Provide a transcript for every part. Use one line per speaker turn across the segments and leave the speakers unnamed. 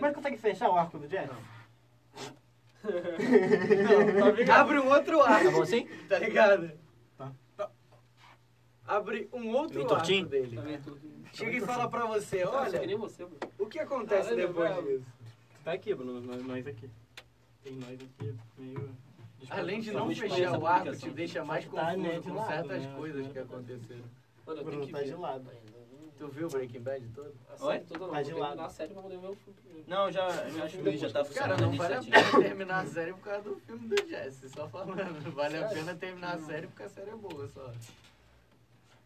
Mas consegue fechar o arco do Jeff?
Não, tá ligado?
Abre um outro
Tá
arco,
bom assim?
tá ligado?
Tá.
Abre um outro
Meio
arco
tortinho?
dele.
Também é tudo.
Chega e fala pra você,
Olha, que nem
olha,
você, mano.
o que acontece
Caralho,
depois
bravo.
disso?
Tá aqui, Bruno, nós, nós aqui. Tem nós aqui meio.
Além de
Só
não
vou te falar
fechar
essa
o arco, te
publicação.
deixa mais
Só que tá, né,
confuso
de
com
lado,
certas
né?
coisas que aconteceram.
Mano, eu tenho
Bruno
que
tá de
ver.
lado.
Tu viu o Breaking Bad todo?
A série toda não.
Tá
Vou
de lado.
terminar a série pra poder ver o filme primeiro.
Não, já, já acho que já tá
Cara,
funcionando.
não
a
vale a
gente já
pena terminar a série por causa do filme do Jesse, só falando. Vale a
Sério?
pena terminar a série porque a série é boa só.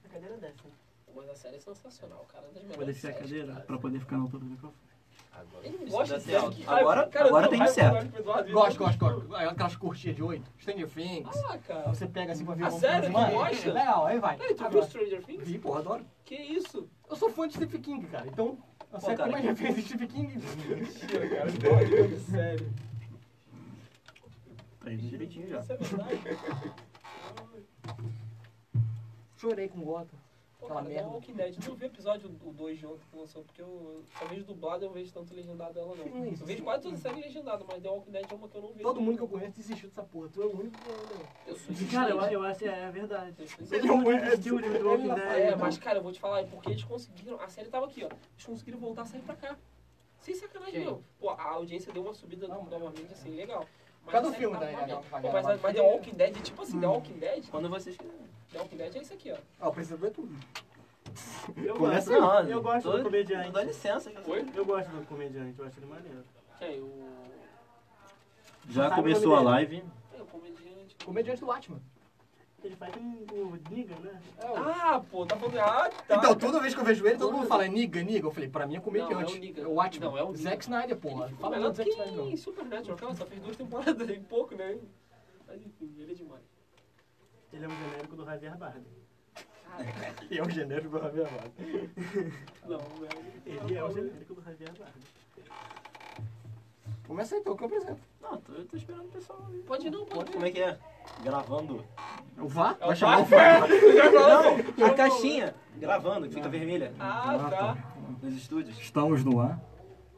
A cadeira desce. né?
Mas a série é sensacional, cara. Uma das
Vou
melhores
descer a
séries.
cadeira pra poder ficar na altura do microfone.
Agora.
Ele não
Isso
gosta
dá
de
certo.
série que-
Agora-
Ai, cara, eu
agora
tô
tem
raiva
certo.
do Eduardo Eduardo.
Gosto, gosto, gosto. Aquelas curtinhas de 8, Stranger Things.
Ah, cara.
Você pega assim pra ver
Ah,
uma-
sério? Tu
Mano,
gosta?
Legal, é. aí vai.
Peraí, tu viu
Agora,
Stranger Things?
Vi, porra, adoro.
Que isso?
Eu sou fã de Stephen King, cara. Então, eu sei
cara,
como é que
que-
já fez Stephen King.
Mentira, cara. eu tô olhando, Sério.
Tá indo direitinho já.
Isso é verdade.
Chorei com o Gotham.
Pô,
Aquela
cara, The
merda.
Walking Dead. Eu não vi o episódio 2 de ontem que lançou, porque eu só vejo dublado eu não vejo tanto legendado ela, não.
Não, isso
Eu vejo
sim.
quase toda a série legendada, mas The Walking Dead é uma que eu não vejo.
Todo mundo que eu conheço desistiu dessa porra. Tu é o único que eu
Eu sou
Cara, eu,
desistente.
eu acho que é verdade.
Eu sou
Ele é um
único que
tipo
o livro do Walking
Ele
É,
Dead.
mas cara, eu vou te falar, é porque eles conseguiram. A série tava aqui, ó. Eles conseguiram voltar a sair pra cá. Sem sacanagem,
Quem?
não. Pô, a audiência deu uma subida
Não, mas-
novamente, assim, legal.
Por causa
a
do
série
filme
tava
da-
uma
da-
merda.
da-
Pô,
da-
Mas,
da-
mas The Walking Dead é tipo
Hum.
assim, The Walking Dead.
Quando vocês quiserem.
The Walking Dead é isso aqui, ó.
Ah, o Presidente é tudo.
Eu gosto,
Começa não.
eu gosto
tô,
do
tô-
comediante.
Dá licença. já-
Oi?
Eu gosto do comediante, eu acho ele maneiro.
Quem? O.
Já começou a
live.
É, o comediante.
Comediante do Batman.
Ele faz um, o Negan, né?
É, o-
Ah, pô, tá falando. Ah, tá.
Então, toda vez que eu vejo ele, todo mundo fala, é niga, niga. Eu falei, pra mim é
Não, é
comediante.
o Negan.
é o Watchman.
Não, é o Negan.
Zack Snyder, porra.
Ele ficou
Fala
melhor
do
do
Zack Snyder,
que
não.
em Supernatural, cara, só fez duas temporadas e pouco, né? Mas enfim, ele é demais.
Ele é um genérico do Javier Bardem.
E é o genérico do Javier Amado. é
Não, velho.
Ele é o genérico do Javier Bardem.
Começa então, que eu apresento.
Não, tô, eu tô esperando o pessoal. aí.
Pode não, pode
Como é que é? Gravando.
O Vá?
É o
Vai chamar o
Batman.
Vá.
Não, a caixinha. Gravando, que fica vermelha.
Ah, tá.
Nos estúdios.
Estamos no ar.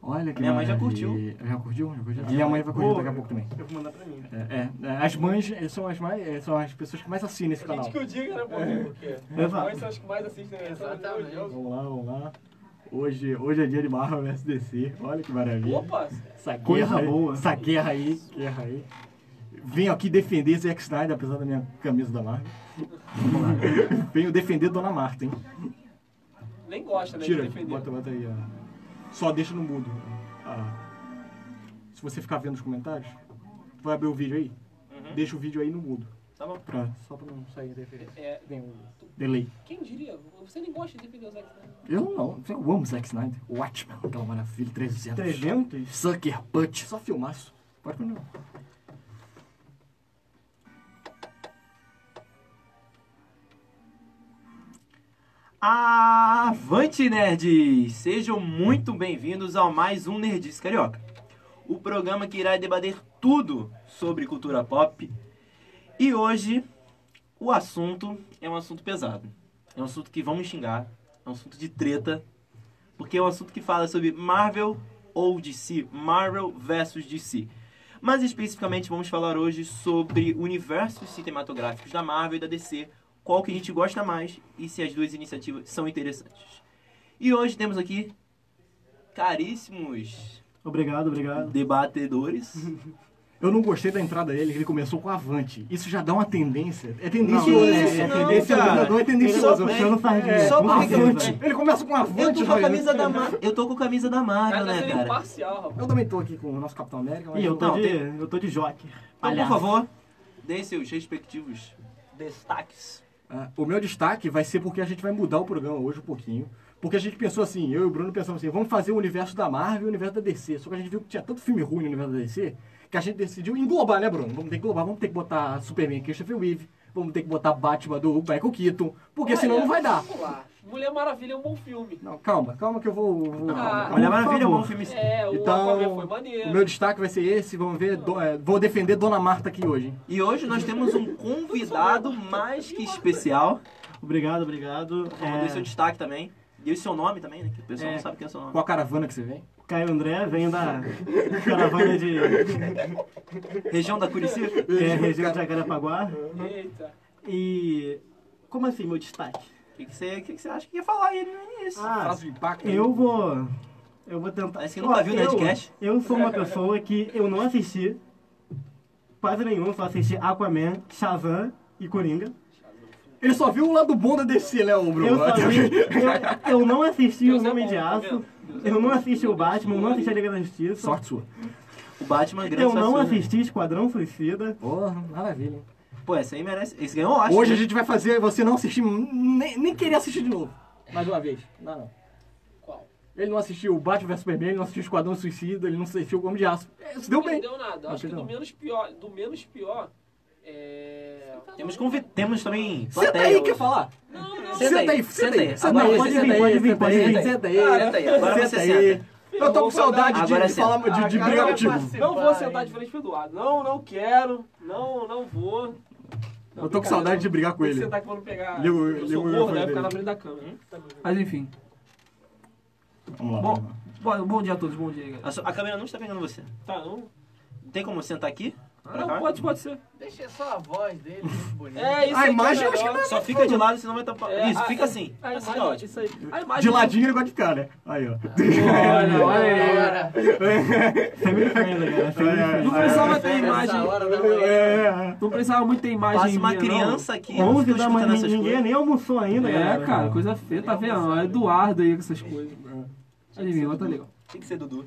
Olha que
Minha mãe já
maravilha. Já curtiu? Já curtiu? A minha mãe vai curtir
Pô,
daqui a pouco também.
Eu vou mandar pra mim.
É, é, é, as mães eh, são as, mais, eh, são as pessoas que mais assinam esse canal.
Gente que eu diga, né, pô? Porque
Vai, Vá.
nós são os que mais assistem, né?
Exatamente.
Vamos lá, vamos lá. Hoje, hoje é dia de Marvel vs DC. Olha que maravilha.
Opa!
Essa guerra
Coisa
aí,
boa.
Essa guerra aí, guerra aí. Venho aqui defender Zack Snyder, apesar da minha camisa da Marvel. Venho defender Dona Marta, hein?
Nem gosta, né?
Tira,
de defender.
bota, bota aí. ó. Só deixa no mudo. Ah, se você ficar vendo os comentários, vai abrir o vídeo aí. Deixa o vídeo aí no mudo.
Tá bom.
Pra, só pra não sair interferência.
É,
Nenhum delay.
quem diria? Você nem gosta de defender o Zack Snyder.
Eu não, eu amo Zack Snyder. Watchmen, aquela maravilha, 300.
300?
Sucker Punch, só filmaço. Pode continuar.
Avante nerds! Sejam muito bem-vindos ao mais um Nerdice Carioca. O programa que irá debater tudo sobre cultura pop. E hoje o assunto é um assunto pesado. É um assunto que vão me xingar, é um assunto de treta, porque é um assunto que fala sobre Marvel ou DC, Marvel versus DC. Mas especificamente vamos falar hoje sobre universos cinematográficos da Marvel e da DC, qual que a gente gosta mais e se as duas iniciativas são interessantes. E hoje temos aqui caríssimos
Obrigado, obrigado.
debatedores.
Eu não gostei da entrada dele, que ele começou com Avante. Isso já dá uma tendência. É tendência.
Não,
né?
isso
é
não,
tendência.
cara.
jogador é tendência.
Só bem- só bem que eu-
Avante. Ele começa com
Eu
Avante.
tô com a
velho.
camisa da Marvel. Eu tô com a camisa da Marvel,
Cara, seria
né, cara?
assim, é imparcial, rapaz.
Eu também tô aqui com o nosso Capitão América. mas
Ih, eu tô,
não,
de,
tem-
eu tô de jockey.
Então, por
Palhaço.
favor, deem seus respectivos destaques.
Ah, o meu destaque vai ser porque a gente vai mudar o programa hoje um pouquinho. Porque a gente pensou assim, eu e o Bruno pensamos assim, vamos fazer o universo da Marvel e o universo da DC. Só que a gente viu que tinha tanto filme ruim no universo da DC que a gente decidiu englobar, né, Bruno? Vamos ter que englobar, vamos ter que botar Superman Christopher Reeve, vamos ter que botar Batman do Michael Keaton, porque senão
Olha,
não vai dar.
Vamos lá. Mulher Maravilha é um bom filme.
Não, calma, calma que eu vou. vou-
Ah,
calma,
Mulher
por
Maravilha é um
favor.
bom filme. sim.
É, o Aquaman
Então,
foi maneiro.
o meu destaque vai ser esse, vamos ver. do- é, vou defender Dona Marta aqui hoje, hein?
E hoje nós temos um convidado mais que especial.
Obrigado, obrigado.
Mandei seu
É,
destaque também. E o seu nome também, né? Que o pessoal
É.
não sabe quem é o seu nome.
Qual a caravana que você vem?
Caio André vem da caravana de
Região da Curicica?
é, região de Jacarepaguá.
Eita.
E como assim meu destaque?
O que, que, você, que, que você acha que ia falar aí no início?
Ah,
Faz o impacto.
eu vou eu vou tentar.
Parece que nunca
Ó,
viu
eu,
Nerdcast.
Eu sou uma pessoa que eu não assisti quase nenhum, só assisti Aquaman, Shazam e Coringa.
Ele só viu o lado bom da DC, né, ô Bruno?
Eu, só vi, eu, eu não assisti
Deus
o
é
Homem
bom,
de
tá
Aço,
vendo? Deus é
eu não
bom.
assisti o Batman, eu não assisti a Liga da Justiça.
Sorte sua.
O Batman grande
Eu não
assassino.
assisti Esquadrão Suicida.
Porra, maravilha. hein?
Pô, esse aí merece. Esse ganhou, né? eu acho.
Hoje a gente vai fazer você não assistir, nem, nem querer assistir de novo. Mais uma vez. Não, não.
Qual?
Ele não assistiu o Batman vs Superman, ele não assistiu o Esquadrão Suicida, ele não assistiu o Homem de Aço. É, se deu
Não
bem.
perdeu nada.
Não
Acho que do
perdeu.
menos pior, do menos pior, é...
Temos, convi... Temos também.
Senta
plateia
aí,
hoje.
quer falar?
Não, não.
Senta
aí,
aí,
senta
senta
aí.
aí. Senta
Agora
aí,
você
senta aí,
pode vir,
senta
pode vir,
aí,
pode vir.
senta aí.
Ah, senta aí, agora você senta.
Eu tô com saudade
Agora
de, de
senta.
falar de, de
Agora
briga
vai
contigo.
tá
participar,
Não vou
hein?
sentar de frente pro Eduardo. Não, não quero. Não, não vou. Não,
Eu tô com
brincadeira,
saudade de brigar com
Tem é que
ele.
tá-
sentar que eu vou não pegar.
Liga o-
eu
liga
sou
o
gordo,
microfone
vai ficar
dele.
na frente da câmera. né?
Mas enfim.
Vamos lá.
Bom,
vamos lá.
bom, bom dia a todos, bom dia, galera.
A, sua- a câmera não está pegando você.
Tá, não?
Tem como sentar aqui?
Ah,
Pra cá?
Não, pode, pode ser.
Deixa só a voz dele, muito bonita.
É, isso
tá. A
aí que
imagem
é
eu acho que assim,
melhor.
Só fica de lado, senão vai tapar.
É,
Isso,
a-
fica assim.
A
assim
imagem,
é ótimo.
isso aí. A imagem é
De É, ladinho ele gosta de cara, né? Aí, ó.
né? Olha, olha aí.
Agora,
Family friendly, galera. Family
É,
friendly.
Não precisava ter imagem.
nessa hora da manhã.
É.
Não precisava muito ter imagem.
Passa uma
minha,
criança aqui. eu fico
11 da
escutando
manhã,
essas
ninguém
coisas.
nem almoçou ainda,
Não.
galera.
né?
É, cara, coisa feia, tá vendo? É Eduardo aí com essas coisas.
É.
Adivinha, mas tá legal.
Tem que ser Dudu.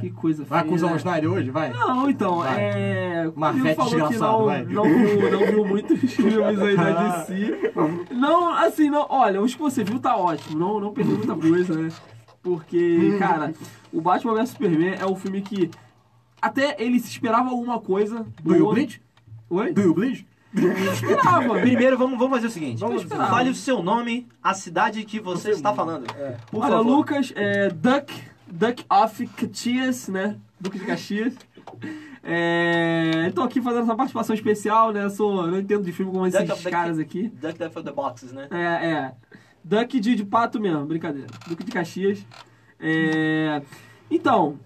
Que coisa feia.
Vai acusar o
né?
Snyder hoje? Vai.
Não, então,
Vai.
é. o
Marvete
Will falou que
desgraçado,
não,
vai. Ah.
Não, viu, não viu muitos filmes aí da DC. Não, assim, não. Olha, os que você viu tá ótimo. Não, não perdeu muita coisa, né?
Hum.
Porque, cara, o Batman vs Superman é um filme que. Até ele se esperava alguma coisa.
Do you bleed?
Oi?
Do you bleed?
Esperava.
Primeiro, vamos, vamos fazer o seguinte.
Vamos esperar.
Fale o seu nome, a cidade que você está falando. Por
Olha,
favor.
Lucas, é, Duck, Duck of Caxias, né? Duque de Caxias. É, tô aqui fazendo essa participação especial, né? Sou, não entendo de filme como esses
Duck of the
caras aqui.
Duck Duck for the Boxes, né?
É, é. Duck de, de pato mesmo, brincadeira. Duque de Caxias. É, então,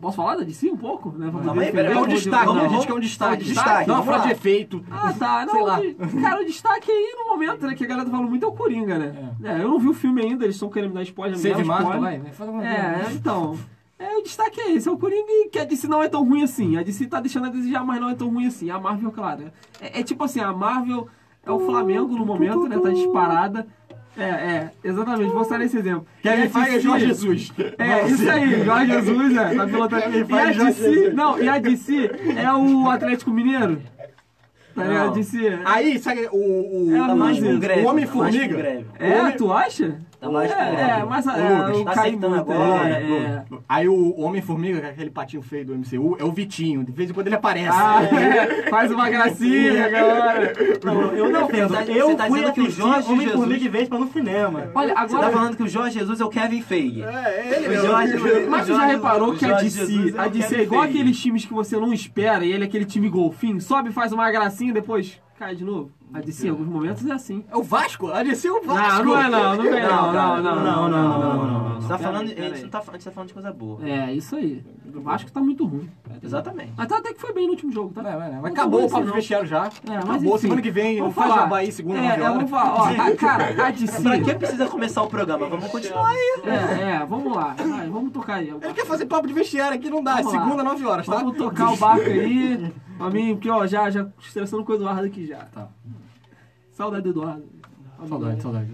posso falar da DC um pouco? Né? Pra poder
mas peraí,
defender?
é um
Vou- vou-
destaque,
vou-
né?
A
vamos-
gente quer um destaque.
destaque,
Dá uma
vamos
frase
lá.
de efeito.
Ah, tá. Não,
Sei lá.
o- Cara, o destaque aí no momento, né? Que a galera tá falando muito é o Coringa, né? É, eu não vi o filme ainda, eles estão querendo me dar spoiler. me
Save
deram
Marta,
spoiler.
vai. vai, Faz alguma
É,
coisa.
então. É, o destaque é esse, é o Coringa e que a DC não é tão ruim assim. A DC tá deixando a desejar, mas não é tão ruim assim. A Marvel, claro. É, é tipo assim, a Marvel é o Flamengo no momento, né? Tá disparada. É, é, exatamente, vou usar esse exemplo. E a
Kevin Feige é
DC
Jorge Jesus.
É, isso aí, Jorge Jesus, é, tá pilotando.
Kevin
E a
Feige, Jorge
DC,
Jesus.
não, e a DC é o Atlético Mineiro. Tá ligado? A
Não. Ah,
DC é-
Aí, sabe o... o,
Ela
Tá mais
Mas
com greve.
o
Tá mais com
Homem-Formiga.
greve.
É,
Homem-
tu acha?
Tá mais com greve.
é, é, mas a,
Ô, Lucas,
o
tá
cai
aceitando
muito,
agora,
é,
né,
é.
Aí o Homem-Formiga, que é aquele patinho feio do MCU, é o Vitinho. De vez em quando ele aparece.
Ah, é. faz uma gracinha, galera.
Não, eu não
Você
entendo.
tá- você
eu
tá
fui
dizendo que o
assistir
Jorge
Homem por
Jesus-
de vez pra no cinema.
Olha,
Você tá
agora.
falando que o Jorge Jesus é o Kevin Feige.
É, é ele
O
mesmo.
Jorge-
Mas
o
você já
Jorge-
reparou
o
que a
Jorge
DC,
Jesus é o
a DC é
Kevin
igual
Feige.
aqueles times que você não espera, e ele é aquele time golfinho, sobe, faz uma gracinha, depois cai de novo. A DC em alguns momentos é assim.
É o Vasco? A DC é o Vasco.
Não, não é não, não é não, não, não,
Não, não, não, não, não.
Você tá falando,
Pera aí,
a, gente não tá, fa- a gente tá falando de coisa boa.
É, isso aí. Eu acho que tá muito ruim.
Exatamente.
Mas tá até que foi bem no último jogo, tá?
Não, não, não.
Não
Mas
tá
acabou
ruim
o papo
assim,
de
não.
vestiário já.
mas
acabou.
enfim.
Semana que vem,
Vamos
faz
falar.
jabá aí, segunda,
É,
nove
é,
horas.
vamos falar. Ó, a- cara, a DC...
Pra que precisa começar o programa? Vamos continuar aí.
É, é, vamos lá. Vai, vamos tocar aí.
Ele quer fazer papo de vestiário aqui, não dá.
Vamos lá.
segunda, nove horas, tá?
Vamos tocar o barco aí. Pra mim, porque ó, já, já estressando com o Eduardo aqui já.
Tá.
Saudade do Eduardo.
Saudade, saudade.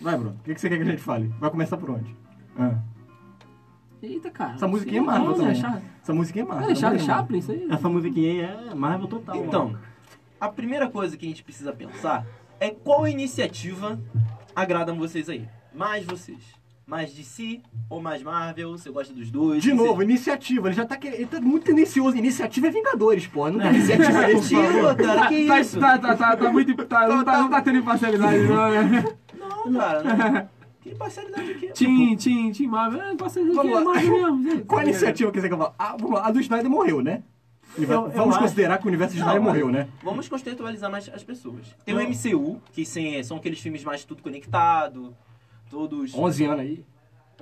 Vai, Bruno. O que que você quer que a gente fale? Vai começar por onde? Ah.
Eita, cara.
Essa musiquinha é
Não,
Marvel
Não, é
também.
Charlie,
Essa musiquinha é massa.
não, é Charlie
tá
Chaplin, isso aí.
Essa musiquinha aí é Marvel total.
Então, a primeira coisa que a gente precisa pensar é qual iniciativa agrada vocês aí. Mais vocês. Mais DC ou mais Marvel? Você gosta dos dois?
De
Você-
novo, iniciativa. Ele já tá, que- ele tá muito tendencioso. Iniciativa é Vingadores, pô. Não tem iniciativa aí, por favor.
Mentira, cara, que
Tá,
isso?
tá, tá, tá, tá muito. Tá, não, tá, não tá tendo imparcialidade, não, né?
Não, cara. Não. Que parcialidade aqui.
Tim, Tim, Tim Marvel. É, pode ser
Vamos
que é
lá.
Marvel mesmo. gente.
Qual a iniciativa que você quer falar? Ah, vamos lá. A do Snyder morreu, né? E vai-
Eu- eu
vamos
acho- é.
considerar que o universo de
Não,
Snyder
mas-
morreu, né?
Vamos contextualizar mais as pessoas. Tem
Não.
o MCU, que sem- são aqueles filmes mais tudo conectado, todos
11 anos aí.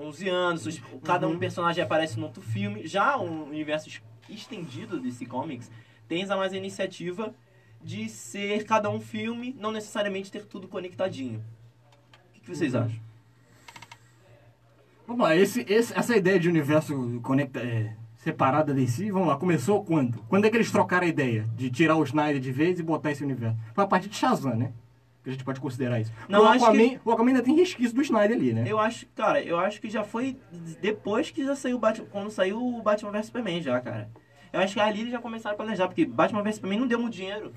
11 anos, os- cada um personagem aparece num outro filme. Já o universo es- estendido desse comics tem a mais a iniciativa de ser cada um filme, não necessariamente ter tudo conectadinho. O que, que vocês
Uhum.
acham?
Vamos lá, esse, esse- essa ideia de universo conecta, é, separada de si, vamos lá, começou quando? Quando é que eles trocaram a ideia de tirar o Snyder de vez e botar esse universo? Foi a partir de Shazam, né? Que a gente pode considerar isso.
Não,
o,
acho
Aquaman, o Aquaman ainda tem resquício do Snyder ali, né?
Eu acho, cara, eu acho que já foi depois que já saiu o Batman, quando saiu o Batman vs Superman já, cara. Eu acho que ali eles já começaram a planejar, porque Batman vs Superman não deu muito dinheiro.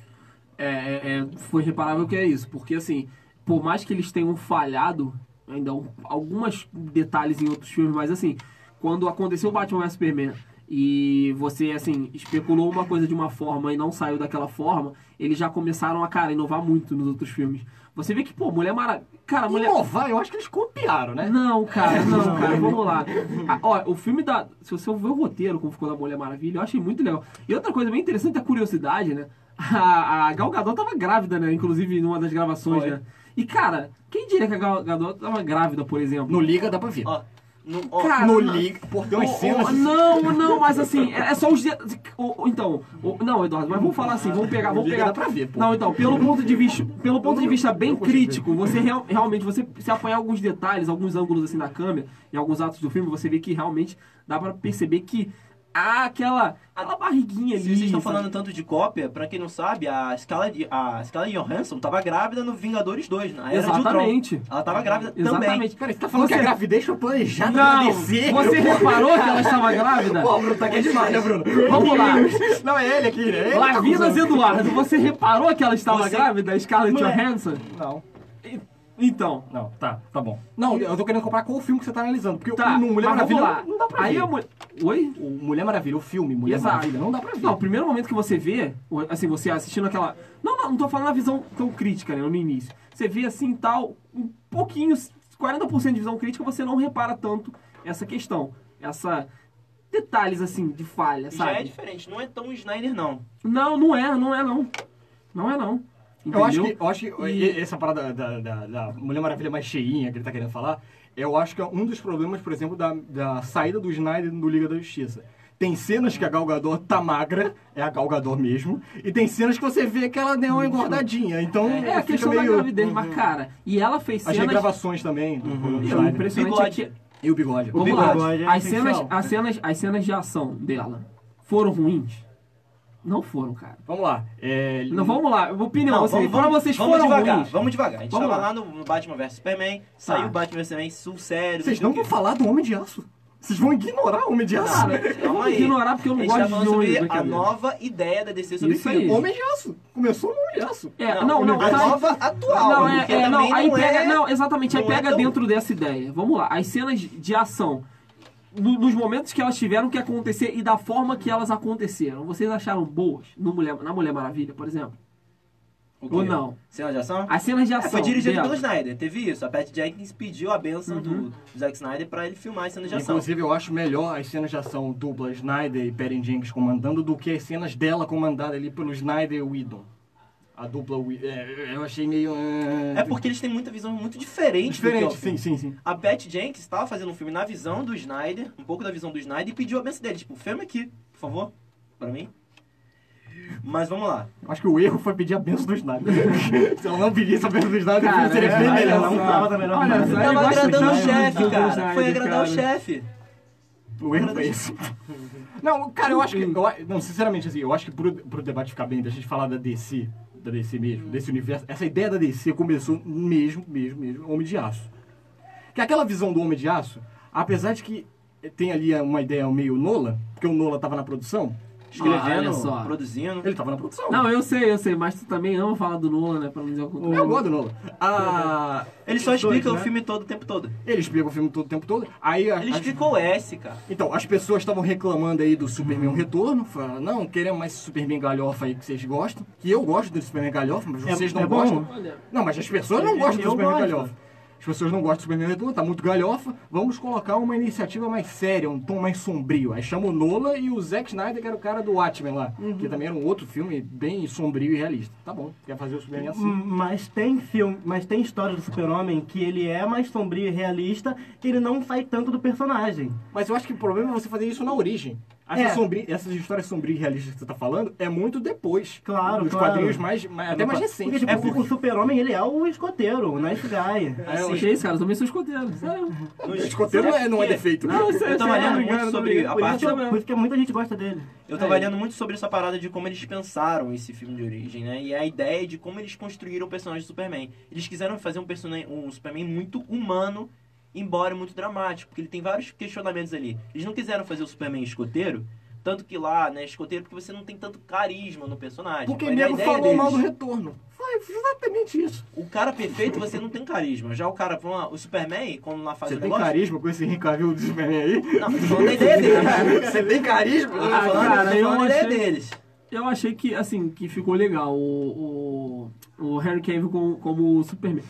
É, é- é, foi reparável que é isso, porque assim, por mais que eles tenham falhado, ainda um- algumas detalhes em outros filmes, mas assim, quando aconteceu o Batman vs Superman e você, assim, especulou uma coisa de uma forma e não saiu daquela forma, eles já começaram a, cara, inovar muito nos outros filmes. Você vê que, pô, Mulher Maravilha. Cara, Mulher.
Inovar, eu acho que eles copiaram, né?
Não, cara, não, cara, vamos lá. Ah, ó, o filme da. Se você ver o roteiro, como ficou da Mulher Maravilha, eu achei muito legal. E outra coisa bem interessante, a curiosidade, né? A, a Gal Gadot tava grávida, né? Inclusive, numa das gravações,
Foi.
né? E, cara, quem diria que a Gal Gadot tava grávida, por exemplo?
No Liga dá pra ver.
Ó, no, ó,
Cara,
no
não-
Liga, por tem umas
Ô, ô,
cenas...
não, não, mas assim, é, é só os dias. ô, ô, Então, ô, não, Eduardo, mas vamos falar assim, vamos pegar, vamos
Liga
pegar.
dá pra ver, pô.
Não, então, pelo ponto de vista, pelo ponto de vista bem
consigo
crítico, você real- realmente, você se apanhar alguns detalhes, alguns ângulos assim na câmera, em alguns atos do filme, você vê que realmente dá pra perceber que há aquela, aquela barriguinha ali.
Se vocês estão
sabe?
falando tanto de cópia, pra quem não sabe, a Scala, a Scala Johansson tava grávida no Vingadores 2, na Era de
Exatamente.
Ultron. Ela tava grávida também.
Exatamente.
Cara, você tá falando que a gravidez foi planejada pra
Não,
descer?
você reparou que ela estava grávida?
Pô, Bruno, tá aqui demais, né, Bruno?
Vamos lá.
Não, é ele aqui, né? Ele tá
Lavinas
acusando.
Eduardo, você reparou que ela estava
Você-
grávida, Scarlett Johansson?
Não.
Então,
Não, tá, tá bom. Não, eu tô querendo comprar qual filme que você tá analisando. Porque
Tá,
o no Mulher
mas vamos
Maravilha
lá.
não dá pra
Aí
ver.
a mulher... Oi?
O Mulher Maravilha, o filme Mulher
Exato.
Maravilha, não dá pra ver.
Não, o primeiro momento que você vê, o- assim, você assistindo aquela... Não, não, não tô falando a visão tão crítica, né, no início. Você vê, assim, tal, um pouquinho, 40% de visão crítica, você não repara tanto essa questão. Essa... Detalhes, assim, de falha,
Já é
sabe?
diferente, não é tão Snyder, não.
Não, não é, não é, não. Não é, não. Entendeu?
eu acho que, eu acho que
E-
essa parada da, da- da Mulher Maravilha mais cheinha que ele tá querendo falar, eu acho que é um dos problemas, por exemplo, da, da saída do Snyder do Liga da Justiça. Tem cenas que a Gal Gadot tá magra, é a Gal Gadot mesmo, e tem cenas que você vê que ela deu uma engordadinha. Então,
É a
fica
questão da
meio...
gravidez,
Uhum.
mas, cara... E ela fez
As
cenas... Uhum.
regravações também do do
E O
Snyder.
impressionante é que...
Bigode.
E o bigode.
Vamos
bigode.
lá.
é
As
essencial.
cenas, as, cenas, as cenas de ação dela foram ruins? Não foram, cara.
Vamos lá. É,
Não, vamos lá. Opinião,
Não,
você, pra vocês
vamos
foram
devagar,
ruins.
vamos devagar. A gente
Vamos
tava
lá. Tá.
lá no Batman vs Superman, saiu o Batman vs Superman, sul sério.
Vocês
sei
não
o quê.
vão falar do Homem de Aço. Vocês vão ignorar o Homem de Aço.
Cara, eu
Calma
vou
aí.
ignorar porque eu
A
não
gente tá
gosto de
falando
ônibus.
sobre a
brincadeira.
nova ideia da DC sobre
Isso
filme.
aí.
Homem de Aço. Começou no Homem de Aço.
É, não, não,
a
tá-
nova atual.
Não, é,
porque
é,
também
não, aí pega,
é-
não, exatamente, aí
não é
pega
tão-
dentro dessa ideia. Vamos lá, as cenas de ação, no- nos momentos que elas tiveram que acontecer e da forma que elas aconteceram, vocês acharam boas no Mulher, na Mulher Maravilha, por exemplo?
O
Ou
quê?
não?
Cena de ação?
As cenas de
É,
ação.
foi dirigido
dela.
pelo Snyder, teve isso. A Pat Jenkins pediu a benção do Zack Snyder pra ele filmar as cenas de ação.
Inclusive, eu acho melhor as cenas de ação dupla Snyder e Perry Jenkins comandando do que as cenas dela comandada ali pelo Snyder e Whedon. A dupla Whedon. eu achei meio... eh,
É porque eles têm muita visão muito diferente. do que
Diferente,
é o
sim,
filme.
sim, sim.
A Pat Jenkins estava fazendo um filme na visão do Snyder, um pouco da visão do Snyder, e pediu a benção dele. Tipo, filme aqui, por favor, pra mim. Mas vamos lá.
Acho que o erro foi pedir a benção do Snyder. Se ela não pedisse a benção do Snyder, o filme
Cara,
seria
é,
bem
olha
melhor.
Não
só.
tava da melhor
Olha
maneira.
só,
Tava
eu gosto
agradando o
demais do
chefe,
Snyder,
cara. Foi
cara.
agradar o chefe.
O erro foi esse. Não, cara, eu acho que. eu a- não, sinceramente, assim, eu acho que pro, pro debate ficar bem, da gente falar da DC, da DC mesmo, desse universo, essa ideia da DC começou mesmo, mesmo, mesmo, Homem de Aço. Que é aquela visão do Homem de Aço, apesar de que tem ali uma ideia meio Nola, porque o Nola tava na produção,
Ah, olha
Escrevendo,
só.
produzindo.
ele tava na produção.
Não, eu sei, eu sei, mas tu também ama falar do Nolan, né? Pra não dizer o contrário.
eu gosto É do Nola. Ah,
Ele só explica
né?
o filme todo o tempo todo.
ele explica o filme todo o tempo todo. Aí a-
Ele
a-
explicou o S, cara.
Então, as pessoas estavam reclamando aí do Superman
Uhum.
Retorno, falaram, não, queremos mais esse Superman galhofa aí que vocês gostam, que eu gosto do Superman galhofa, mas
É-
vocês
é
não
bom?
gostam.
Olha,
Não, mas as pessoas não
Eu-
gostam
eu
do Superman
gosto.
galhofa. As pessoas não gostam do Superman Retorno, tá muito galhofa. Vamos colocar uma iniciativa mais séria, um tom mais sombrio. Aí chama o Nola e o Zack Snyder, que era o cara do Watchmen lá.
Uhum.
Que também era um outro filme bem sombrio e realista. Tá bom, quer fazer o Superman assim.
Hum, Mas tem filme, mas tem história do Super-Homem que ele é mais sombrio e realista, ele não sai tanto do personagem.
Mas eu acho que o problema é você fazer isso na origem. Essa
É.
sombri- essas histórias sombrias e realistas que você tá falando é muito depois.
Claro,
Os
claro.
quadrinhos mais, mais- até mais né?
Porque,
recentes.
tipo, o Super-Homem, ele é o escoteiro, o Nice Guy.
É,
Assim,
hoje-
que é isso, cara? Eu também sou escoteiro. Sério.
No
escoteiro não é, não é defeito.
Não, isso é-
Eu
isso
tava
é-
lendo
obrigado,
muito sobre a
por isso
parte.
eu-
Por isso que muita gente gosta dele.
Eu tava
É.
lendo muito sobre essa parada de como eles pensaram esse filme de origem, né? E a ideia de como eles construíram o personagem do Superman. Eles quiseram fazer um, personagem, um Superman muito humano, embora muito dramático, porque ele tem vários questionamentos ali. Eles não quiseram fazer o Superman escoteiro, tanto que lá, né, escoteiro, porque você não tem tanto carisma no personagem.
Porque
Mas na
nego
ideia
falou mal do
deles,
retorno. Foi exatamente isso.
O cara perfeito, você não tem carisma. Já o cara, vamos lá, o Superman, quando lá faz
Você
o
tem
negócio...
carisma com esse Henrique Cavill do Superman aí?
Não, eu tô falando da ideia deles.
Você tem carisma?
Eu tô falando,
cara,
eu tô
eu
falando da ideia
achei-
deles.
Eu achei que, assim, que ficou legal o, o, o Harry Cavill com- como o Superman.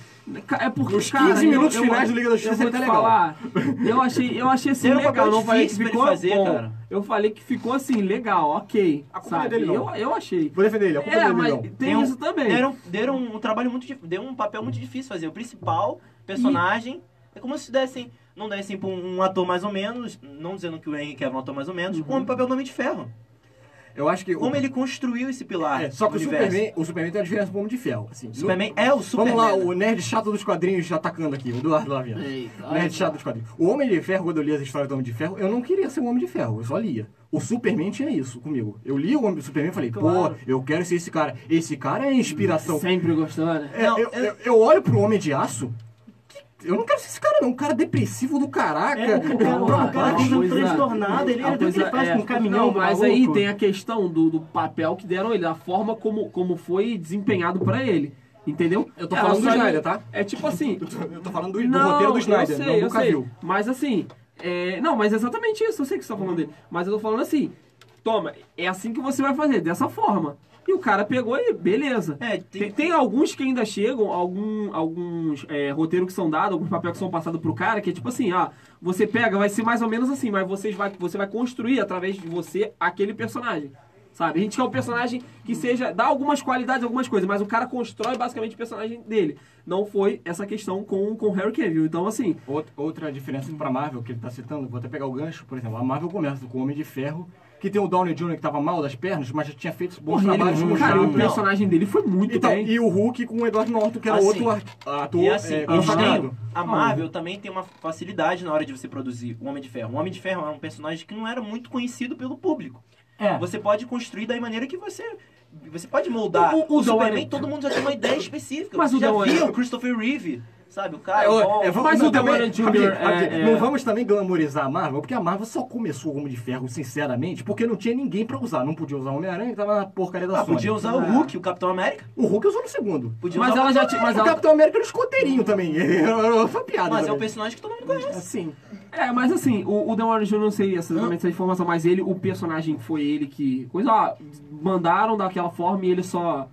Ca- É porque,
Nos
cara,
15
eu-
minutos
eu-
finais do Liga da Justiça
eu vou
ele
te
tá legal.
falar, eu achei, eu achei assim
Era um
legal, eu
papel
não falei que
difícil pra
ficou
ele fazer,
bom.
cara.
Eu falei que ficou assim, legal, ok.
A culpa não é
sabe?
dele, não.
Eu, eu achei.
Vou defender ele, a culpa
É,
dele
mas
não.
tem
um-
isso também.
Deram, deram um trabalho muito difícil, deu um papel muito difícil fazer. O principal personagem é como se dessem, não dessem pra um, um ator mais ou menos, não dizendo que o Henry Cavill é um ator mais ou menos, um
Uhum.
papel do Homem de Ferro.
Eu acho que... o-
Como ele construiu esse pilar
É, só que
do
o
universo.
Superman, o Superman tem a diferença do Homem de Ferro. Assim,
O
no-
Superman é o Superman.
Vamos lá, o nerd chato dos quadrinhos tá atacando aqui, o Eduardo Laviano.
Eita,
Nerd chato dos quadrinhos. O Homem de Ferro, quando eu li as histórias do Homem de Ferro, eu não queria ser um Homem de Ferro, eu só lia. O Superman tinha isso comigo. Eu li o Homem do Superman e falei, pô,
Claro.
eu quero ser esse cara. Esse cara é inspiração.
Sempre gostou, né?
É,
Não,
eu,
eu-
eu- eu olho pro Homem de Aço, que- eu não quero ser esse cara não, um cara depressivo do caraca. tá
É, o cara, o cara,
Não,
o cara,
cara,
fica
coisa-
transtornado, ele,
A
ele,
coisa
ele faz
é-
com um caminhão
Não,
do
mas
maluco.
aí tem a questão do, do papel que deram ele, a forma como, como foi desempenhado pra ele. Entendeu?
Eu tô falando do
só ele-
Snyder, tá?
É tipo assim.
Eu tô, eu tô falando do, do
não,
roteiro do Snyder,
eu sei,
não do
eu sei.
Cavill.
Mas assim. é, não, mas é exatamente isso. Eu sei que você tá falando dele. Mas eu tô falando assim. Toma, é assim que você vai fazer, dessa forma. E o cara pegou e beleza.
É, tem-
Tem, tem alguns que ainda chegam, algum, alguns é, roteiros que são dados, alguns papéis que são passados pro cara, que é tipo assim, ó, você pega, vai ser mais ou menos assim, mas vocês vai, você vai construir através de você aquele personagem. Sabe? A gente quer um personagem que seja. dá algumas qualidades, algumas coisas, mas o cara constrói basicamente o personagem dele. Não foi essa questão com com o Harry Cavill. Então, assim.
Out- Outra diferença pra Marvel que ele tá citando, vou até pegar o gancho, por exemplo, a Marvel começa com o Homem de Ferro, que tem o Downey Jr. que tava mal das pernas, mas já tinha feito bons
Porra,
trabalhos
ele, é um
com
cara,
Charme.
o personagem dele foi muito
né? Então,
bem.
e o Hulk com o Edward Norton, que era
Assim,
outro ar- ator
E assim,
é,
eles têm-
consagrado.
a Marvel também tem uma facilidade na hora de você produzir o Homem de Ferro. O Homem de Ferro era um personagem que não era muito conhecido pelo público.
É.
Você pode construir da maneira que você. Você pode moldar.
O-
O,
o- o
Superman,
Dawn-
todo mundo já tem uma ideia específica.
Mas
Você
o
já
Dawn-
via o Christopher Reeve, sabe? O cara.
É,
ah, bom.
é, vamos-
Mas
não,
o Downey
também-
Jr.
rapidinho,
é-
rapidinho,
é-
Não vamos também glamorizar a Marvel, porque a Marvel só começou o Homem de Ferro, sinceramente, porque não tinha ninguém pra usar. Não podia usar o Homem-Aranha, que tava na porcaria da
Ah,
Sony.
podia usar o Hulk, o Capitão América.
O Hulk usou no segundo.
Podia
mas
usar
ela
o
já tinha. Mas é
o
ela,
Capitão América era um escoteirinho também. Era uma piada. né?
Mas é um
também.
personagem que todo mundo conhece.
Assim.
É, mas assim, o, o The Warner Jr. não sei exatamente essa informação, mas ele, o personagem foi ele que. Coisa, ó, mandaram daquela forma e ele só.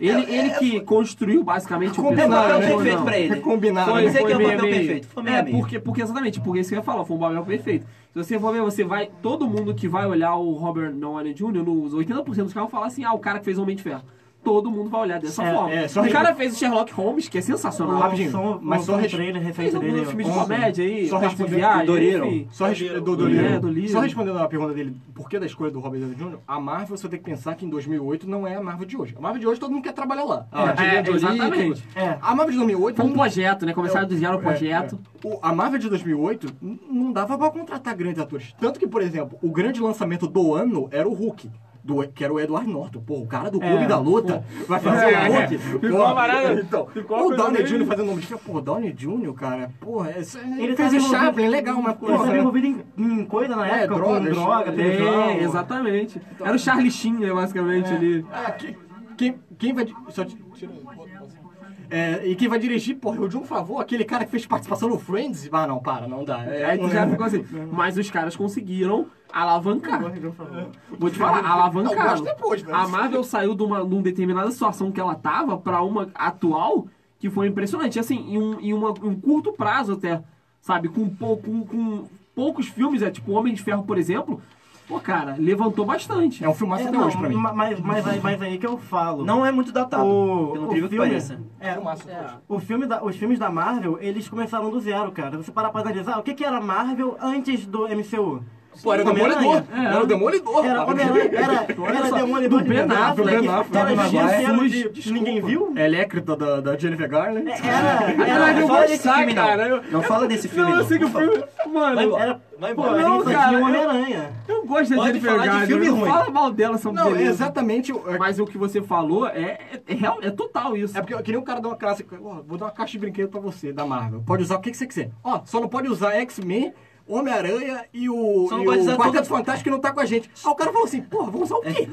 Ele, ele que construiu basicamente o
É um
Combinado,
papel
personagem.
né?
ou
perfeito
não.
pra ele.
Combinado.
Foi,
né?
Você que é um
meio-
papel
meio-
perfeito. Foi meia
É,
meia.
porque, porque exatamente, porque isso que eu ia falar, foi um papel perfeito. Se você for ver, você vai. Todo mundo que vai olhar o Robert Downey Jr., nos 80% dos caras, vai falar assim: ah, o cara que fez Homem de Ferro. Todo mundo vai olhar dessa
É,
forma.
é, só
o
re-
cara fez o Sherlock Holmes, que é sensacional.
Rapidinho,
Lançou-
mas
lançou
só
um
res-
trailer
Fez
recente
algum
dele.
filme de
ó.
comédia aí,
Só
Quarto de
respondendo-
Viagem,
Doriro.
enfim.
Só, res-
Do-
do- do
É,
livro.
do livro.
Só respondendo a pergunta dele, por que da escolha do Robert Downey Jr., a Marvel você tem que pensar que em 2008 não é a Marvel de hoje. A Marvel de hoje todo mundo quer trabalhar lá.
É,
Ah,
é,
direito ali,
exatamente.
tudo.
É.
A Marvel de 2008...
Foi um
não-
projeto, né? Começaram do zero o
É,
projeto.
é. O- a Marvel de 2008 n- não dava pra contratar grandes atores. Tanto que, por exemplo, o grande lançamento do ano era o Hulk. Do, que era o Edward Norton. Pô, o cara do Clube da Luta vai fazer
É,
o Hulk.
Ficou
Pô,
uma parada-
Então,
ficou uma
o
coisa
Downey
meio-
Jr. fazendo o nome de... Pô, Downey Jr., cara, porra... é- ele fez
Ele tava
o
um
envolvido-
Chaplin, é legal, mas...
Ele
porra,
estava envolvido em, em coisa na
É,
época,
drogas,
com droga,
é,
televisão.
É, exatamente. Era o Charlie Sheen, né, basicamente, ali.
Ah, que- quem, quem vai. di- Só ti- tira aí, bota- bota. É, e quem vai dirigir, porra, eu de um favor, aquele cara que fez participação no Friends. Ah, não, para, não dá. É,
Aí tu
não
já
é.
ficou assim. Mas os caras conseguiram alavancar.
Por favor.
Vou te falar,
É. Não,
alavancaram.
gosto depois, né?
A Marvel saiu de uma, de uma determinada situação que ela tava pra uma atual
que foi impressionante. Assim, em um, em uma- um curto prazo até, sabe? Com, pou- com- com poucos filmes, é tipo Homem de Ferro, por exemplo. Pô, cara, levantou bastante.
É um filmaço
É,
até
não,
hoje pra mim.
ma- Mas, mas, aí, mas aí que eu falo.
Não é muito datado,
o,
pelo
o
incrível que
filme-
pareça.
É,
Filmaço até
É.
hoje.
o filme da- os filmes da Marvel, eles começaram do zero, cara. Você parar pra analisar, o que, que era Marvel antes do MCU?
Pô, era o
Homem-Aranha.
Demolidor.
É.
Era o Demolidor.
Era
cara.
Homem-Aranha, era,
Olha
era
só,
Demolidor
do
de
Ben Affleck,
Ben
Ben
Affleck,
Affleck,
era
Maguire,
Justiceiro de-
Cruz,
de... Ninguém viu?
É, Elécrita da, da Jennifer Garner.
Era,
Era de
era, só
eu gostar,
esse filme, não.
cara. Eu-
Não fala desse filme,
Não, eu
não.
sei que o
por favor.
filme.
Vai
Mano,
embora.
Era,
Vai
pô,
embora.
a
Não,
gente só
cara,
tinha
eu-
o Homem-Aranha.
eu gosto da
Pode
Jennifer
falar de
Garner.
filme
não
ruim.
Fala mal dela, são
Não, é
beleza.
exatamente. É,
Mas o que você falou é, é, real- é total isso.
é porque que nem o cara dá uma clássica. Ó, vou dar uma caixa de brinquedo pra você, da Marvel. Pode usar o que, que você quiser. Ó, só não pode usar X-Men, Homem-Aranha e o,
Só não
e
pode
o
usar
Quarteto
todo-
Fantástico que não tá com a gente. Aí o cara falou assim, porra, vamos usar o quê?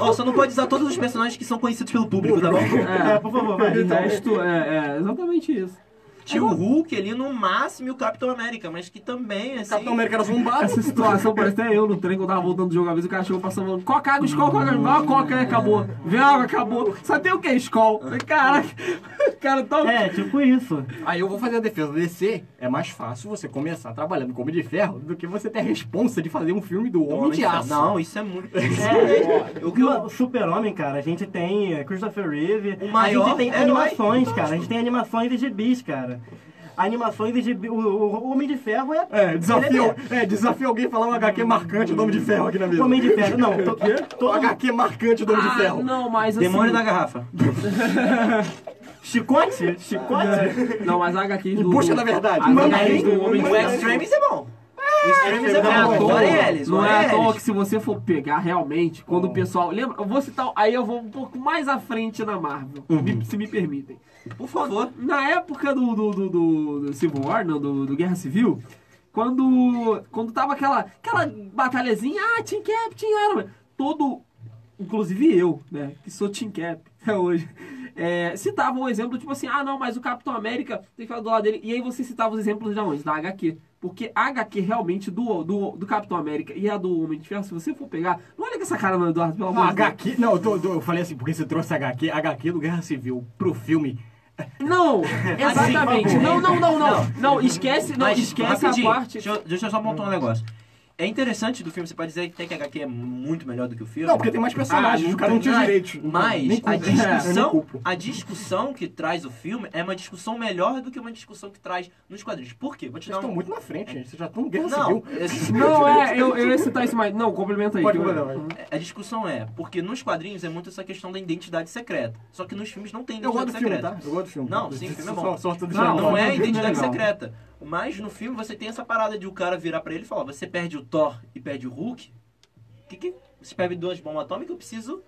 Ó, só não pode usar todos os personagens que são conhecidos pelo público, tá bom?
É, por favor, vai.
o resto é, é exatamente isso.
Tinha o Hulk ali no máximo e o Capitão América, mas que também, assim...
Capitão América era zombado.
Essa situação parece até eu no trem, que eu tava voltando do jogo, às vezes o cara chegou passando falando, coca, água, escol, coca, água, Vai uma coca, né? Acabou. Vem água, acabou. Só tem o que? Escol. Caraca, o cara tá...
É, tipo isso.
Aí eu vou fazer a defesa da DC. É mais fácil você começar trabalhando como de ferro do que você ter a responsa de fazer um filme do Homem de Aço.
Não, isso é muito...
É,
O que eu-
o Super-Homem, cara, a gente tem é, Christopher Reeve,
O maior
a gente tem
herói
animações,
fantástico.
cara, a gente tem animações e gibis, cara. Animações e gibis, o, o Homem de Ferro é...
É, desafio,
ele
é, desafio alguém falar um HQ marcante do Homem de Ferro aqui na
é-
mesa.
O Homem de Ferro, não, to,
Um
todo
HQ marcante do Homem de
Ah,
Ferro.
não, mas assim...
Demônio da Garrafa.
chicote, chicote.
Não, mas a HQ do...
Busca da verdade.
As
Manda
HQs
aí.
do Homem de
O
Ferro.
Extremis é bom. O Extremis
Não
é
tá- é à
bom.
toa.
Olha eles,
Não é
olha
à toa que
eles.
se você for pegar realmente, quando o pessoal. Lembra? Eu vou citar. Aí eu vou um pouco mais à frente na Marvel, me- se me permitem.
Uhum. Por favor.
Na época do, do, do, do- do Civil War, não, do, do Guerra Civil, quando, quando tava aquela, aquela batalhazinha, ah, Team Cap, Team Iron Man, todo, inclusive eu, né, que sou Team Cap até hoje, é, citava um exemplo, tipo assim, ah, não, mas o Capitão América tem que falar do lado dele, e aí você citava os exemplos de onde? Da HQ. Porque a HQ realmente do, do, do Capitão América e a do Homem de Ferro, se você for pegar, não olha com essa cara, não, Eduardo, pelo
Ah,
amor de Deus.
HQ. Não, eu, tô- tô- eu falei assim, porque você trouxe HQ, HQ do Guerra Civil pro filme.
Não, exatamente.
É, assim, por favor.
não, não, não, não.
Não.
Não, esquece, não,
Mas,
esquece a
rapidinho,
parte.
Deixa eu, deixa eu só montar um negócio. É interessante do filme, você pode dizer até que a HQ é muito melhor do que o filme.
Não, porque tem mais personagens, o cara não tinha
mas-
direito.
Mas
Nem
a
culpa. É, nem
discussão,
culpa.
a discussão que traz o filme é uma discussão melhor do que uma discussão que traz nos quadrinhos. Por quê? Vou te
Vocês
dar
estão
um...
muito na frente, gente. Vocês já estão em Guerra
Não,
Civil.
esse-
Não, é, eu, eu ia citar isso mais. Não, complementa aí.
Pode
que eu-
mandar, vai.
A discussão é, porque nos quadrinhos é muito essa questão da identidade secreta. Só que nos filmes não tem
Eu gosto do
identidade
filme,
secreta.
tá? Eu gosto do filme.
Não, sim, o filme é bom.
Só- só tô
Não,
deixando
não
claro.
é identidade
legal.
secreta. Mas no filme você tem essa parada de o cara virar pra ele e falar: você perde o Thor e perde o Hulk. Que que você perde duas bombas atômicas? Eu preciso.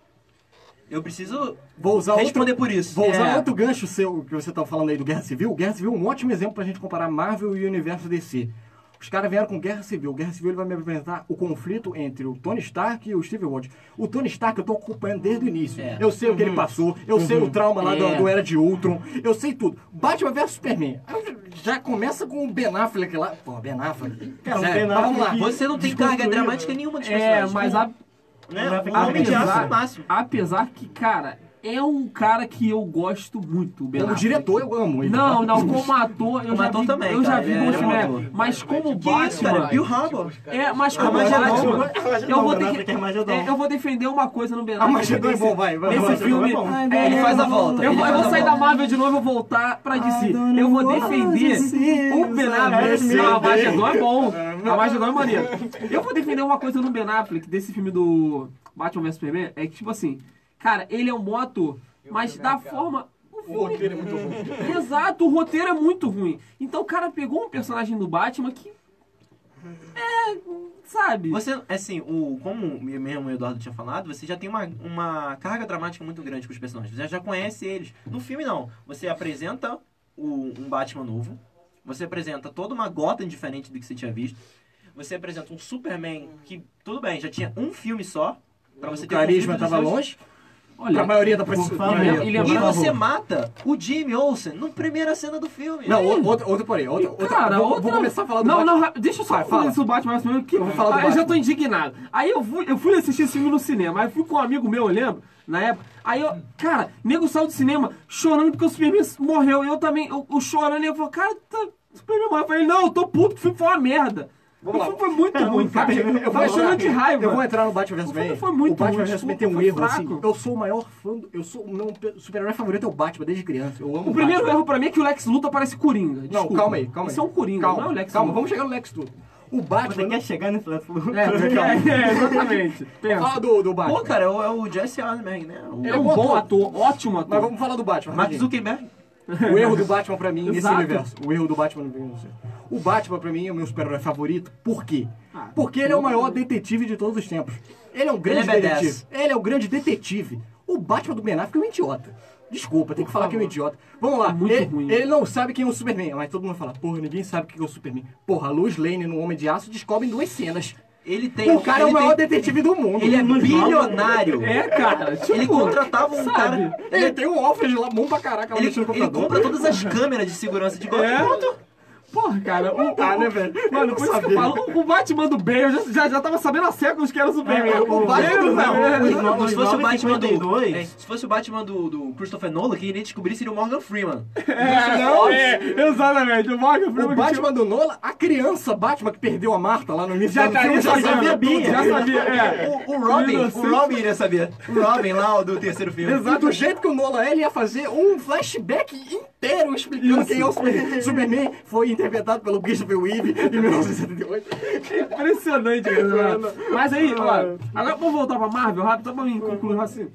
Eu preciso
Vou usar outro
responder por isso.
Vou usar
É.
outro gancho seu que você tá falando aí do Guerra Civil. Guerra Civil é um ótimo exemplo pra gente comparar Marvel e o universo DC. Os caras vieram com Guerra Civil. Guerra Civil ele vai me apresentar o conflito entre o Tony Stark e o Steve Rogers. O Tony Stark eu tô acompanhando desde o início.
É.
Eu sei o que ele passou, eu sei o trauma lá
É.
do, do Era de Ultron, eu sei tudo. Batman versus Superman. Aí eu Já começa com o Ben Affleck lá. Pô, Ben Affleck. Cara,
Sério?
Ben Affleck. Vamos lá.
Você não tem
Desconstruído.
carga dramática nenhuma dos
É,
personagens.
mas a-
Né?
Vai ficar
O homem de aço
apesar,
é o máximo.
apesar que, cara, é um cara que eu gosto muito, o Ben
Como
Affleck.
diretor eu amo ele.
Não, não, como ator, eu
Como
já
ator
vi,
também,
eu já
cara,
vi
ele é
como filme, é,
ator.
mas como
Que isso, cara?
Batman,
Bill Ah, Harbor.
tipo,
é, mas como
Armagedon,
Batman,
mano. Armagedon,
eu vou
Ben
ter que,
Affleck é Armagedon.
é, eu vou defender uma coisa no Ben
Ah,
Affleck.
Armagedon é bom, vai, vai.
Nesse
vai.
filme,
é bom.
É, ele faz a volta.
Eu,
ele
vou- eu
faz
vou
a
sair da
volta.
Marvel de novo e voltar pra DC. Eu vou defender o Ben Affleck. Não, a Magedon é bom. A Magedon é maneiro. Eu vou defender uma coisa no Ben Affleck, desse filme do Batman vs Superman, é que, tipo assim, cara, ele é um bom ator, mas da forma... o
O
filme-
roteiro é muito bom.
Exato, o roteiro é muito ruim. Então o cara pegou um personagem do Batman que... É... Sabe?
Você, assim, o, como mesmo o Eduardo tinha falado, você já tem uma, uma carga dramática muito grande com os personagens. Você já conhece eles. No filme, não. Você apresenta o- um Batman novo. Você apresenta toda uma Gotham diferente do que você tinha visto. Você apresenta um Superman que, tudo bem, já tinha um filme só. Pra você
O
ter
carisma
conflito dos
tava
seus-
longe. Pra
Olha,
maioria tá da pessoa.
favor.
maioria.
E
E
lembra-
Por
você
favor.
mata o Jimmy Olsen na primeira cena do filme.
Não, ou- outra, outra, porém. Outra, outra,
cara,
vou,
outra...
vou começar a falar do
Não,
Batman.
não, ra- deixa eu só
Vai,
falar
fala.
isso do Batman mais primeiro, porque
Eu vou falar do
Ah, eu já
Batman.
tô indignado. Aí eu fui, eu fui assistir esse filme no cinema, aí fui com um amigo meu, eu lembro, na época. Aí eu, cara, nego saiu do cinema chorando porque o Superman morreu. Eu também, eu, eu chorando, e eu falo, cara, tá, o Superman morreu. Eu falei, não, eu tô puto, o filme foi uma merda.
Vamos
o
lá.
filme foi muito ruim, cara.
Eu vou
Eu tava
entrar-
chorando de raiva.
Eu vou entrar no Batman vs
O filme
Superman.
foi muito
O Batman
ruim,
vs Superman tem um
desculpa,
erro,
foi
assim.
fraco.
Eu sou o maior fã do... Eu sou o meu pe- super-herói favorito é o Batman, desde criança. Eu amo
O primeiro
Batman.
erro pra mim é que o Lex Luthor parece Coringa.
Não,
Desculpa.
calma aí, calma aí.
Isso é um Coringa,
calma,
não é o Lex
Calma,
Luthor.
vamos chegar no Lex Luthor. O
Você
Batman...
quer chegar nesse lado?
É,
É, é, exatamente.
Vamos
Pensa.
falar do, do Batman.
Pô, cara, é o, é o Jesse Eisenberg, né? O
Ele é um bom ator, ótimo
Mas
ator.
vamos falar do Batman.
Mark
rapidinho.
Zuckerberg.
O erro do Batman pra mim nesse
Exato.
universo. O erro do Batman no universo. O Batman pra mim é o meu super-herói favorito. Por quê?
Ah,
Porque ele é o maior detetive de todos os tempos. Ele é um
é
grande
badass.
detetive. Ele é um grande detetive. O Batman do Ben Affleck é um idiota. Desculpa, tem que falar que é um idiota. Vamos lá.
Muito
ele,
ruim.
ele não sabe quem é o Superman. Mas todo mundo fala, porra, ninguém sabe quem é o Superman. Porra, a Luz Lane no Homem de Aço descobre em duas cenas.
Ele tem.
o cara é o
ele
maior
tem-
detetive do mundo.
Ele é bilionário.
É, cara. Tipo,
Ele contratava um
sabe?
cara.
Ele tem um Alfred lá, bom pra caraca. lá
Ele,
mexendo no
ele
computador.
compra todas as câmeras de segurança de Gotham.
É.
Pronto.
Porra, cara. O,
dá,
Ah,
o-
né, velho?
Mano,
Eu
por isso que eu
sabia.
falo. O o Batman do Bale, eu já, já, já tava sabendo há séculos que era o Superman.
É, o- o
Batman do
Superman.
Bale.
Não, se fosse o Batman do.
952.
é, se fosse o Batman do, do Christopher Nolan, quem iria descobrir seria o Morgan Freeman.
É, não, é, exatamente. O Morgan Freeman
O
que tinha-
Batman do Nola, a criança Batman que perdeu a Marta lá no início
já
do
tá
filme,
já sabia.
sabia.
Já sabia, é.
O, o Robin,
Inocente.
o Robin iria saber. O Robin lá, o do terceiro filme.
Exato, do jeito que o Nola é, ele ia fazer um flashback inteiro explicando quem é o Superman. Superman foi interpretado pelo Christopher Reeve em 1978.
Impressionante, cara. Mas aí, ó, agora vamos voltar pra Marvel rápido, só pra mim concluir assim.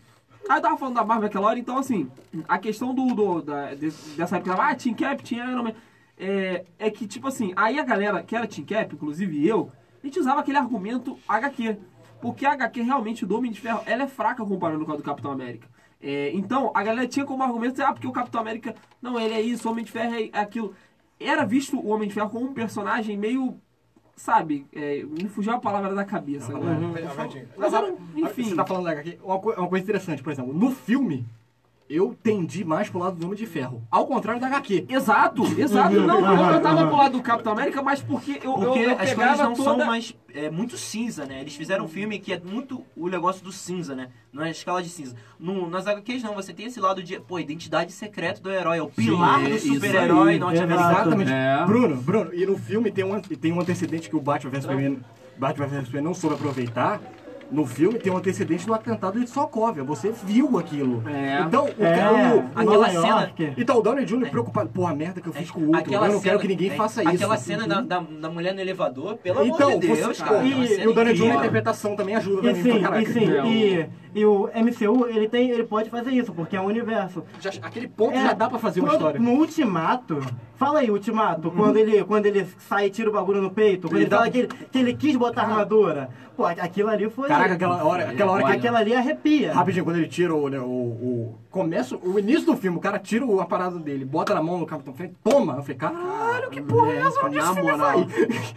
Aí eu tava falando da Marvel aquela hora, então assim, a questão do, do- da, desse- dessa época, ah, Team Cap, Team Iron Man, é, é que tipo assim, aí a galera que era Team Cap, inclusive eu, a gente usava aquele argumento HQ. Porque a HQ realmente do Homem de Ferro, ela é fraca comparando com a do Capitão América. É, então, a galera tinha como argumento, ah, porque o Capitão América, não, ele é isso, o Homem de Ferro é aquilo. Era visto o Homem de Ferro como um personagem meio sabe, é, me fugiu a palavra da cabeça. agora. Mas era, um- enfim.
Você tá falando aqui, uma, co- uma coisa interessante, por exemplo, no filme, eu tendi mais pro lado do Homem de Ferro, ao contrário da HQ.
Exato, exato. Não, eu, eu tava pro lado do Capitão América, mas porque eu,
Porque
eu, eu
as coisas
pegava
não
toda...
são mais. É muito cinza, né? Eles fizeram um filme que é muito o negócio do cinza, né? Na escala de cinza. No, nas HQs não, você tem esse lado de, pô, identidade secreta do herói. É o pilar
é
do
isso
super-herói
aí,
norte-americano.
exato.
Exatamente.
né?
É.
Bruno, Bruno, e no filme tem um, e tem um antecedente que o Batman vs Superman, Batman vs Superman não soube aproveitar. No filme tem um antecedente do atentado de Sokovia. Você viu aquilo.
É.
Então, o
É,
cara. o-
em Nova
aquela cena-
York.
Então, o Downey Jr. preocupado. Porra, a merda que eu fiz com o outro. eu não quero que ninguém
é,
faça isso.
Aquela cena da, da, da mulher no elevador, pelo
Então,
amor de Deus,
você,
cara.
e,
aquela cena é
e o Downey Jr.
incrível.
na interpretação também ajuda né? Então,
E
pra mim pra
sim, e
caraca.
sim, e, e o MCU, ele, tem, ele pode fazer isso, porque é um universo.
Já- aquele ponto
É.
já dá pra fazer uma
quando-
história.
No Ultimato, fala aí, Ultimato, quando, ele, quando ele sai e tira o bagulho no peito, quando
Ele
ele,
dá- um- Ah.
fala que ele, que ele quis botar armadura. Pô, aquilo ali foi...
Caraca,
É,
aquela hora, aquela hora que
Aquela ali arrepia.
Rapidinho, quando ele tira o, né, o, o- Começa o início do filme, o cara tira o- a parada dele, bota na mão no Capitão Frente, toma! Eu falei, caralho, que porra é essa? Onde esse
Uhum. na
filme
moral.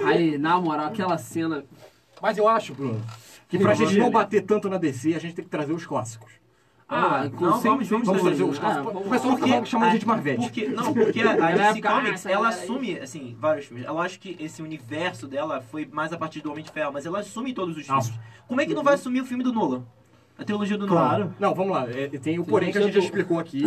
vai?
Aí, na moral, aquela cena...
Mas eu acho, Bruno, que
Sim,
pra
vamos
gente não
ver.
bater tanto na DC, a gente tem que trazer os clássicos.
Ah,
não,
com-
vamos-
sem- sem
vamos
Vamos
dúvida.
trazer os
Ah,
clássicos.
vamos
O
lá.
pessoal fica logo chamando a gente de Marvete.
Porque, não, porque a
Na
DC
época, ah,
Comics,
essa
ela
galera aí.
assume, assim, vários filmes. Ela acho que esse universo dela foi mais a partir do Homem de Ferro, mas ela assume todos os
Não.
filmes. Como é que não vai assumir o filme do Nolan? A teologia do Nolan?
Claro.
Não, vamos lá. é, tem o porém que a gente já explicou aqui.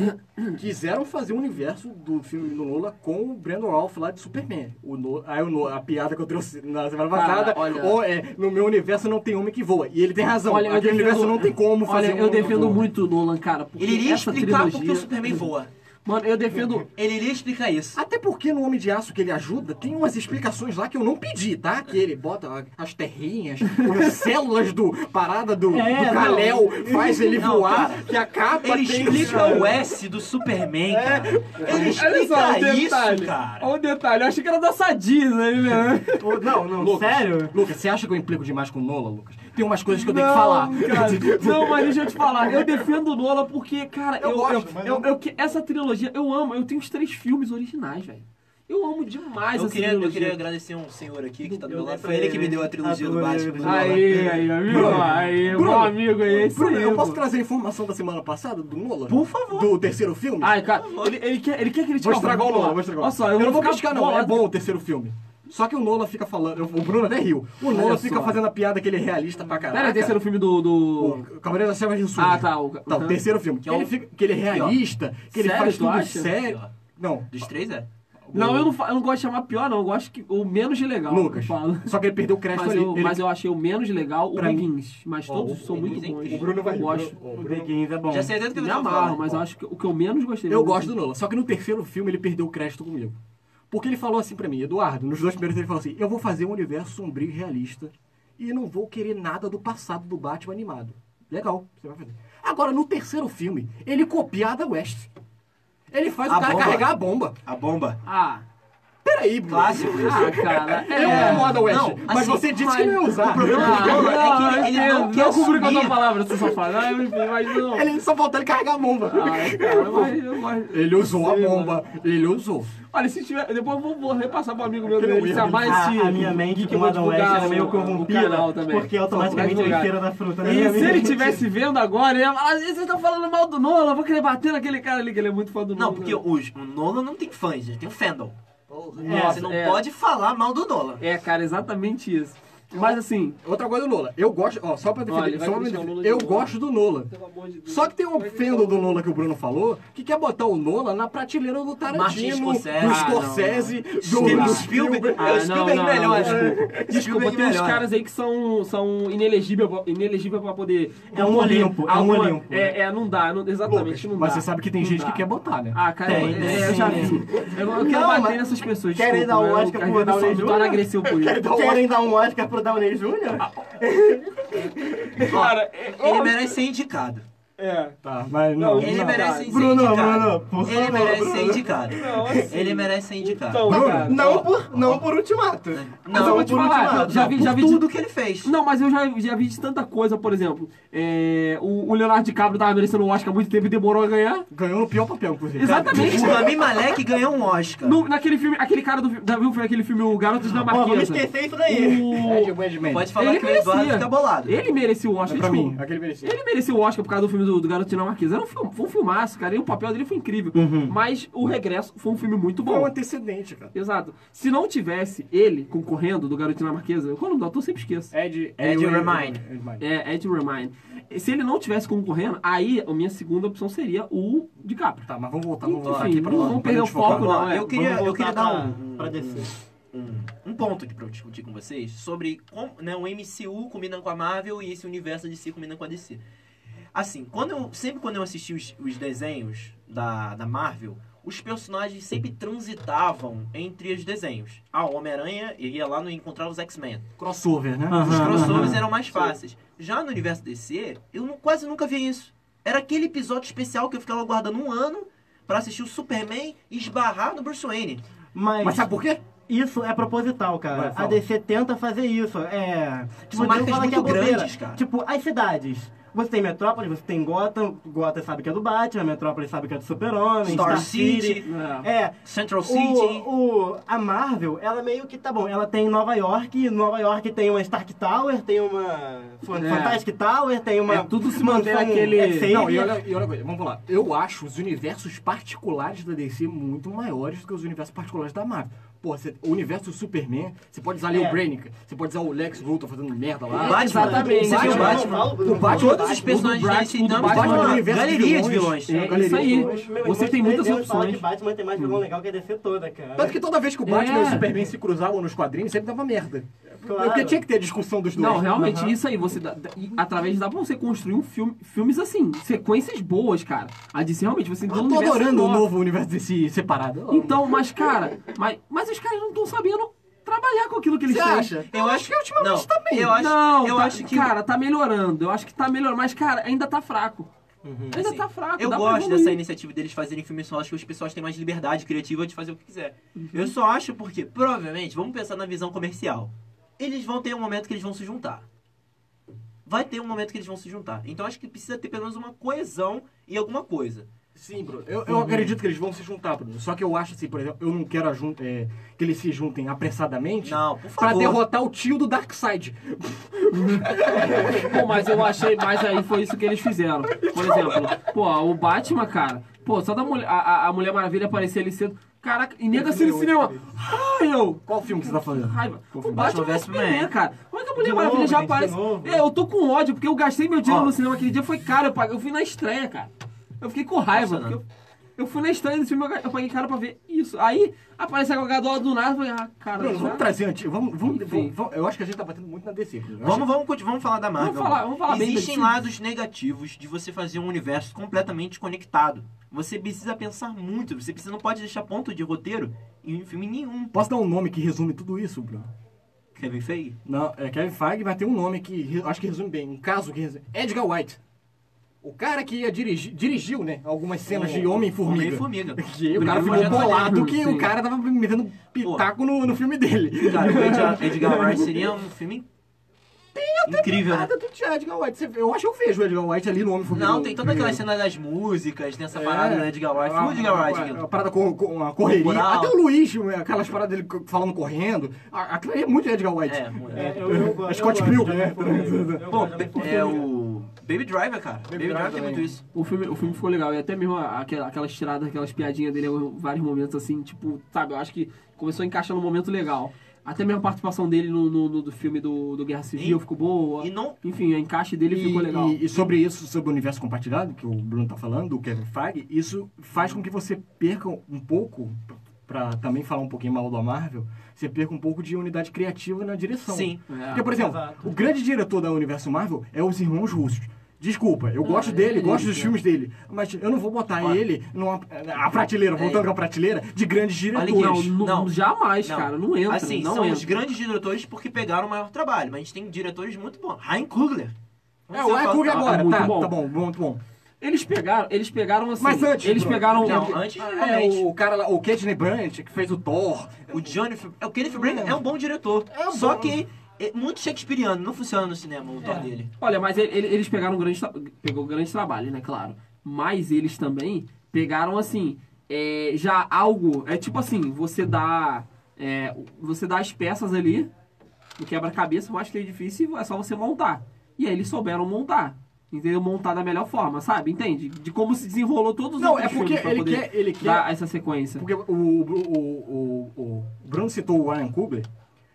Quiseram fazer o universo do filme do Nola com o Brandon Ralph lá de Superman. O No- aí o No- a piada que eu trouxe na semana
Cara,
passada,
olha-
ou é, no meu universo não tem homem que voa. E ele tem razão.
Olha, eu
Aquele
defendo-
universo não tem como fazer
Olha,
um
eu
homem que
defendo
voa.
muito o Nolan, cara. Porque
Ele iria
essa
explicar
trilogia...
porque o Superman voa.
Mano, eu defendo...
Ele iria explicar isso.
Até porque no Homem de Aço que ele ajuda, tem umas explicações lá que eu não pedi, tá? Que ele bota a- as terrinhas, as células do parada do,
É,
do
não.
Kalel, faz ele
Não,
voar,
cara.
que acaba
Ele
tem- um É.
explica o S do Superman, cara. Ele
Olha só,
explica
o
isso,
detalhe.
cara.
Olha o detalhe, eu achei que era da Sadia, né?
Ou- Não, não,
Lucas,
sério?
Lucas, você acha que eu implico demais com o Nola, Lucas? Tem umas coisas que eu tenho
não,
que falar.
Cara, não, mas deixa eu te falar. Eu defendo o Nola porque, cara, eu, eu,
gosto, mas
eu- eu que- essa trilogia eu amo. Eu tenho os três filmes originais, velho. Eu amo demais
Eu
essa
queria, eu
trilogia.
queria agradecer um senhor aqui que tá do
Eu
meu lado.
lembro
Foi ele que me
dele.
deu a trilogia do
Adorei,
Batman.
adorei.
Aí, aí, amigo, aí,
Bruno,
meu amigo, aí, é isso
Bruno,
aí,
eu posso
pô.
trazer a informação da semana passada do Nola?
Por favor.
Do terceiro filme?
Ah, Ai, cara, ele, ele quer, ele quer
Vou
criticar
estragar o
Nola.
Nola, vou estragar.
Olha só, eu,
não vou
ficar
criticar, não. É
bolado.
bom o terceiro filme. Só que o Nola fica falando. O Bruno até riu. O Nola
Olha
fica
só.
fazendo a piada que ele é realista pra caralho.
Pera, esse era o filme do. do...
O Cavaleiro das Trevas Ressurge.
Ah, tá, o-
Tá, o
uhum.
terceiro filme. Que,
é
ele,
o-
fica- que ele é realista, que ele
Sério,
faz
tu
tudo
acha?
sério. Não,
Dos três é?
Não, eu não, fa- eu não gosto de chamar pior, não. Eu gosto que o menos de legal.
Lucas.
eu falo.
Só que ele perdeu o crédito
Mas
ali.
eu,
Ele-
mas eu achei o menos legal o
Pra mim-
Begins. Mas
Ó,
todos
o-
são
o
muito
Begins é
bons.
O Bruno vai
eu gosto.
O
O
Bruno-
Beguins é bom.
Já sei até do que
Me
você tá
amarro,
falando.
mas eu acho que o que eu menos gostei.
Eu
mesmo,
gosto do Nola, só que no terceiro filme ele perdeu o crédito comigo. Porque ele falou assim pra mim, Eduardo, nos dois primeiros ele falou assim: eu vou fazer um universo sombrio e realista e não vou querer nada do passado do Batman animado. Legal, você vai fazer. Agora, no terceiro filme, ele copia a da West. Ele faz
A
o cara
bomba.
carregar a bomba.
A bomba.
Ah,
Peraí, Bruno.
Clássico.
ah, cara. É,
Eu amo a da West,
Não,
mas
assim,
você disse
mas-
que não ia usar.
o problema
Ah,
do Nola é que ele- ele
eu
não
entendo.
quer
Não cumpri com a tua
assumir.
palavra, seu safado. Ah, enfim, mas não.
Ele só faltou ele carregar a bomba.
Ah, cara, mas eu gosto.
Ele usou a
Sei,
bomba. Ele usou.
Olha, se tiver. Depois eu vou, vou repassar pro amigo meu
Aquele
dele. Se
weird.
amar
A-
esse.
a minha mente
geek,
com
eu vou
Adam West
divulgar
era
o-
meio
o
corrompida,
canal também.
porque automaticamente
Só vou divulgar.
ele tira da fruta, né?
E
Minha
se ele
mente-
estivesse vendo agora, ele ia falar: "Ah, vocês estão falando mal do Nola, eu vou querer bater naquele cara ali, que ele é muito fã do Nola.
Não, porque os, o Nolan não tem fãs, ele tem o fandom.
Porra.
É,
você
Nossa,
não
é.
pode falar mal do Nolan.
É, cara, exatamente isso. Mas assim,
Outra coisa do Nola. Eu gosto. Ó, só pra
Olha,
defender.
ele vai
só pra
criticar o Nola
defender.
de
Eu
novo.
gosto do Nola.
pelo amor de Deus.
Só que tem um fendo do Nola que o Bruno falou que quer botar o Nola na prateleira do
Martin
Tarantino,
Scorsese.
do
Ah, não,
Scorsese,
Tem
do
o
do
Spielberg.
Ah,
é o
não,
Spielberg
não,
melhor.
não, Desculpa,
Spielberg
tem uns
melhor.
caras aí que são, são inelegíveis inelegível pra poder.
É um
concorrer
Olimpo, é
a
um
uma-
Olimpo.
É, é, não dá, não- exatamente, não dá.
né? Mas você sabe que tem
Não
gente
dá.
que quer botar, né?
Ah, cara,
Tem,
eu-
tem,
é, eu já
sim,
vi. Eu, não- eu quero
Não,
bater
mas
nessas pessoas.
querem
desculpa,
dar né?
eu-
lógica
a
pro
redação
Downey
do
Jr.?
Dona agressivo por isso.
Querem dar um Oscar pro Downey Jr.?
Cara, é,
Ele merece ser indicado.
é.
Tá, mas
Não,
Ele
não.
merece ser
Bruno,
indicado.
Bruno, por
Ele
favor,
merece
Bruno.
ser indicado.
Não, assim,
Ele merece ser indicado.
Então,
Bruno,
cara, ó,
não por, não por ultimato.
Não,
eu vou
por
te falar,
ultimato,
já
não,
vi-
por
já vi de-
tudo que ele fez.
Não, mas eu já, já vi de tanta coisa, por exemplo. é, o, o Leonardo DiCaprio tava merecendo o Oscar há muito tempo e demorou a ganhar.
ganhou no pior papel, inclusive.
Exatamente.
O Rami Malek ganhou um Oscar.
No- naquele filme, aquele cara do filme. Já viu aquele filme O Garoto de
Ó, vamos
Dinamarquesa?
esquecer isso daí.
O-
Pode falar
Ele
que o Eduardo
merecia.
fica bolado.
Ele mereceu o Oscar.
É pra
desculpa.
mim, aquele merecia.
Ele mereceu o Oscar por causa do filme do, do Garoto Dinamarquesa. Era um filme, foi um filmaço, cara. E o papel dele foi incrível. Mas o Regresso foi um filme muito
Foi um
bom.
antecedente, cara.
Exato. Se não tivesse ele concorrendo do Garoto Dinamarquesa, qual é o nome do ator? Eu sempre esqueço.
Ed,
Ed Remind.
É, Ed Remind. Se ele não tivesse concorrendo, aí a minha segunda opção seria o DiCaprio.
Tá, mas vamos voltar, vamos voltar
Enfim,
aqui pra
não
lá.
vamos
pra
perder o
gente focar.
foco, não.
Ó,
É.
Tá eu queria,
Vamos
eu queria
voltar
dar
pra-
um, um,
pra descer.
um- um ponto aqui pra eu discutir com vocês sobre como né, o MCU combinando com a Marvel e esse universo de si combinando com a DC. Assim, quando eu, sempre quando eu assisti os, os desenhos da, da Marvel, os personagens sempre transitavam entre os desenhos. Ah, o Homem-Aranha ia lá no encontrar os X-Men.
Crossover, né?
Aham.
Os crossovers
aham.
eram mais fáceis. Já no universo DC, eu nu- quase nunca vi isso. Era aquele episódio especial que eu ficava aguardando um ano pra assistir o Superman e esbarrar no Bruce Wayne.
Mas,
Mas sabe por quê?
isso é
Vai,
proposital, cara.
fala.
a DC tenta fazer isso. É.
São
nego
marcas
fala que é
muito
bobeira.
grandes, cara.
Tipo, as cidades. Você tem Metrópolis, você tem Gotham, Gotham sabe que é do Batman, Metrópolis sabe que é do Super-Homem,
Star
Star,
City.
É.
É,
Central City.
O, o- a Marvel, ela meio que tá bom, ela tem Nova York, e Nova York tem uma Stark Tower, tem uma Fan-
É.
Fantastic Tower, tem uma.
É, tudo se mantém
mansão
naquele-
Xavier.
Não, e olha, e olha a coisa, vamos lá. Eu acho os universos particulares da DC muito maiores do que os universos particulares da Marvel. Pô, você- o universo do Superman, você pode usar ali o
É.
Brainiac, você pode usar o Lex Luthor fazendo merda lá.
Batman.
Exatamente.
Você viu o Batman? tá
O Batman,
Todos os
o
personagens
Batman-
desse
o
drama
Batman
são
do
uma
universo
galeria de
vilões. um
vilões.
É,
galeria
isso aí.
de
Meu irmão,
Você
mas
tem muitas
Deus fala
opções.
que Batman tem mais vilão legal que a DC toda, cara.
Tanto que toda vez que o Batman
É.
e o Superman se cruzavam nos quadrinhos, sempre dava merda.
Claro.
Porque tinha que ter a discussão dos dois.
Não, realmente,
Aham.
isso aí, você dá- dá- e através dá pra você construir um filme, filmes assim, sequências boas, cara. A DC realmente, você tem um
Eu tô
universo
adorando o
enorme.
novo universo DC separado.
Então, mas cara, mas, mas os caras não estão sabendo trabalhar com aquilo que eles
Você
têm.
acha?
Eu acho que ultimamente não, também. Eu acho,
não,
eu
tá-
acho que
cara, tá melhorando. Eu acho que tá melhorando, mas cara, ainda tá fraco. Ainda
Assim,
tá fraco.
Eu
dá pra
gosto
evoluir.
dessa iniciativa deles fazerem filmes solos que os pessoas têm mais liberdade criativa de fazer o que quiser.
Uhum.
Eu só acho porque, provavelmente, vamos pensar na visão comercial. Eles vão ter um momento que eles vão se juntar. Vai ter um momento que eles vão se juntar. Então acho que precisa ter pelo menos uma coesão e alguma coisa.
Sim, Bruno. Eu, eu acredito que eles vão se juntar, Bruno. Só que eu acho assim, por exemplo, eu não quero a jun- é, que eles se juntem apressadamente
Não, por
pra
favor.
derrotar o tio do Darkseid.
Pô, mas eu achei, mas aí foi isso que eles fizeram. Por exemplo, pô, o Batman, cara. Pô, só da mulher, a, a- a Mulher Maravilha aparecer ali cedo. Caraca, e nega assim no
Eu
cinema.
odeio.
Ai, eu.
Qual filme que você tá fazendo?
Raiva.
Qual
O
filme?
Batman
Batman
vs Superman,
Superman.
cara. Como é que a Mulher
De
Maravilha
novo,
já
gente, de
aparece?
novo.
É, eu tô com ódio, porque eu gastei meu dinheiro
Ó.
no cinema aquele dia, foi caro, eu, paguei, eu fui na estreia, cara. Eu fiquei com raiva,
Nossa,
porque eu, eu fui na estreia desse filme, eu, ga- eu paguei caro pra ver isso. Aí aparece a Gadola do nada, eu falei, ah, cara,
Bruno,
já-
vamos trazer anti... vamos, vamos,
Enfim.
vamos- Eu acho que a gente tá batendo muito na DC. Bruno. Eu acho
Vamos, vamos, conti- vamos falar da Marvel.
Vamos falar-
agora.
vamos falar bem da
Existem
DC.
lados negativos de você fazer um universo completamente conectado. Você precisa pensar muito, você precisa, não pode deixar ponto de roteiro em filme nenhum.
que- Posso dar um nome que resume tudo isso, Bruno?
Kevin Feige?
Não, é Kevin Feige, mas tem um nome que re- acho que resume bem, um caso que resume. Edgar White. O cara que ia dirigir, dirigiu, né, algumas cenas de Homem-Formiga.
Homem-Formiga.
Que o cara
Primeiro
ficou
projeto
tá
bolado
dele,
que
sim.
o cara tava metendo pitaco no, no filme dele.
Cara, o Edgar- Edgar Wright seria um filme incrível, né?
Nada do tá Edgar White. Você- Eu acho que eu vejo o Edgar White ali no Homem-Formiga.
Não, tem toda aquela
primeiro.
cena das músicas, tem essa
É.
parada do Edgar Wright. Filme do Edgar Wright.
Uma
aquilo.
parada com, com uma correria.
Moral.
Até o Luiz, né, aquelas paradas dele co- falando correndo. A- Aquilo aí é muito Edgar White.
É, muito.
É, eu, eu gosto.
Scott
eu gosto de
Pilgrim, né?
Homem-Formiga. Eu
Bom,
gosto de Homem-Formiga.
é o Baby Driver, cara. Baby,
Driver
Driver tem
também.
muito isso.
O filme, o filme ficou legal, e até mesmo a- aquela- aquelas tiradas, aquelas piadinhas dele em vários momentos, assim, tipo, sabe, eu acho que começou a encaixar num momento legal. Até mesmo a participação dele no, no- no- do filme do, do Guerra Civil
E-
ficou boa.
E não
Enfim, o encaixe dele ficou
E-
legal.
E, e sobre isso, sobre o universo compartilhado, que o Bruno tá falando, o Kevin Feige, isso faz com que você perca um pouco, pra também falar um pouquinho mal da Marvel, você perca um pouco de unidade criativa na direção.
Sim.
É.
Porque, por exemplo,
Exato.
o grande diretor do universo Marvel é os irmãos russos. Desculpa, eu gosto
é
dele,
isso,
gosto dos
é.
filmes dele, mas eu não vou botar
Olha.
ele numa a prateleira, voltando com a prateleira, de grandes
Olha aqui,
diretores.
Não,
Não,
não,
não.
jamais,
Não.
cara. Não entra.
Assim,
não
são
entra.
os grandes diretores porque pegaram o maior trabalho, mas a gente tem diretores muito bons. Ryan Coogler.
É, o Echo
Ah,
agora,
muito
tá,
bom.
tá bom, muito bom.
Eles pegaram, eles pegaram assim.
Mas antes,
eles
Bruno,
pegaram.
Não, antes,
É,
realmente.
o cara lá, o Caitlyn Brandt, que fez o Thor,
O Johnny... F- O Kenneth Branagh é um bom diretor.
É um
só
bom. É.
que é muito shakespeariano. Não funciona no cinema o Thor dele.
Olha, mas ele- ele- eles pegaram um grande, tra- pegou um grande trabalho, né, claro. Mas eles também pegaram assim, é, já algo, é tipo assim, você dá, é, você dá as peças ali no quebra-cabeça, mais que é difícil, é só você montar. E aí eles souberam montar. Entendeu? Montar da melhor forma, sabe? Entende? De como se desenrolou todos os
Não,
outros
é porque
filmes pra
ele
poder
quer- ele quer-
dar essa sequência.
Porque o, o, o, o- o Bruno citou o Ryan Coogler.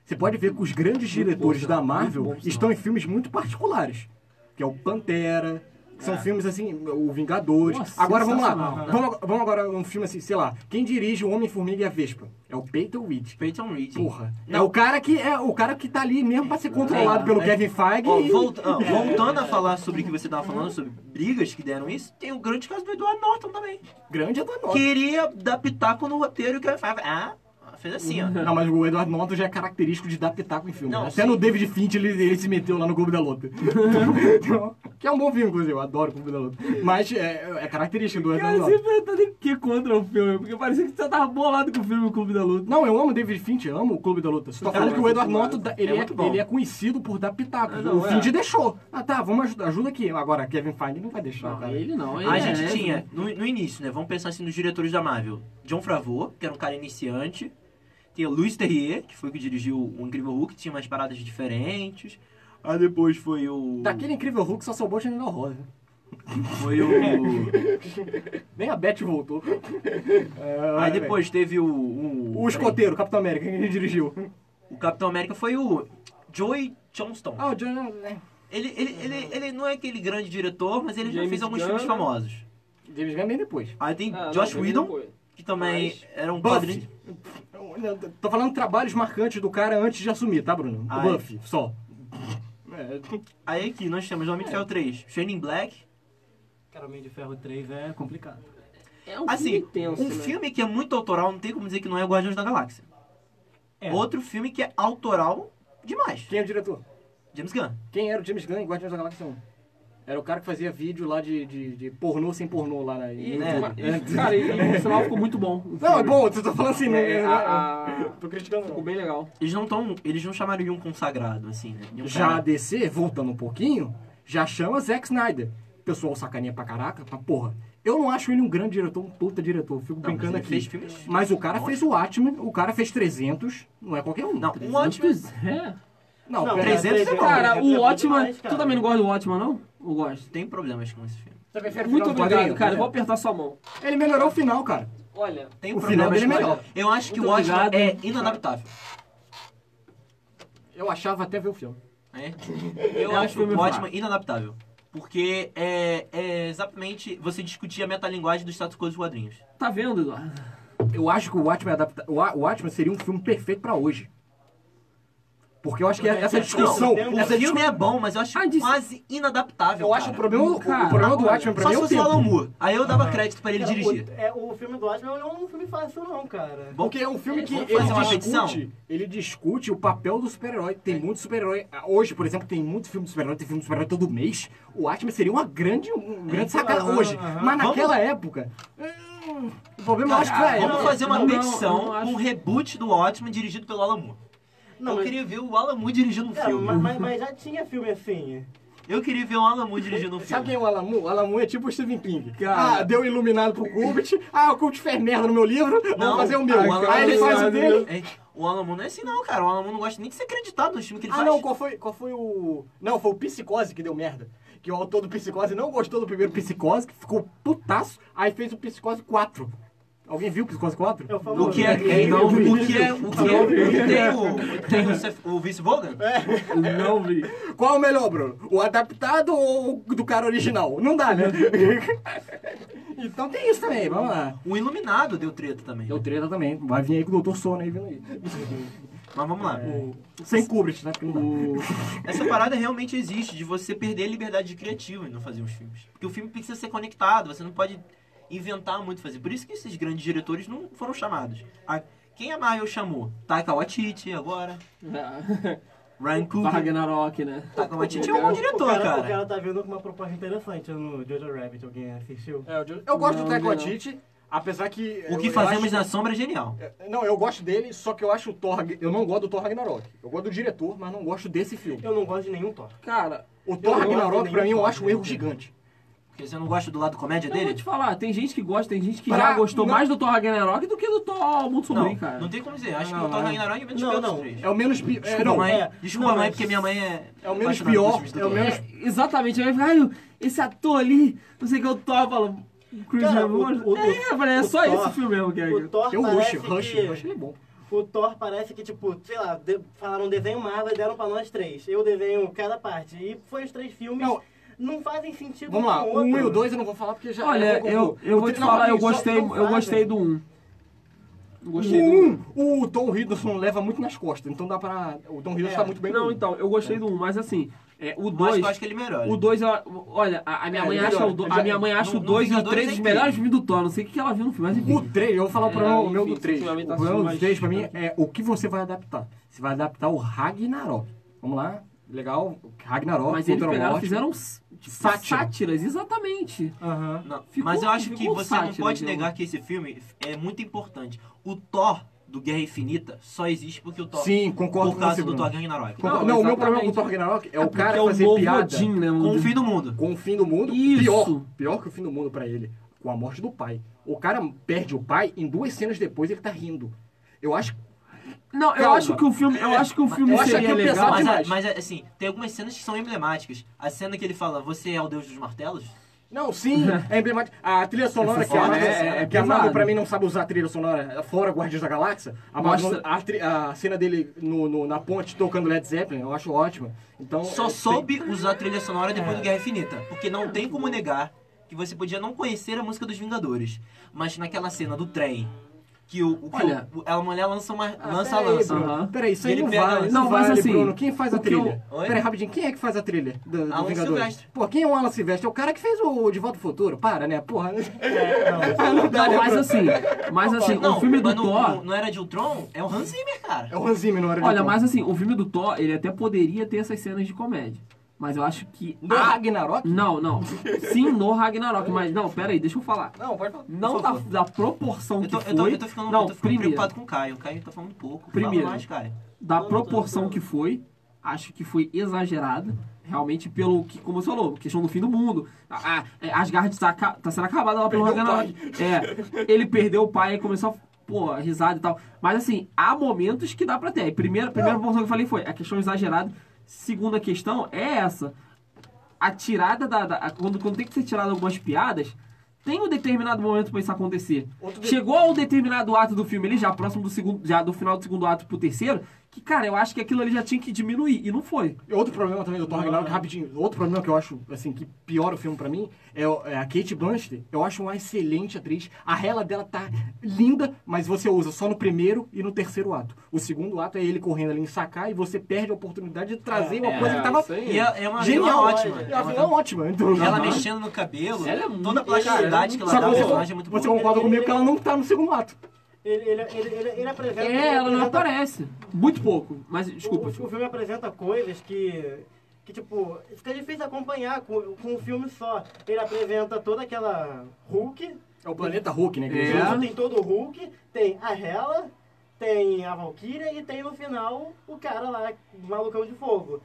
Você pode ver que os grandes diretores
bom,
da
muito
Marvel
bom,
estão em filmes muito particulares. Que é o Pantera, que são filmes assim, o Vingadores.
É. Nossa,
agora vamos lá.
sensacional. né?
Vamos, ag- vamos agora um filme assim, sei lá. Quem dirige o Homem-Formiga e a Vespa? É o Peyton Reed.
Peyton Reed.
Porra. É
Não.
o cara que é o cara que tá ali mesmo pra ser controlado
É,
pelo
é.
Kevin Feige.
Ó,
e-
volta- ah, voltando a falar sobre o que você tava falando, sobre brigas que deram isso, tem o grande caso do Edward Norton também.
Grande é do Norton.
Queria dar pitaco no roteiro que ele fala, ah, fez assim, ó.
Não, mas o Edward Norton já é característico de dar pitaco em filme. né?
Não,
Até
sim.
no David Finch ele, ele se meteu lá no Clube da Luta. que é um bom filme, inclusive. Eu adoro o Clube da Luta. Mas é, é característico do
Cara,
Edward
você
Norton.
tá de que contra o filme? Porque parecia que você tava bolado com o filme Clube da Luta.
Não, eu amo o David Finch, eu amo o Clube da Luta. Só tô
Cara,
falando que
é
o Edward
muito
Norton,
bom.
dá- ele
É
é,
muito bom.
ele é conhecido por dar pitaco.
Ah, não,
o
é.
Finch deixou. Ah, tá, vamos ajudar. Ajuda aqui. Agora, Kevin Feige não vai deixar,
Não,
cara.
ele não. Ele
A
é-
gente tinha, no, no início, né? Vamos pensar assim nos diretores da Marvel. John Favreau, que era um cara iniciante. Tem o Louis Terrier, que foi o que dirigiu o Incrível Hulk, tinha umas paradas diferentes. Aí depois foi o...
Daquele incrível Hulk só sobrou o General Rosa.
Foi o...
Nem a Beth voltou. É,
Aí
vai,
depois teve o...
vai.
O,
O escoteiro, Capitão América, quem ele dirigiu?
O Capitão América foi o Joey Johnston.
Ah, o John... é,
Ele, ele, ele, ele não é aquele grande diretor, mas ele já
James
fez alguns
Gunn.
filmes famosos.
James Gunn bem depois.
Aí tem
Ah, não,
Josh
teve
Whedon,
depois.
que também
Mas-
era um
Buffy.
padrinho.
Tô falando trabalhos marcantes do cara antes de assumir, tá, Bruno?
Ai.
O Buff, só. É,
Aí aqui nós temos o Homem de Ferro 3, Shining Black,
Cara, Homem de Ferro 3 é complicado.
É um
Assim,
filme tenso,
um
né?
filme que é muito autoral, não tem como dizer que não é Guardiões da Galáxia.
É.
Outro filme que é autoral demais.
Quem é o diretor?
James Gunn.
Quem era o James Gunn em Guardiões da Galáxia 1? Era o cara que fazia vídeo lá de, de, de pornô sem pornô lá na.
E,
né?
ma- e, É, cara, e, e, sei lá, ficou muito bom. O
Não,
filme.
é bom, você tá falando assim, né?
É, a- a-
Tô criticando.
Ficou
não.
bem legal.
Eles não tão, eles não chamaram de um consagrado assim, né? De um
Já a
cara-
DC, voltando um pouquinho, já chama Zack Snyder. Pessoal sacaninha pra caraca, pra porra. Eu não acho ele um grande diretor, um puta diretor, fico
Não,
brincando
mas ele
aqui.
fez filmes-
Mas o cara
Nossa.
fez o Watchmen, o cara fez 300, não é qualquer um.
Não, um Watchmen.
É.
Não,
Não,
pera-
300 é bom.
Cara, o Watchman.
demais, cara.
Tu também não gosta do Watchman, não? Eu gosto.
Tem problemas com esse filme.
Você prefere o
Muito
final do
obrigado,
quadrinho?
cara. Eu vou apertar sua mão.
Ele melhorou o final, cara.
Olha,
Tem
O final
problemas
dele é
com-
melhor.
Eu acho que
Muito
o Watchmen
obrigado.
é inadaptável.
Eu achava até ver o filme.
né? Eu
É um
acho
filme
o Watchmen
fraco.
inadaptável. Porque é, é exatamente você discutir a metalinguagem do status quo dos quadrinhos.
Tá vendo, Eduardo?
Eu acho que o Watchmen, adapta... o Wa- o Watchmen seria um filme perfeito pra hoje. Porque eu acho que essa discussão...
Não, o filme é bom, mas eu acho
Ah, disse-
quase inadaptável.
Eu acho o
cara.
problema, o-
Cara,
o problema do
olha,
Watchmen pra
Só
mim é
se
o
fosse o
tempo.
Alan Moore. Aí eu dava crédito pra ele
Cara,
dirigir.
O, é, o filme do Watchmen não é um filme fácil, não, cara.
Bom,
Porque é um filme que
Vamos
ele
fazer uma
discute,
ficção?
ele discute o papel do super-herói. Tem muito super-herói. Ah, Hoje, por exemplo, tem muito filme de super-herói, tem filme de super-herói todo mês. O Atman seria uma grande, um grande sacada
aham,
hoje.
aham.
Mas
Vamos-
naquela época. hum, o problema eu acho que
Cara,
é.
Vamos
não-
fazer uma
não, não,
petição,
eu não acho.
um reboot do Watchmen dirigido pelo Alan Moore. eu
mas-
queria ver o Alan Moore dirigindo um
É,
filme.
mas, mas- mas já tinha filme assim.
Eu queria ver o Alan Moore dirigindo um
Sabe quem
filme.
é o Alamu? O Alamu é tipo o Stephen King.
Cara.
Ah, deu iluminado pro Kubrick. Ah, o Kubrick fez merda no meu livro. Vou fazer o meu.
o Alan
Aí ele
Moore-
faz o dele.
É, o Alan Moore não é assim não, cara. O Alan Moore não gosta nem de ser acreditado no filme que ele
Ah,
faz.
não, qual foi, qual foi o. Não, foi o Psicose que deu merda. Que o autor do Psicose não gostou do primeiro Psicose, que ficou putaço, aí fez o Psicose 4. Alguém viu o Psicose 4?
Eu falo-
O que é,
Não,
não,
vi.
o que é, o que é, o que tem o, tem o, Seth- o Vince Vogan?
Não vi.
Qual é o melhor, Bruno? O adaptado ou o do cara original? Não dá, né? então tem isso também, vamos lá.
O Um Iluminado deu treta também. né?
Deu treta também, vai vir aí com o Doutor Sono aí vindo aí.
Mas vamos lá.
Sem Kubrick, né? Porque não dá.
Essa parada realmente existe, de você perder a liberdade de criativo e não fazer os filmes. Porque o filme precisa ser conectado, você não pode inventar muito fazer. Por isso que esses grandes diretores não foram chamados. A- Quem a Marvel chamou? Taika Waititi agora, Ryan Coogler.
Ragnarok, né?
Taika Waititi é um bom
o
diretor,
cara, O
cara.
cara tá vendo uma proposta interessante no Jojo Rabbit. Alguém assistiu?
Eu gosto
Não,
do Taika
não.
Waititi, apesar que...
O
eu-
que
eu
fazemos
acho-
na sombra é genial.
Não, eu gosto dele, só que eu acho o Thor. Eu não gosto do Thor Ragnarok. Eu gosto do diretor, mas não gosto desse filme.
Eu não gosto de nenhum Thor.
Cara,
O Thor
não gosto
Ragnarok,
nem
pra mim,
do
eu
Thor,
acho um erro gigante.
Porque você não gosta do lado comédia
eu vou
dele?
te falar, tem gente que gosta, tem gente que
Pra-
já gostou
não-
mais do Thor Ragnarok do que do Thor Mundo
Não,
Sombrio, cara.
não tem como dizer. Acho
Não,
que o Thor
não.
Ragnarok é menos
Não,
pior dos
não.
três.
É o menos pior. É,
Desculpa,
não,
mãe.
é,
Desculpa,
não,
mãe,
mas-
porque minha mãe é.
É o menos
apaixonada pelos
pior,
filmes do
é o
Thor.
menos-
É, exatamente, aí vai, "Ai, esse ator ali, não sei o que eu Thor, fala, Chris
Cara,
Hemsworth."
o- o-
é, eu falei, é
o
só
Thor-
esse filme mesmo que é.
O Thor
eu
parece
rush, rush,
que...
rush ele é bom.
O Thor parece que, tipo, sei lá, de- falaram um desenho Marvel e deram pra nós três. Eu desenho cada parte. E foi os três filmes.
Não.
Não, fazem sentido
Vamos lá,
um
o
com
1 e
outro.
o 2 eu não vou falar porque já.
Olha,
já
eu,
concluo.
eu
é, O
vou te
três-
falar,
não,
eu
só-
gostei,
só-
eu gostei do 1. Gostei do 1.
O 1, o Tom Hiddleston leva muito nas costas, então dá pra. O Tom Hiddleston
É.
tá muito bem. no
Não,
um.
então, eu gostei do 1, mas assim, é, o
Mas
2.
eu acho que ele melhora.
O 2, olha, a, a minha
É,
mãe
ele
acha
melhora.
o do,
Já-
a minha mãe acha o
no- no
2 e o
Vingadores é
3 os
incrível.
melhores filmes do Thor. Não sei o que ela viu no filme, mas enfim.
O 3, eu vou falar o
É,
problema o meu
enfim,
do 3. O
ultimamente tá
problema
sendo
do 3 pra
mais-
mim é o que você vai adaptar. Você vai adaptar o Ragnarok. Vamos lá, legal. Ragnarok,
Mas eles
Contra a
pegaram,
Morte.
fizeram s- tipo,
Sátira.
sátiras, exatamente.
Aham.
Não,
Ficou-
mas eu acho que
ficou
você não
sátira,
pode
né,
negar que esse filme é muito importante. O Thor do Guerra Infinita só existe porque o Thor.
Sim, concordo
Por
com
causa
você,
do
Bruno.
Thor Ragnarok.
Concordo. Não,
Não,
o meu
exatamente.
problema com o Thor Ragnarok é, o
porque
cara
é o
fazer
novo
piada
Odin, né?
Com o
mano?
fim do mundo.
com o fim do mundo.
Isso.
Pior, pior que o fim do mundo pra ele, com a morte do pai. O cara perde o pai, em duas cenas depois ele tá rindo. Eu acho
Não, eu
Calma.
acho que o filme, eu acho que o filme
eu acho
seria
aquilo
legal.
pesado
Mas,
demais.
mas, assim, tem algumas cenas que são emblemáticas. A cena que ele fala, você é o deus dos martelos?
Não, sim, é emblemático. A trilha sonora
Essa
que, a
foda,
Marvel,
é- é
que a
pesado.
Marvel pra mim não sabe usar a trilha sonora é fora Guardiões da Galáxia. A, Marvel-
Mostra-
a tri- a cena dele no- no- na ponte tocando Led Zeppelin, eu acho ótima. Então,
Só
é,
soube usar a trilha sonora depois do Guerra Infinita. Porque não tem como negar que você podia não conhecer a música dos Vingadores. Mas naquela cena do trem, que o, o, que
Olha.
o- a mulher lança, uma,
Ah,
lança a
peraí,
lança.
Bruno.
Aham.
Peraí, isso aí
Ele
não
pega-
vale.
Não,
Não,
mas
vale,
assim,
Bruno. Quem faz a
o que eu-
trilha?
Oi?
Peraí, rapidinho. Quem é que faz a trilha do, do
Alan
Vingadores?
Silvestre.
Pô, quem é o Alan Silvestre? É o cara que fez o De Volta ao Futuro. Para, né? Porra.
É,
Não dá, né,
Não, mas
Bruno?
assim, mas assim, o filme do
mas não,
Thor.
não- não era de Ultron? É o Hans Zimmer, cara.
É o Hans Zimmer na hora de
Olha,
Thor.
mas assim, o filme do Thor, ele até poderia ter essas cenas de comédia. Mas eu acho que.
Do
a-
Ragnarok?
Não, não. Sim, no Ragnarok. Mas não, pera aí, deixa eu falar.
Não, pode falar.
Não
Por
da,
favor.
da proporção
Eu tô,
que
eu tô,
foi.
eu tô ficando,
não,
eu tô ficando
primeiro,
preocupado com o Caio. O Caio tá falando pouco.
Primeiro.
Fala mais, Caio.
da
Não,
proporção
não, não.
que foi, acho que foi exagerada. Realmente, pelo que, como você falou, questão do fim do mundo. A, a, é, Asgard tá, aca- tá sendo acabada lá pelo
Perdeu o
Ragnarok. É, ele perdeu o pai e começou a. Pô, a risada e tal. Mas assim, há momentos que dá pra ter. E Primeira, primeira proporção que eu falei foi a questão exagerada. Segunda questão é essa. A tirada da. da- a- quando, quando tem que ser tirada algumas piadas, tem um determinado momento pra isso acontecer.
Outro de-
Chegou ao determinado ato do filme, ele já próximo do segundo, já do final do segundo ato pro terceiro, que cara, eu acho que aquilo ali já tinha que diminuir e não foi.
E Outro problema também do Thor Ragnarok, rapidinho. Outro problema que eu acho, assim, que piora o filme pra mim é, o- é a Kate Blanchett. Eu acho uma excelente atriz. A rela dela tá linda, mas você usa só no primeiro e no terceiro ato. O segundo ato é ele correndo ali em sacar e você perde a oportunidade de trazer uma
é,
coisa que tava
isso aí.
E é, é uma vilã
genial.
ótima.
É uma vilã ótima. Então,
Ela
Aham.
mexendo no cabelo,
Ela é muito-
toda a plasticidade que ela
Só
dá
que
ao
você,
personagem é muito
um
você
boa.
concorda comigo que ela não tá no segundo ato.
Ele, ele, ele, ele, ele apresenta.
É, ela
tá.
ele apresenta-
não aparece. Muito pouco. Mas
O,
desculpa.
o filme apresenta coisas que. Que, tipo, fica difícil acompanhar com, com um filme só. Ele apresenta toda aquela Hulk,
É o planeta Hulk, né? que
É.
eles
Então,
usam.
tem todo o Hulk, tem a Hela, tem a Valkyria e tem no final o cara lá, o malucão de fogo.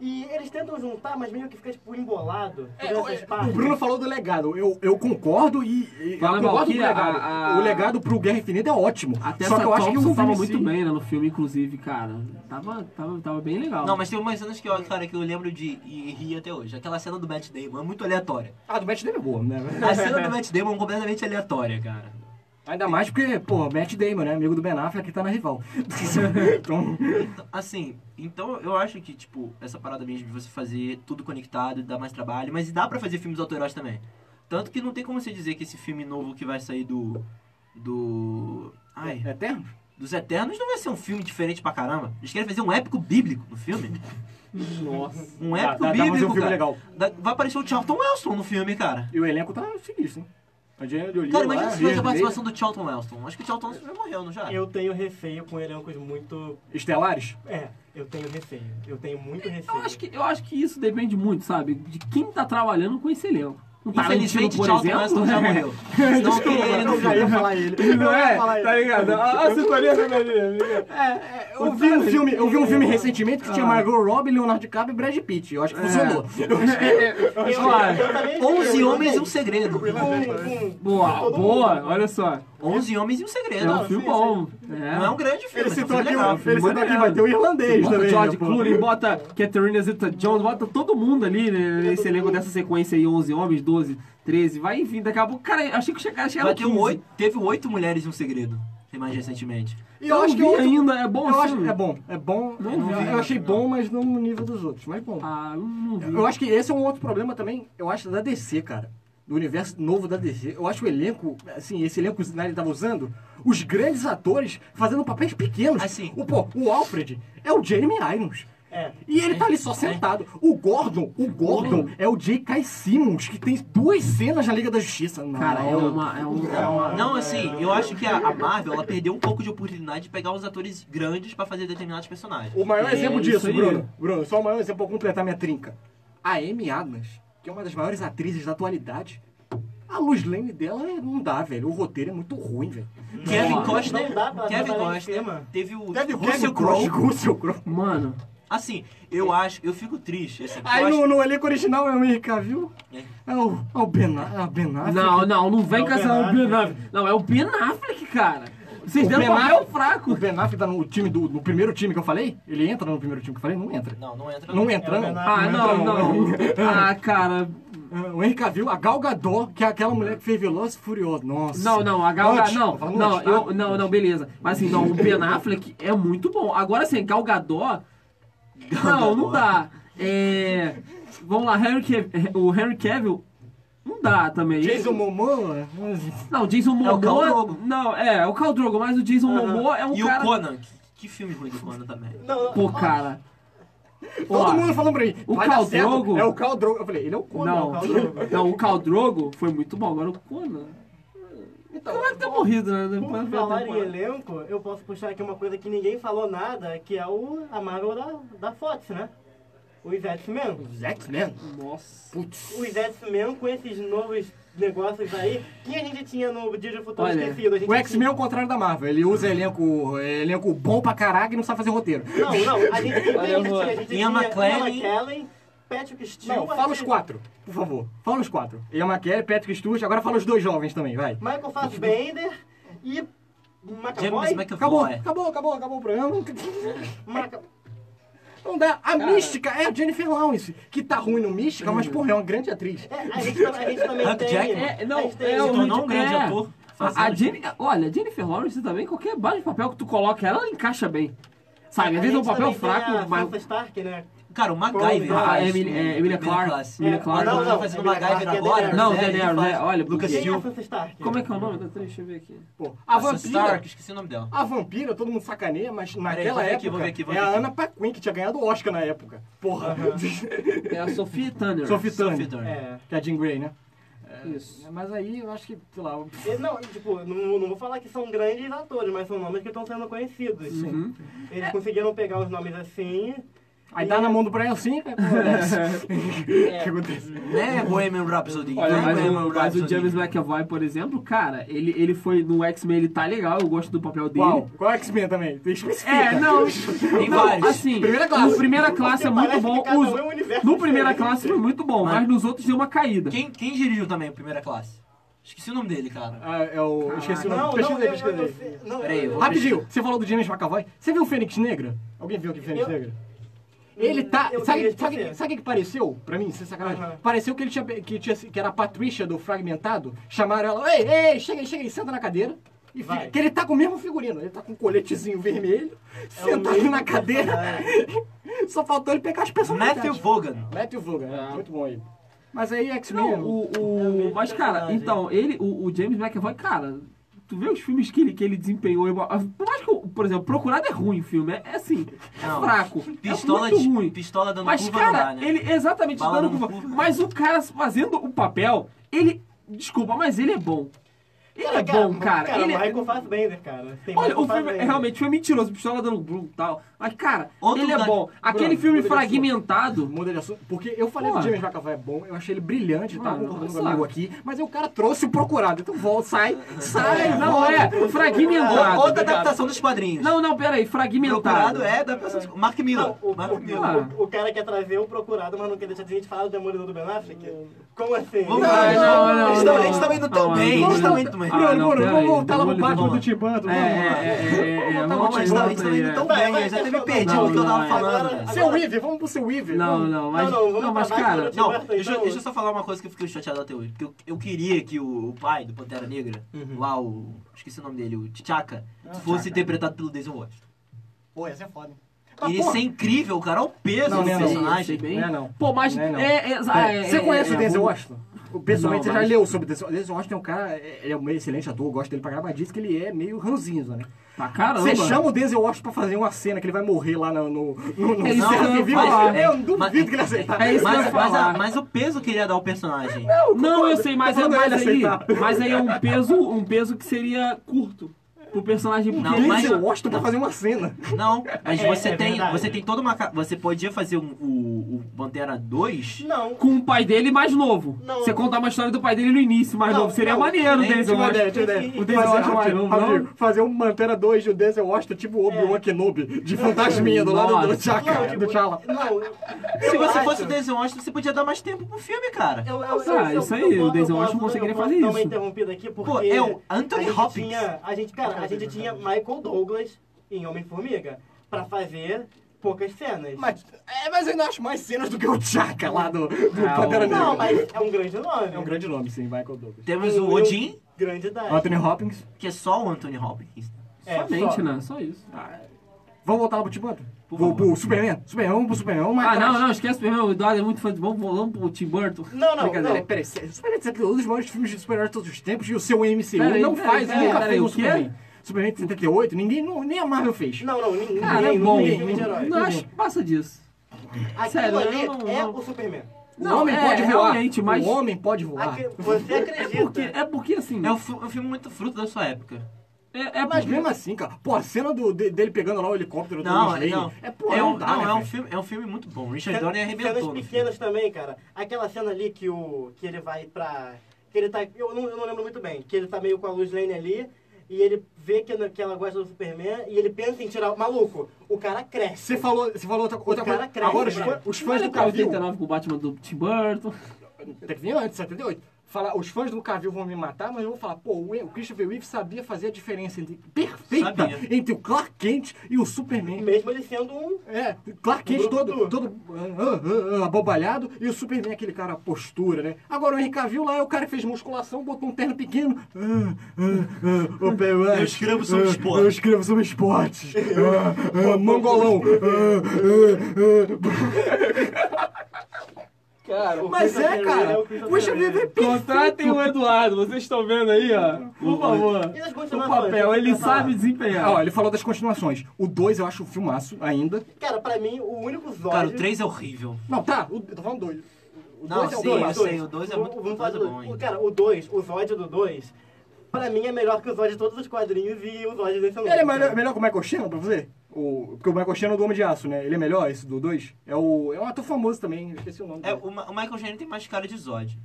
E eles tentam juntar, mas meio que fica tipo embolado.
É,
todas essas
o-
partes.
O Bruno falou do legado. Eu, eu concordo e. e eu
Fala,
concordo com o
Valkyria,
legado.
a- a-
O legado pro Guerra Infinita é ótimo.
Até
Só
essa
que eu acho que
Thompson
o
tava
filme
muito
em si-
bem, né, no filme, inclusive, cara. Tava, tava, tava bem legal.
Não, mas tem umas cenas que eu, cara, que eu lembro de e ri até hoje. Aquela cena do Matt Damon é muito aleatória.
Ah, do Matt Damon é boa, né?
A cena do Matt Damon é completamente aleatória, cara.
Ainda mais porque, pô, Matt Damon, né? Amigo do Ben Affleck, que tá na rival. então,
Então, Assim, então eu acho que, tipo, essa parada mesmo de você fazer tudo conectado dá mais trabalho, mas dá pra fazer filmes autorais também. Tanto que não tem como você dizer que esse filme novo que vai sair do. do. Ai.
é eterno?
Dos Eternos não vai ser um filme diferente pra caramba. Eles querem fazer um épico bíblico no filme.
Nossa.
Um
Dá, dá,
épico
dá pra
bíblico.
fazer um filme
cara.
legal.
Dá- vai aparecer o Charlton Heston no filme, cara.
E o elenco tá sinistro, hein? A Angelina Jolie
Cara,
é lá,
imagina se fosse a
Reeves
participação do Charlton Heston. Acho que o Charlton Heston já morreu, não já?
Eu tenho receio com elencos muito.
Bates. Estelares?
É, eu tenho receio. Eu tenho muito receio.
Eu acho, que, eu acho que isso depende muito, sabe? De quem tá trabalhando com esse elenco. Um Tarantino,
Infelizmente,
por
Charlton
exemplo. é um
Heston já morreu. Senão eu queria ele no
Eu já ia
filme.
falar ele. Eu ia falar ele.
Tá ligado? A, a sintonia
É, é, eu, vi um filme, eu vi um filme recentemente que tinha Margot Robbie, Leonardo DiCaprio e Brad Pitt. Eu acho que funcionou.
Eu- eu
claro.
também-
11
eu-
homens e um segredo.
Com, com,
Boa, boa, olha só.
11 homens e um segredo.
É um filme bom. É.
Não é um grande
Ele
filme, mas é um
citou
filme
aqui, o-
legal.
ele citou aqui,
maneiro.
vai ter o irlandês
Bota
também.
George
né, pô?
Clooney, bota Catherine Zeta-Jones, bota todo mundo ali né, nesse elenco dessa sequência aí, 11 homens, 12, 13, vai enfim, daqui a pouco, cara, eu achei que chegaram, chegaram
Vai ter um
15.
oito- teve oito mulheres e um segredo. Tem mais recentemente.
E
Eu, acho que
é outro-
ainda, é bom
Eu
assim.
acho, é bom, é bom.
Não
eu
vi,
eu
não.
achei bom, mas não no nível dos outros. Mas bom.
Ah, eu não vi.
Eu acho que esse é um outro problema também, eu acho, da DC, cara. Do universo novo da DC. Eu acho o elenco, assim, esse elenco que o Snyder tava usando, os grandes atores fazendo papéis pequenos.
Assim.
O, pô, o Alfred é o Jeremy Irons.
É.
E ele tá ali só sentado. O Gordon, o Gordon é o J.K. Simmons, que tem duas cenas na Liga da Justiça. Não,
Cara, é uma... É um, é uma
Não, assim, eu acho que a a Marvel ela perdeu um pouco de oportunidade de pegar os atores grandes pra fazer determinados personagens.
O maior
É,
exemplo
isso
disso,
aí.
Bruno. Bruno, só o maior exemplo pra completar minha trinca. A Amy Adams, que é uma das maiores atrizes da atualidade, a Luz Lane dela não dá, velho. O roteiro é muito ruim, velho.
Kevin
não
Costner,
dá pra
Kevin
trabalhar em
Costner,
cima.
teve o
Kevin
Russell
Russell
Crowe.
Russell Crowe.
Mano,
Assim, eu acho, eu fico triste. Assim, porque eu
Aí
acho-
no, no elenco original é o Henry Cavill.
É.
É o, é o Ben, a ben Affleck.
não, não, não vem
É o
com essa...
Ben
Ben Affleck. Não, é o Ben Affleck, cara. Vocês
O
deram
Ben
papel
Affleck-
fraco.
O Ben Affleck tá no time do no primeiro time que eu falei? Ele entra no primeiro time que eu falei? Não entra.
Não, não entra.
Não entra,
É o Ben
não.
Affleck.
Ah, não, não. Ah, cara,
Ah, O Henry Cavill, a Gal Gadot, que é aquela mulher que fez Veloz e Furioso. Nossa.
Não, não, a Gal Gadot,
Antes,
não,
tô falando
não,
antes, tá?
eu, não, não, beleza. Mas assim, não, o Ben Affleck é muito bom. Agora sim, Gal Gadot, não, não dá. É, vamos lá, Henry Cav- o Henry Cavill, não dá também.
Jason Momoa.
Não, Jason
É o Khal
Momoa,
Drogo.
não, é, é o Khal Drogo, mas o Jason Momoa é um
E
cara...
o Conan, que, que filme ruim do Conan também.
Não, não,
Pô, cara.
Todo
Ó,
mundo falando pra mim.
o
vai dar
Khal
certo,
Drogo-
É o Cal Drogo. Eu falei, ele é o Conan.
Não,
é o Khal Drogo.
não, o Khal Drogo foi muito bom, agora o Conan... Como é que tá morrido, né?
Por
Depois da
falar em
temporada.
elenco, eu posso puxar aqui uma coisa que ninguém falou nada, que é o, a Marvel da, da Fox, né? Os X-Men.
Os X-Men.
Nossa.
Putz.
os X-Men com esses novos negócios aí que a gente tinha no Dia do Futuro
Olha,
Esquecido. A gente
O X-Men é o contrário da Marvel. Ele usa elenco, elenco bom pra caralho e não sabe fazer roteiro.
tinha- Não, não. A gente tinha. A
Olha,
gente tinha, a
mano.
gente
Ian
tinha
McKellen.
Ian McKellen, Patrick
Não,
Stewart.
fala os quatro, por favor. Fala os quatro. Ian McKellen, Patrick Stewart. Agora fala os dois jovens também, vai.
Michael Fassbender e. McAvoy?
Acabou,
James McAvoy.
acabou, acabou, acabou o programa.
Maca-
Não dá. A mística é a Jennifer Lawrence, que tá ruim no mística, mas, porra, é uma grande atriz.
É, a, gente, tam- a gente também
Hugh
tem.
Jackman.
É, não,
a gente tem
é
Se
o-
tornou um grande
é.
ator.
A, a
fazendo-
Jenny, olha, a Jennifer Lawrence também, qualquer base de papel que tu coloca ela, ela encaixa bem. Sabe, às vezes é um
gente
papel
também tem
fraco,
a
mas.
Sansa Stark, né?
Cara, o MacGyver.
Ah,
faz
é Emily- é Emilia
Primeira
Clarke.
Classe.
Emilia É, Clarke.
Não,
não,
não,
não,
fazendo
Emilia
MacGyver
Clarke é
agora.
Daenerys.
Não,
série,
Daenerys,
faz-
é, olha,
Lucas
Quem é a
Hill.
Sansa Stark?
Como é que é o nome da atriz? Deixa eu ver aqui.
Pô,
Ah,
a
A
vampira.
Stark, esqueci o nome dela.
A vampira, todo mundo sacaneia, mas
vou
naquela
ver
época.
aqui, vou ver aqui, vou
é
ver
a
aqui.
Ana Paquin, que tinha ganhado o Oscar na época. Porra.
É a Sophie Turner.
Sophie
Sophie
Turner.
Turner.
É.
Que é a Jean Grey, né?
Isso.
Mas aí eu acho que, sei lá.
E, Não, tipo, não, não vou falar que são grandes atores, mas são nomes que estão sendo conhecidos.
Uhum.
É.
Eles conseguiram pegar os nomes assim.
Aí dá na mão do Brian assim, cara.
É.
O que acontece?
Né, Bohemian Rhapsody.
Olha,
né,
mas,
Bohemian
o, mas o
Rhapsody.
James McAvoy, por exemplo, cara, ele, ele foi no X-Men, ele tá legal, eu gosto do papel dele.
Qual? Qual é o X-Men também? Especifica.
É, não,
Tem
não,
vários.
assim,
Primeira classe.
o primeira classe é
Porque
muito
parece
bom,
que cada
os-
um é um universo
no primeira
diferente.
classe foi muito bom, mas, nos outros deu uma caída.
Quem, quem dirigiu também a primeira classe? Esqueci o nome dele, cara.
Ah, é o. eu Esqueci o
Não,
nome.
não,
Pesquisa aí,
eu, eu,
pesquisa
eu,
aí.
sei- não,
Peraí,
eu-
eu-
Rapidinho, você falou do James McAvoy. Você viu o Fênix Negra? Alguém viu aqui o Fênix
Eu-
Negra? Ele tá.
eu
Sabe
queria
sabe-
esquecer.
sabe o que, que pareceu? Pra mim, sem sacanagem.
Aham.
Pareceu que ele tinha, que tinha. que era a Patrícia do Fragmentado. Chamaram ela. Ei, ei, chega aí, chega aí, senta na cadeira. E
Vai. É
fica, que ele tá com o mesmo figurino. Ele tá com um coletezinho vermelho, sentado
mesmo é.
na cadeira. Só faltou ele pegar as personalidades.
Matthew Vaughan.
Matthew Vogel,
Ah.
muito bom ele. Mas aí X-Men.
Não, o,
É o
o,
mesmo
mas cara,
personagem.
então, ele, o, o James McAvoy, cara, tu vê os filmes que ele, que ele desempenhou, igual- por mais que, eu- por exemplo, Procurado é ruim o filme, é, é assim, é
Não.
fraco,
Pistola,
é muito
de-
ruim.
pistola dando
Mas,
curva
cara,
não dá, né?
ele exatamente
Bala
dando
não
curva.
curva.
Mas o cara fazendo o papel, ele. Desculpa, mas ele é bom. Ele é bom, cara.
Cara,
ele é-
Michael Fassbender, cara. Tem Michael
Olha, o filme é
Fassbender.
realmente foi mentiroso, pistola dando Bloom e tal. Mas, cara,
Outro
ele é
da-
bom. Aquele
Bruno,
filme
muda de assunto.
fragmentado.
Muda de assunto. Porque eu falei
Porra. Ah,
que o James McAvoy é bom, eu achei ele brilhante, tá
Mano,
concordando
nossa.
comigo aqui, mas aí o cara trouxe o procurado. Então volta, sai, sai,
Ai, não, é, fragmentado.
Outra adaptação dos quadrinhos.
Não, não, peraí, fragmentado.
Procurado é adaptação dos Mark Miller.
Não, o,
Mark
o-
Miller.
Ah.
o- o cara quer trazer o procurado, mas não quer deixar de gente falar do demolidor do Ben Affleck? Como assim?
Vamos
Não,
lá,
não,
não,
não,
eles
não.
tão- eles estão indo tão
Não,
bem.
não,
Eles estão
não.
indo tão bem.
Ah, não,
Bruno, Bruno,
pera
vamos
aí,
voltar lá pro
demolidor.
Batman do
Vamos
Tim Burton.
É, é,
vamos lá.
é, é, é,
Vamos
Não,
voltar
mas
pro
eles
Tim
tão-
Burton.
eles estão tá indo tão
Vai,
bem.
vai,
Eu já até me
não,
perdi
não,
do que eu
não,
tava
é.
falando.
Agora-
Seu Weaver, vamos pro seu Weaver.
Não,
vamos.
não, mas.
Não, não, vamos
mas,
acabar
cara.
com
Não,
Roberto,
deixa, eu-
então-
deixa eu só falar uma coisa que eu fiquei chateado até hoje. Porque eu, eu queria que o, o pai do Pantera Negra, lá o. Esqueci o nome dele, o T'Chaka, fosse interpretado pelo Denzel Washington.
Pô, essa é foda. Mas,
Ele ia
porra,
ser incrível, cara. Olha o peso
Não, não
do
é não.
personagem.
Sei bem.
Não é não.
Pô, mas.
Não é não.
é, é,
Pera,
é,
você
é,
conhece
é,
o Denzel
é,
Washington? Pessoalmente, você
Não,
já
mas-
leu sobre o Denzel Washington. Denzel Washington é um cara, é- ele é um excelente ator, eu gosto dele pra caramba, mas diz que ele é meio ranzinza, né?
Pra caramba.
Você chama o Denzel Washington pra fazer uma cena que ele vai morrer lá no. no, no, no
É isso
no-
que eu ia
civil.
falar.
Eu duvido
Mas-
que ele aceitar.
É isso que eu ia
Mas, mas, a-
falar.
mas o peso que ele ia dar ao personagem.
Não, eu sei, mas,
Tô
é,
falando
mas, aí,
ele aceitar.
mas aí é um peso, um peso que seria curto pro personagem. porque
Não,
ele-
mas-
Denzel Washington pra fazer uma cena.
Não, mas
É,
você,
é
tem,
verdade.
você tem toda uma. ca- Você podia fazer um, o, o Pantera 2.
Não,
Com o pai dele mais novo.
Não.
Você contar uma história do pai dele no início, mais
Não,
novo. Seria
não.
maneiro,
Nem
Denzel
Tinha uma
Washington.
ideia, tinha uma ideia.
O Denzel
Fazer-
Washington mais novo,
Fabinho,
não?
Fazer um Pantera 2 do Denzel Washington, tipo o Obi-Wan Kenobi, de fantasminha do lado do
Nossa.
Chaka, do T'Challa.
não.
Se
eu
você
acho-
fosse o Denzel Washington, você podia dar mais tempo pro filme, cara.
Eu, eu,
Ah, isso aí, o Denzel Washington conseguiria fazer
Dá uma
isso.
interrompida aqui porque.
Pô, é o
a
Anthony
gente
Hopkins.
Tinha, a gente, cara, a gente tinha Michael Douglas em Homem-Formiga pra fazer poucas cenas.
Mas, é, mas eu ainda acho mais cenas do que o Chaka lá do, do
Ah,
Pantera Negra.
não, mas é um grande nome.
É um grande nome, sim, Michael Douglas.
Temos o
Eu-
Odin,
Grande idade.
Anthony Hopkins.
que é só o Anthony Hopkins.
É,
Somente,
só.
né? Só isso.
Vamos voltar lá pro Tim Burton?
Por
Pro,
favor.
pro Superman? Superman, vamos pro Superman. Vamos
Ah,
mais
não,
atrás.
não, esquece primeiro. O Eduardo é muito fã de bom bolão pro Tim Burton.
Não, não,
Peraí,
não.
peraí, Superman é um dos maiores filmes de super-heróis de todos os tempos e o seu MCU
Peraí,
não
peraí,
faz,
peraí,
nunca
peraí,
fez um
o quê?
Superman. Superman de 78, ninguém, não- nem a Marvel fez.
Não, não, ninguém,
Cara, é
ninguém,
bom.
ninguém filme de herói.
Não acho que passa disso.
Aquilo
sério, eu
ali
não-
é
não-
o Superman.
O
Não,
homem
é,
pode voar.
realmente, mas-
O homem pode voar.
Aqui- Você
É
acredita.
porque, é porque assim.
É um, fi- um filme muito fruto da sua época.
É, é
Mas
porque-
mesmo assim, cara, pô, a cena do, de- dele pegando lá o helicóptero do
Não,
Thomas Lane
não.
é pô,
é um,
não dá,
não,
né,
é um
cara?
filme, é um filme muito bom. O Richard
Cenas-
Donner arrebentou.
Cenas
no filme.
pequenas também, cara. Aquela cena ali que o que ele vai pra... Que ele tá... Eu não, eu não lembro muito bem. Que ele tá meio com a Luz Lane ali. E ele vê que, né, que ela gosta do Superman. E ele pensa em tirar... o Maluco, o cara cresce.
Você falou, você falou outra, outra
cara
coisa.
cresce,
Agora, os
né?
assim, fãs, os
Mas
fãs
ele
do
tá
Cavill...
89 com o Batman do Tim Burton.
Tem que vir antes, 78. falar, os fãs do Cavill vão me matar, mas eu vou falar, pô, o o Christopher Reeve sabia fazer a diferença entre, perfeita
Sabia.
entre o Clark Kent e o Superman.
Mesmo ele sendo um.
É, Clark Kent
Um grupo
todo,
duro.
todo ah, ah, ah, abobalhado e o Superman é aquele cara, a postura, né? Agora o Henry Cavill lá é o cara que fez musculação, botou um terno pequeno. Ah, ah, ah, o Pé Ué,
Eu escrevo sobre
ah,
esporte.
Eu escrevo sobre esportes. Ah, ah, mongolão. Ah,
Cara,
ah, ah. Mas é, cara.
É
O
o
Christian
Christopher
Reeve é
contratem Ah, o Eduardo, vocês estão vendo aí, ó. Por favor.
E nas
O
continuações?
papel, ele
Eu queria falar.
sabe desempenhar.
Ah, ó, ele falou das continuações. O 2 eu acho um filmaço ainda.
Cara, pra mim, o único Zod.
Cara, o 3 é horrível.
Não, tá, o- eu tô falando 2.
Não,
dois é o
sim, eu
dois, dois.
sei, o 2 é
Vamos-
muito
vamos falar
muito
do
bom.
dois. O
hein?
Cara, o 2, o Zod do 2, pra mim é melhor que o Zod de todos os quadrinhos e o Zod desse novo.
Ele é melhor, melhor que o Michael Shannon pra você? O, porque o Michael Shannon é do Homem de Aço, né? Ele é melhor, esse do 2? É, o, é um ator famoso também, eu esqueci o nome.
É,
dele.
o, Ma- o Michael Shannon tem mais cara de Zod.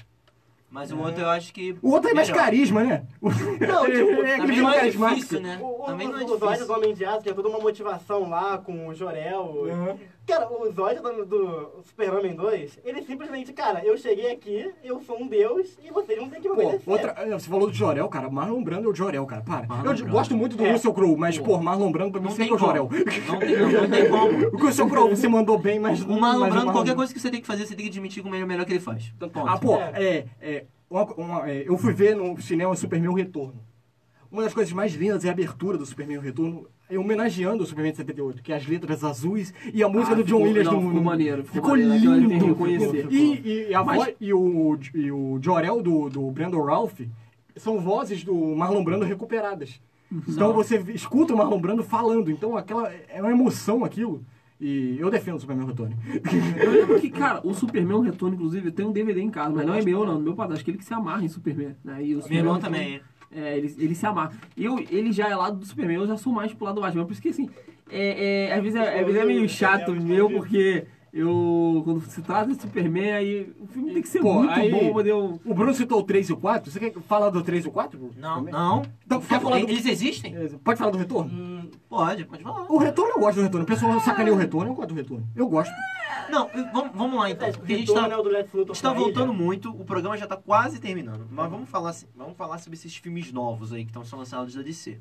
Mas
É.
o outro eu acho que.
O outro é mais
melhor.
carisma, né? Não, é
tipo,
Também
aquele
não
é
é
carismático.
difícil, né?
O, o,
Também não é
o, o Zod do
difícil.
Homem de Aço tinha toda uma motivação lá com o Jorel.
Uhum.
Cara, o Zod do, do Super-Homem 2, ele simplesmente, cara, eu cheguei aqui, eu sou um deus e vocês não têm que me
Pô,
obedecer.
outra, é, você falou do Jorel, cara. Marlon Brando é o Jorel, cara. Para.
Marlon
eu de-
Brando.
gosto muito do
É.
Russell Crowe, mas, pô, Marlon Brando pra mim
Não
sempre é
tem
o
como.
Jorel.
Não tem, não, não tem como.
O Russell Crowe você mandou bem, mas...
O
mas
maluco,
Marlon-
qualquer coisa que você tem que fazer, você tem que admitir como ele é o melhor que ele faz. Ponto.
Ah, pô, é... é, uma- uma- é, eu fui ver no cinema Superman O Retorno. Uma das coisas mais lindas é a abertura do Superman O Retorno, é, homenageando o Superman de 78, que é as letras azuis e a música
Ah,
do John
ficou-
Williams.
não,
do,
ficou maneiro, ficou
Ficou
maneiro, aquilo ali tem que
lindo.
reconhecer.
E, e a
Mas-
voz, e o, e o Jorel do, do Brandon Ralph são vozes do Marlon Brando recuperadas.
Uhum.
Então você escuta o Marlon Brando falando, então aquela é uma emoção aquilo. E eu defendo o Superman Retorno.
Eu lembro que, cara, o Superman Retorno, inclusive, eu tenho um DVD em casa, mas não é meu, não. do Meu padrasto, aquele que se amarra em Superman. Né? E o
Meu
Superman
irmão
Retorno-
também.
É, ele, ele se amarra. Eu, ele já é lado do Superman, eu já sou mais pro lado do Batman. Por isso que, assim, é, é, às, vezes é, às vezes é meio chato meu, porque eu, quando se trata de Superman, aí o filme tem que ser
Pô,
muito
aí-
bom pra poder eu...
O Bruno citou o 3 e o 4. Você quer falar do 3 e o 4? Bruno?
Não,
Também?
não.
Então, quer falar do-
Eles existem?
Beleza. Pode falar do retorno?
Hum, pode, pode falar.
O retorno eu gosto do retorno. O pessoal sacaneia o retorno, eu gosto do retorno. Eu gosto.
Não, vamos, vamos lá então. Porque a gente
Retorno,
tá,
né, o do Lex Luthor
a gente tá
pra ilha.
voltando muito, o programa já tá quase terminando. Mas vamos falar, assim- vamos falar sobre esses filmes novos aí que estão sendo lançados da DC.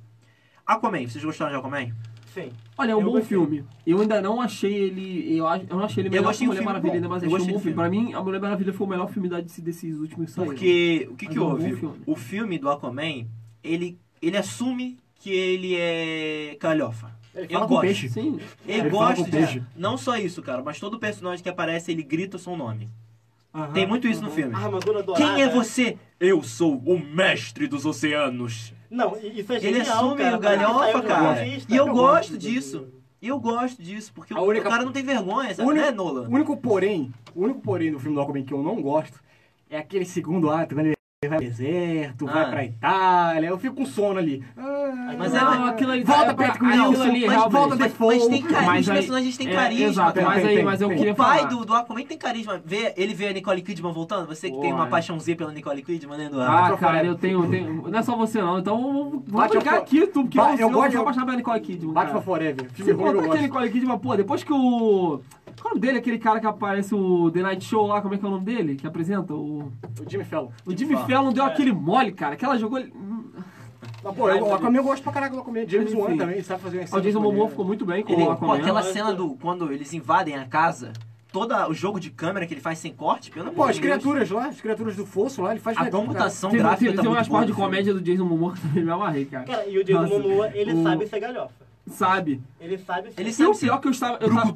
Aquaman, vocês gostaram de Aquaman?
Sim.
Olha, é um
Eu
bom
gostei.
filme. Eu ainda não achei ele... Eu, acho- eu não achei ele
Eu
melhor que
achei o
a Mulher
filme
Maravilha,
bom.
ainda, mas
Eu
achei um
achei
bom
o filme.
filme. Pra mim, a Mulher Maravilha foi o melhor filme da DC desses últimos que saíram.
Porque o que, que
Mas é um bom
houve?
filme.
O filme do Aquaman, ele, ele assume que ele é calhofa.
Ele
Eu
fala com
gosto.
peixe.
Sim.
Ele,
Ele fala
gosta
com
de.
peixe.
Não só isso, cara, mas todo personagem que aparece, ele grita o seu nome.
Aham.
Tem muito isso no filme.
A armadura dourada.
Quem é você? Eu sou o mestre dos oceanos.
Não, i- isso é
Ele
genial,
assume
cara,
o
porque
galhofa,
saiu do
cara.
artista.
E eu
Não,
gosto
do-
disso. E eu gosto disso, porque
A
o,
única-
o cara não tem vergonha,
O
sabe?
único,
Né, Nolan?
o único porém, o único porém do filme do Aquaman que eu não gosto é aquele segundo ato, quando ele vai pro deserto,
Ah.
vai pra Itália, eu fico com sono ali. Ah,
Mas
Mas
é-
não, aquilo ali
volta
é
Patrick
pra- aquilo
Wilson,
ali,
mas
realmente.
volta
mas,
default.
mas tem carisma,
Mas aí-
os personagens têm
é,
carisma.
Exato,
cara.
mas
Tem,
aí,
tem,
mas eu
tem.
queria
O pai
falar.
do, do Aquaman tem carisma. Vê, ele vê a Nicole Kidman voltando, você que tem
Porra.
uma paixãozinha pela Nicole Kidman, né, Eduardo?
Ah, cara, eu tenho, eu tenho. Não é só você não, então vamos, vamos
Bate
brigar
a fo-
aqui, tu, porque
Ba- eu
eu, eu
gosto-
gosto de apaixonar pela Nicole Kidman.
Batman
Ah.
cara.
Forever, filme ruim
Se
eu
contar que a
gosto.
Nicole Kidman, pô, depois que o. Qual é o nome dele? Aquele cara que aparece o The Night Show lá, como é que é o nome dele? Que apresenta? O,
O Jimmy Fallon.
o Jimmy
Fallon.
Fallon deu aquele mole, cara, que ela jogou. Hum,
Mas, pô, eu, o Aquaman eu gosto pra caraca do Aquaman. James
Enfim.
Wan também, sabe fazer um uma
O
cena
Jason Momoa
maneira.
ficou muito bem com
Ele,
o
pô,
Aquaman.
aquela cena do quando eles invadem a casa, todo o jogo de câmera que ele faz sem corte, pelo
Pô,
amor
as
de Deus.
criaturas lá, as criaturas do fosso lá, ele faz
A
legal, cara.
computação
Tem,
gráfica
tem,
tá
tem
muito
umas
boa
partes de
no filme.
comédia do Jason Momoa que também me amarrei, cara.
Cara, e o Jason
Nossa,
Momoa, ele
o-
sabe ser galhofa.
Sabe?
Ele sabe ser
Ele
E o
sabe ser
pior que eu estava. Eu tava...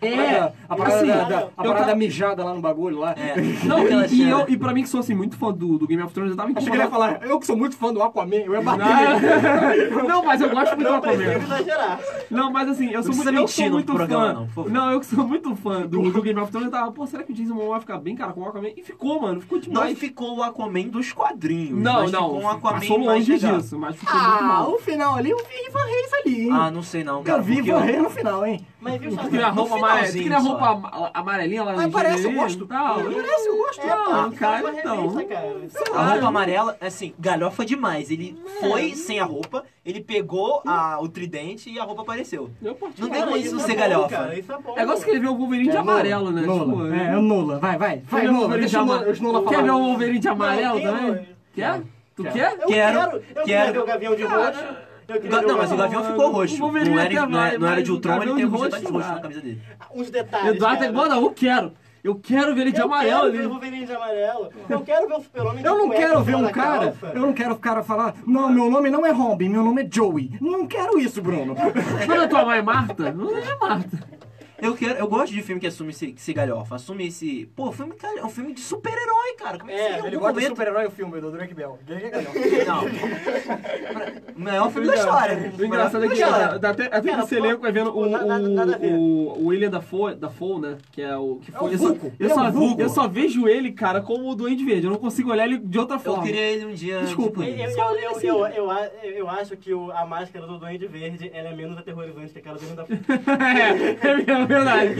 É,
a parada,
assim,
da, da- a
eu
parada
tava-
mijada lá no bagulho lá.
É.
Não,
Aquela
e, e,
cena.
eu, e pra mim que sou assim muito fã do, do Game of Thrones, eu tava
Achei que ele ia
incomodado.
falar, eu que sou muito fã do Aquaman, eu ia bater nele.
Não, não, mas eu gosto muito do
Não precisa
Aquaman.
é exagerar.
Não, mas assim, eu sou
precisa
muito, eu
mentir
sou
no
muito
programa,
fã.
não, por favor.
eu que sou muito fã do, do Game of Thrones, eu tava, pô, será que o Jason Momoa vai ficar bem, cara, com o Aquaman? E ficou, mano, ficou
Não
demais.
ficou o Aquaman dos quadrinhos.
não,
mas Ficou um
não
Aquaman
passou
mais
longe
legal.
disso, mas ficou muito
Ah,
mal.
o final ali, eu vi Ivan Reis ali, hein?
Ah, não sei não, cara.
eu vi
porque
Ivan Reis no final, hein?
Mas viu,
Tu queria
Xavier?
roupa
No
mais, tu
finalzinho
queria
só.
roupa roupa ama- amarelinha lá
Mas parece, eu gosto.
Ah,
Tal.
Parece, eu gosto.
É,
Não,
pô,
cara,
foi uma
então.
revista, cara.
Sei lá,
A
eu-
roupa amarela, assim, galhofa demais. Ele foi sem a roupa, ele pegou a- o tridente e a roupa apareceu.
Eu parti.
Não tem
Cara,
como isso
isso
não
é
tá
ser
bom,
galhofa.
cara, isso é bom.
É igual que ele vê o Wolverine de
É, Nola.
amarelo, né?
Nola.
Tipo,
é, é o Nola. Vai, vai. Vai,
Quer ver o
Nola.
Wolverine de
Deixa o Nola,
amarelo?
deixa o Nola
Quer ver o
falar.
Wolverine de amarelo
Não, tem,
também?
mano.
Quer? Tu
Quero.
quer?
Quero,
Eu quero, eu
quero.
queria ver o Gavião de roxo. eu queria
Ga-
ver
Não,
o
mas o Gavião ficou roxo.
O Wolverine
Não era,
até
não era,
vai,
não era
mas
de
o
Ultron, ele
Gavião
tem
de
um roxo,
roxo
de
não
roxo
dá.
na camisa dele.
Uns detalhes,
Eduardo tá
cara.
tem que mandar, eu quero. Eu quero ver ele de
eu
amarelo.
quero ver o
ele-
Wolverine de amarelo. Eu quero ver o super-homem de
Eu não
cueca
quero ver um
fora da
cara,
calça.
eu não quero o cara falar, não, meu nome não é Robin, meu nome é Joey. Não quero isso, Bruno.
Quando a tua mãe é Marta, não é Marta.
Eu, quero, eu gosto de filme que assume esse, esse galhofa, assume esse. Pô, filme, cara, é um filme de super-herói, cara. Como é que
É,
você em
ele
algum momento-
super-herói o filme do Drake Bell. é
Não. é O maior filme da história.
O engraçado
Maior filme da
é que dá-
história.
dá até, até
Cara,
esse
pô,
elenco é vendo
pô,
o,
nada- nada a ver.
o, o William da Fo, da Fo, né? Que é o que foi.
o
eu, só,
Vulco,
eu,
ele é
só,
o Vulco.
eu só vejo ele, cara, como o Duende Verde. Eu não consigo olhar ele tipo, de outra
Eu
forma.
queria ele um dia.
Desculpa.
Eu, eu,
Só olha
eu,
assim.
eu, eu, a- eu acho que o- a máscara do Duende Verde ela é menos aterrorizante que a cara do Duende da
é, é mesmo, verdade.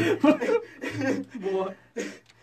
Boa.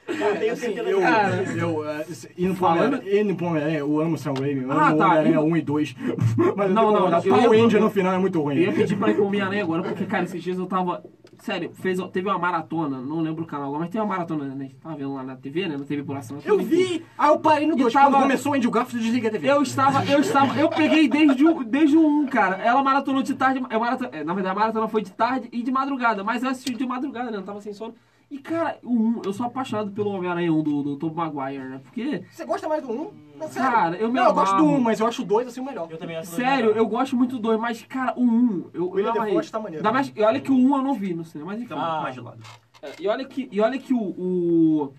Eu
Assim,
tenho certeza
Eu,
Cara.
eu, eh, se- indo pro
Ah. Falando-
Homem-Aranha, indo pro Homem-Aranha, é, eu amo Sam Raimi, eu
Ah,
amo
tá.
Homem-Aranha 1 e 2. Mas não,
Não,
não,
não, não,
não.
eu ia-
Power Ranger no final é muito
Eu ia
ruim.
pedir pra ir com o Homem-Aranha agora, porque, cara, esses dias eu tava. Sério, fez, teve uma maratona, não lembro o canal agora, mas teve uma maratona, né? Tava vendo lá na TV, né? Na TV por ação.
Eu vi! Aí eu parei no 2.
tava-
Quando tipo, começou o Andrew Garfield, eu desliguei a TV.
Eu estava, eu estava, eu peguei desde o, desde o 1, cara. Ela maratonou de tarde, eu maraton, é, na verdade a maratona foi de tarde e de madrugada, mas eu assisti de madrugada, né? Eu tava sem sono. E, cara, o 1, eu sou apaixonado pelo Homem-Aranha 1 do, do Tobey Maguire, né? Porque,
Você gosta mais do 1? Não, sério.
cara, eu me
Não, eu gosto do
amarro.
1, mas eu acho o 2 assim o melhor.
Eu também acho
Sério, eu gosto muito do 2, mas, cara, o 1, eu, eu
William
amarrei.
Defoe tá maneiro.
Ainda mais, e olha que o 1 eu não vi no cinema, mas enfim.
Fica muito mais de lado.
É, E olha que, e olha que o, o.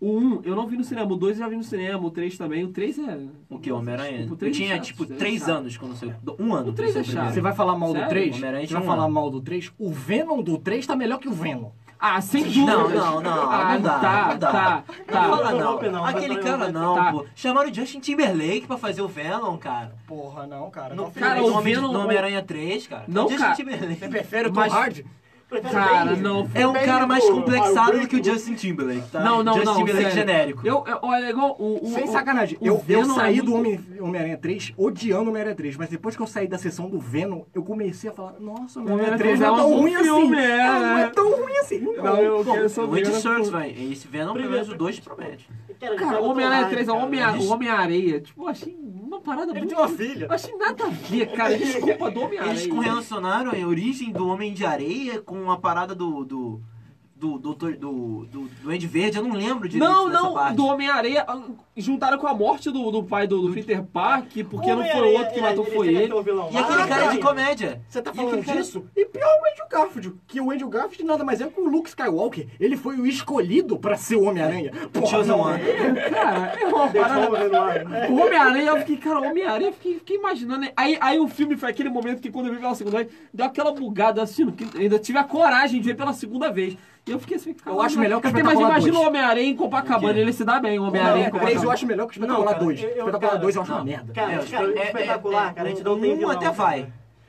O 1 eu não vi no cinema, o 2 eu já vi no cinema, o 3 também. O 3 é.
O que, Homem-Aranha?
Desculpa, o
Eu
três é
tinha,
chato,
tipo,
isso é
três
chato.
anos quando saiu. Um ano.
O três
quando saiu
é chato.
Você vai falar mal do
Sério? é
3?
Homem-Aranha
Você vai
tinha um
falar
ano.
mal do 3? O Venom do 3 tá melhor que o Venom.
Ah, sem dúvida.
Não, não, não,
Ah,
não dá,
tá,
não dá.
tá,
Não
tá.
fala
Não,
não.
não, não.
Aquele
Vai
cara
pra-
não,
Tá.
pô. Chamaram o Justin Timberlake pra fazer o Venom, cara.
Porra, não, cara.
No,
Cara,
no
o
Homem-
Venom-
no Homem-Aranha 3, cara.
Não,
Justin
cara.
Timberlake.
prefere
o Tom Mas-
Hard?
Cara, não.
É um
Bem
cara mais
do-
complexado
Ah,
do que o Justin Timberlake, tá?
Não, não,
Justin
não.
Timberlake
sério.
genérico.
Eu, eu, olha, é igual o. o
Sem
o-
sacanagem.
o
Eu, eu
Venom
saí
é
do
muito-
Homem- Homem-Aranha 3 odiando o Homem-Aranha 3, mas depois que eu saí da sessão do Venom, eu comecei a falar, nossa, o Homem-Aranha 3 não é
um
tão
bom
ruim assim.
filme, é,
É, Não
é.
é tão ruim assim.
Não, eu
Bom,
quero saber.
o
tá
Andy
né?
Serkis, velho. Esse Venom, pelo menos o 2 promete.
Cara, o Homem-Aranha 3 é o Homem-
cara.
o Homem-Areia. tipo, eu achei uma parada
Ele
muito.
tem uma filha.
eu Achei nada a ver, cara. é Desculpa do
Eles
Homem-Areia.
correlacionaram a origem do Homem de Areia com a parada do. do. do. doutor- do. do. do Andy Verde, eu não lembro direito
Não,
dessa
não,
parte.
do Homem-Areia. ah, Juntaram com a morte do, do pai do, do Peter Parker, porque não foi o outro que matou, foi ele.
um
E aquele
Ah,
cara é
tá.
de comédia.
Você tá
E
falando
aquele cara-
disso? E pior é o Andrew Garfield, que o Andrew Garfield nada mais é que o Luke Skywalker. Ele foi o escolhido pra ser o Homem-Aranha.
É.
Porra,
Chosen
um
não. é.
One.
Cara, é uma parada. O Homem-Aranha, eu fiquei, cara, Homem-Aranha, eu fiquei, fiquei imaginando. né? Aí, aí o filme foi aquele momento que quando eu vi pela segunda vez, deu aquela bugada assim, que ainda tive a coragem de ver pela segunda vez. E eu fiquei assim, cara.
Eu acho
mas-
melhor que
Mas,
Espetacular
mas imagina o
dois.
Homem-Aranha em Copacabana, ele se dá bem, o Homem-Aranha em
Não, 3 eu
Copacabana.
acho melhor que o Espetacular
Não, cara,
2.
eu- eu-
Espetacular
cara,
2 eu acho uma
não.
merda.
Cara,
É,
cara,
é,
espetacular,
é,
cara. A gente
um-
não tem
um
vilão.
até vai.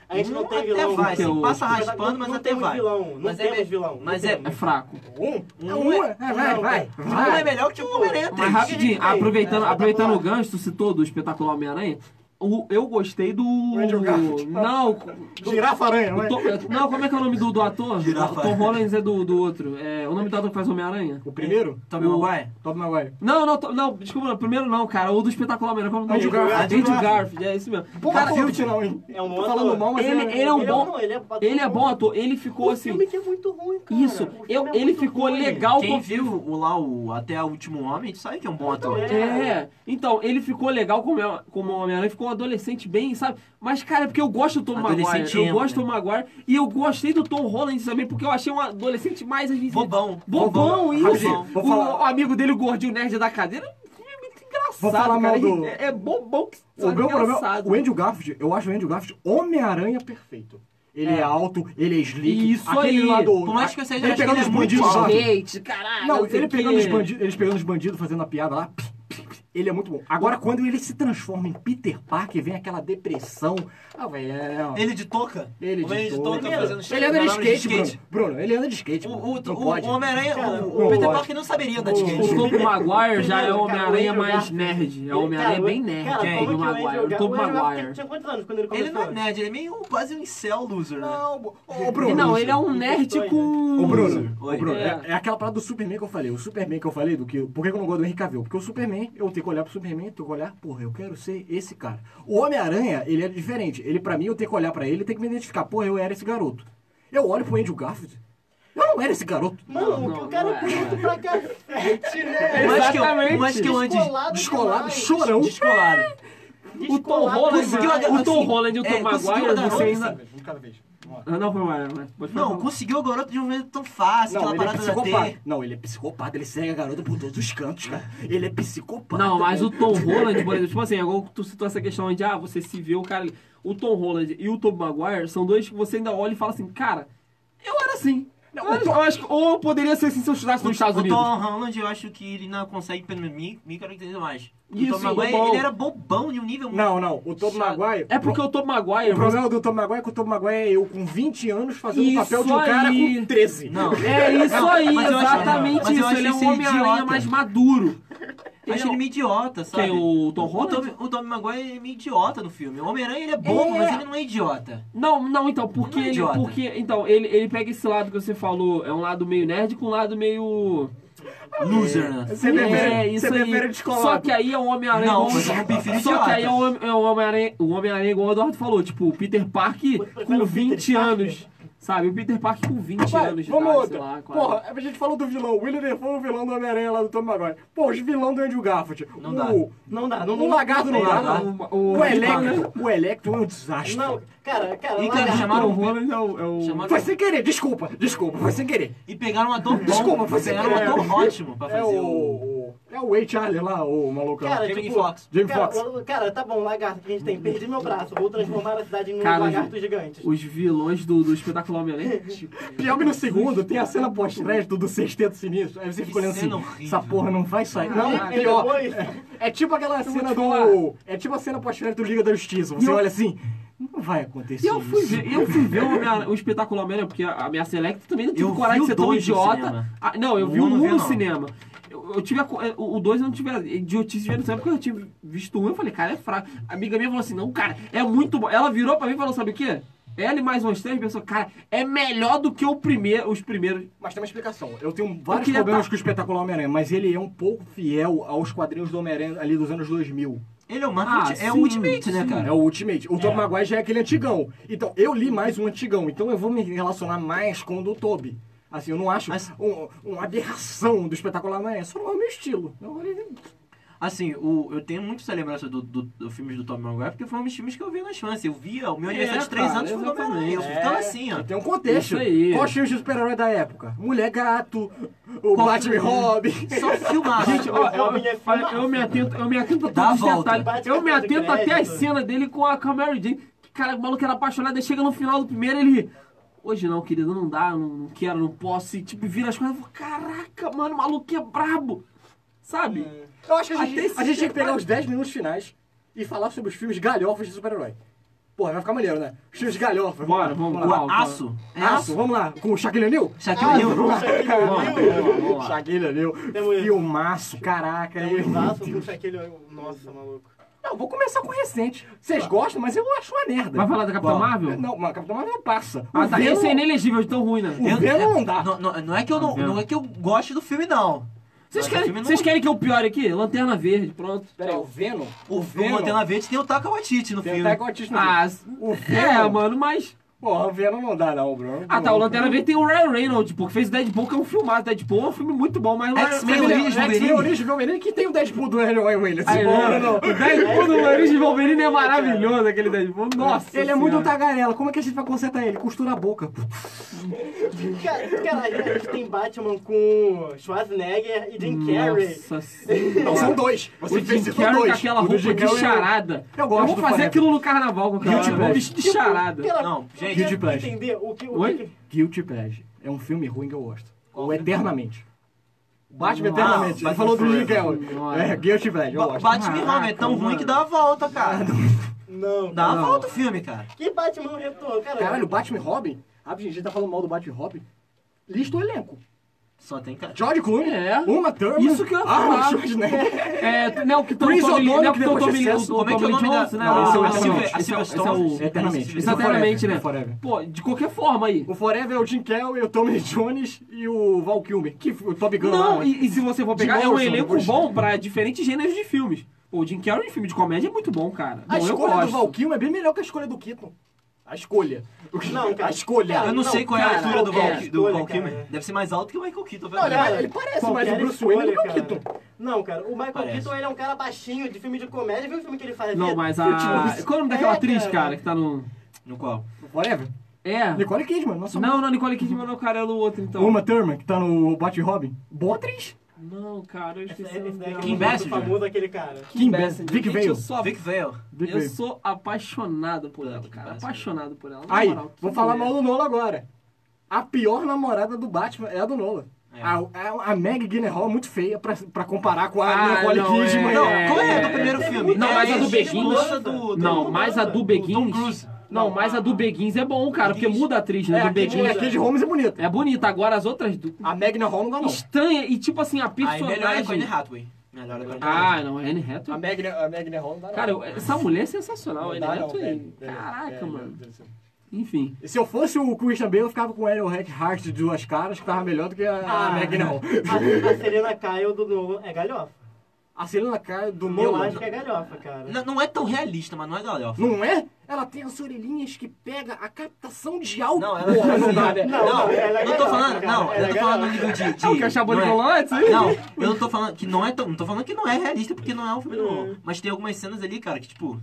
A gente
Um
não tem
até
vilão.
vai,
Porque
você
o-
passa
o espetacular
raspando, mas
não
até
temos
vai.
vilão, não
Mas
temos
é,
vilão, não
Mas é,
temos.
É fraco.
Um? É
Um
um,
é-
é, vai,
não,
vai.
um é melhor que o Homem-Aranha
Mas
3.
rapidinho,
tem,
aproveitando,
é,
aproveitando o
espetacular.
gancho, tu citou do espetacular Homem-Aranha, o- eu gostei do.
Andrew Garfield.
Não, do-
Girafa aranha,
o
né?
Tom- não, como é que é o nome do, do ator?
Girafa.
Tom Hollands é do, do outro. É, o nome do ator que faz Homem-Aranha?
O primeiro?
Tommy Maguire?
Tobey Maguire.
Não, não, to- não, desculpa, não, primeiro não, cara. O do espetacular Homem-Aranha. Como é o nome
Andrew
dele?
Garfield.
Andrew Garfield, é isso mesmo.
Pô,
Cara,
filme não, hein?
É um
Tô
outro-
falando mal, mas
ele, ele é um
Ele é
bom.
um- ele é-
Ele é bom ator, ele ficou
O
assim.
filme que é muito ruim, cara.
Isso,
O filme
eu,
é
ele
muito
ficou
ruim.
legal
Quem
com.
viu o- lá o Até o Último Homem, a gente sabe que é um bom ator.
É, então, ele ficou legal como, é- como Homem-Aranha, ficou um adolescente bem, sabe? Mas, cara, é porque eu gosto do Tom Maguire, eu
Adolescentinho,
gosto do
né?
Maguire, e eu gostei do Tom Holland também, porque eu achei um adolescente mais... às vezes,
Bobão.
Bobão, isso.
Rapidinho, vou
o,
falar.
amigo dele, o gordinho nerd da cadeira, é muito engraçado,
Vou falar
cara.
mal do-
É, é bobão que
O meu problema,
engraçado.
o Andrew Garfield, eu acho o Andrew Garfield Homem-Aranha perfeito. Ele é. alto, ele é sleek,
Isso
aquele
aí.
lá do...
Por mais que eu seja,
ele
acho que
pegando
ele
os
é muito
bandidos lá.
alto.
Skate, caralho,
Não,
Ah, sei
ele
o
pegando
quê.
os bandidos, eles pegando os bandidos fazendo a piada lá. Ele é muito bom. Agora, quando ele se transforma em Peter Parker, vem aquela depressão. Ah, velho.
Ele de touca?
Ele
O né? Homem-Aranha
de
de
touca.
tá
touca fazendo
Ele anda de
manobra
skate, Bruno. Bruno, ele anda de skate.
um O,
Bruno.
o,
Não
o- é
pode.
o Homem-Aranha,
Cara,
o,
não
o Peter
pode.
Parker não saberia andar de
O
skate.
Tobey Maguire já é
Primeiro,
o
cara,
Homem-Aranha
o Andrew
mais
Garfield-
nerd. É
Ele-
o Homem-Aranha
cara,
bem
o-
nerd.
Cara,
Quem?
como
O
que o Andrew
Maguire. O
Gar-
Tobey
o Andrew Garfield
Maguire.
Tinha quantos anos quando ele começou?
Ele não é nerd, ele é meio quase um incel loser, né?
Não, o,
E
Bruno.
Não, ele é um nerd
Dois,
com.
Ô, Bruno,
Oi.
ô, Bruno
É.
é. é aquela parada do Superman que eu falei. O Superman que eu falei, do que, por que eu não gosto do Henry Cavill? Porque o Superman, eu tenho que olhar pro Superman, tenho que olhar, porra, eu quero ser esse cara. O Homem-Aranha, ele é diferente. Ele, pra mim, eu tenho que olhar pra ele e tenho que me identificar. Porra, eu era esse garoto. Eu olho pro Andrew Garfield, eu não era esse garoto.
Mano,
Não,
o cara
não é,
é bonito pra cacete, né?
Mas que eu,
Exatamente.
mas que eu antes
Descolado
Descolado,
demais.
chorão.
descolado.
O Tom
Descolado
Holland.
demais.
Conseguiu agarrar-
O Tom
assim,
Holland e o
é,
Tom
conseguiu
Maguire,
agarrar
você
o-
ainda.
Um cada vez. Vamos lá.
Ah, Não, foi Maguire, mas pode falar.
Não, conseguiu o garoto de um jeito tão fácil,
Não,
aquela
ele é
parada da
psicopata.
T.
Não, ele é psicopata, ele segue a garota por todos os cantos, cara. Ele é psicopata.
Não, mas
velho.
o Tom Holland, por exemplo, tipo assim, agora que tu citou essa questão de, ah, você se vê o cara ali. O Tom Holland e o Tobey Maguire são dois que você ainda olha e fala assim, cara, eu era assim.
Não,
Eu
o
era-
Tom-
eu acho que- ou eu poderia ser assim se eu estudasse nos Estados
o
Unidos.
Tom Holland, eu acho que ele não consegue pelo menos, me, me caracterizar mais.
Isso,
o Tom Maguire,
bobão.
ele era bobão de um nível
Não, não, o Tobey Maguire...
É porque o Tobey Maguire...
O problema do Tom Maguire é que o Tom Maguire é eu com 20 anos fazendo o
Isso
papel de um cara
aí.
com 13.
Não.
É isso aí,
mas eu acho-
exatamente
mas eu
isso.
acho
Ele é
esse
um Homem-Aranha
idiota.
mais maduro.
Eu Acho ele meio idiota, sabe?
Quem, o Tom
O
Holland?
Tobey o Tobey Maguire é meio idiota no filme. O Homem-Aranha ele é bom,
É.
mas ele não é idiota.
Não, não, então, porque
Não é
ele,
idiota.
porque, então, ele, ele pega esse lado que você falou, é um lado meio nerd com um lado meio...
Loser, né?
Você
é,
prefere,
isso
você prefere
aí.
descolar.
Só que aí é um Homem-Aranha
Não,
igual-
mas eu não prefiro
Só que
idiota.
aí é um Homem- é um Homem-Aranha um Homem igual o Eduardo falou, tipo, o Peter Park
prefere o
com
Peter
20
Parker?
anos. Sabe, o Peter Park com 20
Vai,
anos de
vamos
idade,
outra.
sei lá, quase.
Porra, a gente falou do vilão. O William Defoe é o vilão do Homem-Aranha lá do Tom Maguire. Pô, os vilão do Andrew Garfield.
Não
o,
dá.
Não dá, não
O lagardo não
dá.
né? O, o,
O
né?
Electro, o Electro é um desastre.
Não, cara, cara,
E, cara,
lagarto-
chamaram
o Roland é o... é o-
Chamaram-
Foi sem querer, desculpa, desculpa, foi sem querer.
E pegaram um ator bom.
Desculpa, você-
pegaram um
é.
ator ótimo pra fazer
É
o...
o. É o Way Charlie lá, o malucão.
É,
Cara,
Jamie
tipo,
Foxx.
Jamie
cara,
Foxx.
o- Cara, tá bom, lagarto que a gente tem. Perdi meu braço, vou transformar a cidade em um
Cara,
lagarto
gente,
gigante.
Os vilões do, do espetacular Homem-Aranha. Tipo,
Pior que no segundo tem a cena pós-crédito do Sexteto Sinistro. Aí você
Que
fica olhando assim,
cena horrível.
essa porra não vai sair. Não,
E
pior.
depois-
É tipo aquela
vou
cena
te falar.
do. É tipo a cena pós-crédito do Liga da Justiça. Você
E eu-
olha assim, não vai acontecer
E eu fui
isso.
ver, eu fui ver o, Homem-Aranha- o espetacular Homem-Aranha, porque a minha Selecta também não tive
Eu
coragem
vi
de
o
ser tão
dois no
idiota.
cinema.
Ah, não, eu
O
vi
um
o
não
1
vi,
no
não.
cinema. Eu, eu tive a, co- o 2 eu não tive a idiotice de ver no cinema, porque eu tinha visto um eu falei, cara, é fraco. A amiga minha falou assim, não, cara, é muito bom. Ela virou pra mim e falou, sabe o quê? Ela e mais umas três pessoas, cara, é melhor do que o primeiro, os primeiros.
Mas tem uma explicação. Eu tenho vários
queria
problemas
tá-
com o espetacular Homem-Aranha, mas ele é um pouco fiel aos quadrinhos do Homem-Aranha ali dos anos 2000.
Ele é o Marvel,
Ah,
é o
sim,
Ultimate, né,
sim.
cara?
É o Ultimate. O Tobey Maguire já é aquele antigão. Então, eu li mais um antigão. Então, eu vou me relacionar mais com o do Toby. Assim, eu não acho
Mas-
um- uma aberração do espetacular Homem-Aranha. Só não é o meu estilo. Eu olhei-
Assim, o, eu tenho muito essa lembrança do, do, do filmes do Tom Maguire, porque foi um dos filmes que eu vi na infância. Eu via, o meu aniversário de 3
É, cara,
anos foi o
exatamente.
Homem-Aranha. Eu ficava assim, ó.
Tem um contexto.
Isso aí.
Qual filme de super-herói da época? Mulher Gato, o
Qual
Batman e
filme?
Robin.
Só filmava.
É. Gente, ó,
o
eu,
Robin é
olha,
filmaço.
eu me atento, eu me atento a
Dá a
todos os
volta.
detalhes.
Bate
Eu me
cartão de
atento até a
crédito.
cena dele com a, com a Mary Jane. Que, Cara, o maluco era apaixonado, aí chega no final do primeiro ele. Hoje não, querido, não dá, não, não quero, não posso. E tipo, vira as coisas e fala, caraca, mano, o maluco é brabo. Sabe?
É.
Eu acho que a
Até
gente,
esse
a gente tinha que
detalhe.
pegar os 10 minutos finais e falar sobre os filmes galhofas de super-herói. Porra, vai ficar maneiro, né? Os filmes galhofas.
Bora, vamos,
lá.
vamos.
Aço. É
Aço,
aço.
vamos lá. Com o Shaquille O'Neal?
Shaquille O'Neal.
Vamos lá.
Shaquille O'Neal.
Temos-
Filmaço, caraca.
Tem
eu-
um laço com aquele. Nossa, maluco.
Não, vou começar com o recente. Vocês gostam, mas eu acho uma merda.
Tá. Vai falar da Capitã
Bom,
Marvel?
Não, mas a Capitã Marvel passa.
Ah,
O
tá.
Venom-
Esse é inelegível, de tão ruim, né?
O
Eu-
Venom não dá.
Não, não, não é que eu não,
Tá vendo?
não é que eu goste do filme, não. Mas
Vocês
o
querem,
filme não- é.
vocês querem que eu piore aqui? Lanterna Verde, pronto.
Peraí, o Venom?
O filme Lanterna Verde tem o Taka Waititi no
Tem
filme.
até gotismo.
Ah,
O
é,
Venom?
mano, mas.
Porra, o Venom não dá não, Bruno.
Ah tá, o Lanterna Verde tem o Ryan Reynolds, pô, que fez Deadpool, que é um filmado. Deadpool é um filme muito bom, mas... o é Ryan-
X-Men
mas ele-
Origins
X-Men
Wolverine.
Origem Wolverine que tem o Deadpool do Harry Williams.
Aí,
Porra,
não.
não.
O Deadpool do Origins Wolverine é maravilhoso, aquele Deadpool. Nossa
Ele é muito
Senhora.
tagarela. Como é que a gente vai consertar ele? Costura a boca.
Cara, cara, a gente tem Batman com Schwarzenegger e Jim Carrey.
Nossa senhora.
Não, são dois.
O
Você fez
Jim
isso
Carrey com
dois.
aquela
O do
roupa
Jim
de
Carrey é-
charada.
Eu gosto
vou
do
fazer
Forever.
aquilo no carnaval com aquela
Guilty
hora,
Pleasure.
vestido de charada.
Cara,
Não, gente,
eu
de
quero
plástico.
entender o que. O
Oi?
que
Guilty Pleasure. É um filme ruim que eu gosto. Ou Eternamente. Batman
Nossa,
eternamente. Ele
Batman
falou do Jim
Forever.
Carrey.
Nossa.
É, Guilty Pleasure, eu
Ba
gosto.
Batman e Robin é tão
Caraca,
ruim que dá a volta, cara.
Não.
Dá a
Não.
volta o filme, cara.
Que Batman retorno, caralho.
Caralho, Batman e Robin? Ah, gente, a gente tá falando mal do Batman e Robin. Lista o elenco.
Só tem cara.
George Clooney,
É.
Uma Thurman.
Isso que eu ia falar.
Ah, Schwarzenegger.
É, t- não, que tem o
Chris
Tommy Lee,
O'Donnell,
não,
que
que tem o
depois
Tommy
de
Lee, o
sucesso-
Como é que é o
Tommy
nome
Jones,
da-
né?
Não,
o-
esse é o-
o-
esse é o-
esse é o-
esse é
esse
o
é o-
Stones.
Eternamente.
Isso é eternamente, né?
Forever.
Pô, de qualquer forma aí.
O Forever é o Jim Carrey, o Tommy Lee Jones e o Val Kilmer. Que f- o Top Gun lá,
Não,
né?
e, e se você for
De
pegar, é um
Morrison,
elenco
depois.
bom pra diferentes gêneros de filmes. Pô, o Jim Carrey em filme de comédia é muito bom, cara.
A
Bom, eu
escolha do
gosto.
Val Kilmer é bem melhor que a escolha do Keaton. A escolha.
Não, cara.
A escolha.
Eu não, sei qual é a
cara,
altura do
qualquer
Val do
escolha,
Val
cara.
Kilmer. Deve ser mais alto que o Michael Keaton, velho.
Olha,
Cara,
ele parece
qualquer
mais o Bruce
escolha,
Wayne do que o
cara.
Keaton.
Não, cara, o Michael
Parece.
Keaton ele é um cara baixinho, de filme de comédia. Viu o filme que ele faz?
Não, mas a. Qual é o nome daquela
É,
atriz,
cara.
cara, que tá no.
No qual?
Forever.
É.
Nicole Kidman, nossa
Não, não, Nicole Kidman não, cara, é o outro, então.
Uma Thurman, que tá no Batman e Robin. Botriz?
Não, cara, eu esqueci. o nome
Esse é
dela.
Kim
Kim
Messenger.
famoso aquele cara.
Kim
Kim
Basinger.
Vic
Gente,
Vale.
eu sou a-
Vic Vale.
Dick
Eu
Grayson.
sou apaixonado por ela,
Puta que
cara.
pariu.
Apaixonado por ela. na
Aí,
moral, que
vou falar
mulher.
mal do Nola agora. A pior namorada do Batman é a do Nola.
É.
A, a, a Meg Gyllenhaal é muito feia pra, pra comparar com a
Ah,
Nicole
não,
Kidman.
é.
Não,
É.
qual é a do primeiro
É.
filme?
Não, mas a do Beguins-
Beguins.
Não, mas a do Beguins.
Tom Cruise.
Não, mas a do Beguins é bom, cara, porque muda a atriz, né?
É,
do
a Kid-
Beguins.
a Kid Holmes é bonita.
É bonita. Agora as outras. Du...
A Meg Gyllenhaal não dá, não.
Estranha e tipo assim, a
Aí melhor é com a Anne
personagem.
Hathaway. Melhor é com a Anne Hathaway.
Ah, não, a Anne Hathaway.
A Meg a Meg Gyllenhaal não dá, não.
Cara, eu- essa mulher é sensacional,
Não
a Anne
dá, não,
Hathaway.
velho. É,
Caraca,
é,
mano.
meu Deus do céu.
Enfim.
E Se eu fosse o Christian Bale, eu ficava com o Ariel Hart de duas caras, que tava melhor do é que a, a
Ah.
Meg Gyllenhaal.
A, a Serena Kyle do Nolan é galhofa.
A Selena Kyle do
Eu
Nolan
acho que é galhofa, cara.
Não, não é tão realista, mas não é galhofa.
Não é? Ela tem as orelhinhas que pega a captação de álcool.
Não, ela
Porra, não dá, né?
Não,
não, ela é
eu tô
galhofa,
falando,
cara,
não,
ela é
eu tô falando no
galhofa.
nível de. de
o que achar
não é-
bonicolante?
Não, eu não tô falando que não é tão. Não tô falando que não é realista, porque não é um filme do
Hum.
Nolan. Mas tem algumas cenas ali, cara, que tipo.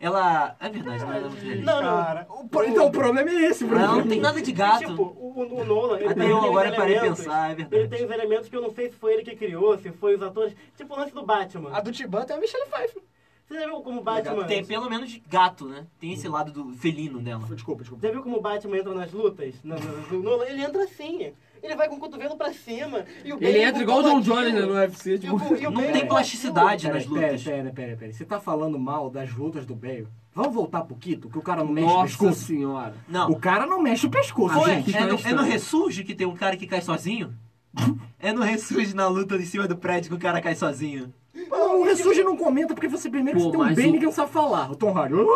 Ela. É verdade, não é muito realista.
Não, não.
Cara, o pro- então o problema é esse, Bruno.
Ela não tem nada de
Tipo,
gato.
o, o- o Nolan, ele
Até
tem
eu
aqueles
agora parei de
elementos-
pensar, é verdade.
Ele tem os elementos que eu não sei se foi ele que criou, se foi os atores. Tipo o lance do Batman.
A do Tiban tem a Michelle Pfeiffer.
Você já viu como o Batman...
Tem pelo menos de gato, né? Tem esse lado do felino dela.
Desculpa, desculpa.
Já viu como o Batman entra nas lutas? No, no- no- no- ele entra assim. Ele vai com o cotovelo pra cima. E o
Ele
Bane
entra
com
igual o
tudo
John
aqui.
Jones né, no UFC, tipo.
E o- e o
Não
Bane
tem
com
plasticidade.
aquilo.
Pera,
nas
pera,
lutas.
pera, pera, pera. Você tá falando mal das lutas do Bale? Vamos voltar pro Quito, que o cara não mexe o
Nossa
pescoço.
senhora.
Não.
O cara não mexe o pescoço,
Ué,
gente.
gente
é, no,
tá
é no
estranho.
Ressurge que tem um cara que cai sozinho? É no Ressurge na luta em cima do prédio que o cara cai sozinho.
Não, o Ressurge não comenta porque você primeiro
Pô,
você tem um
mas
Bane
o-
que não sabe falar. O Tom Hardy. Uh!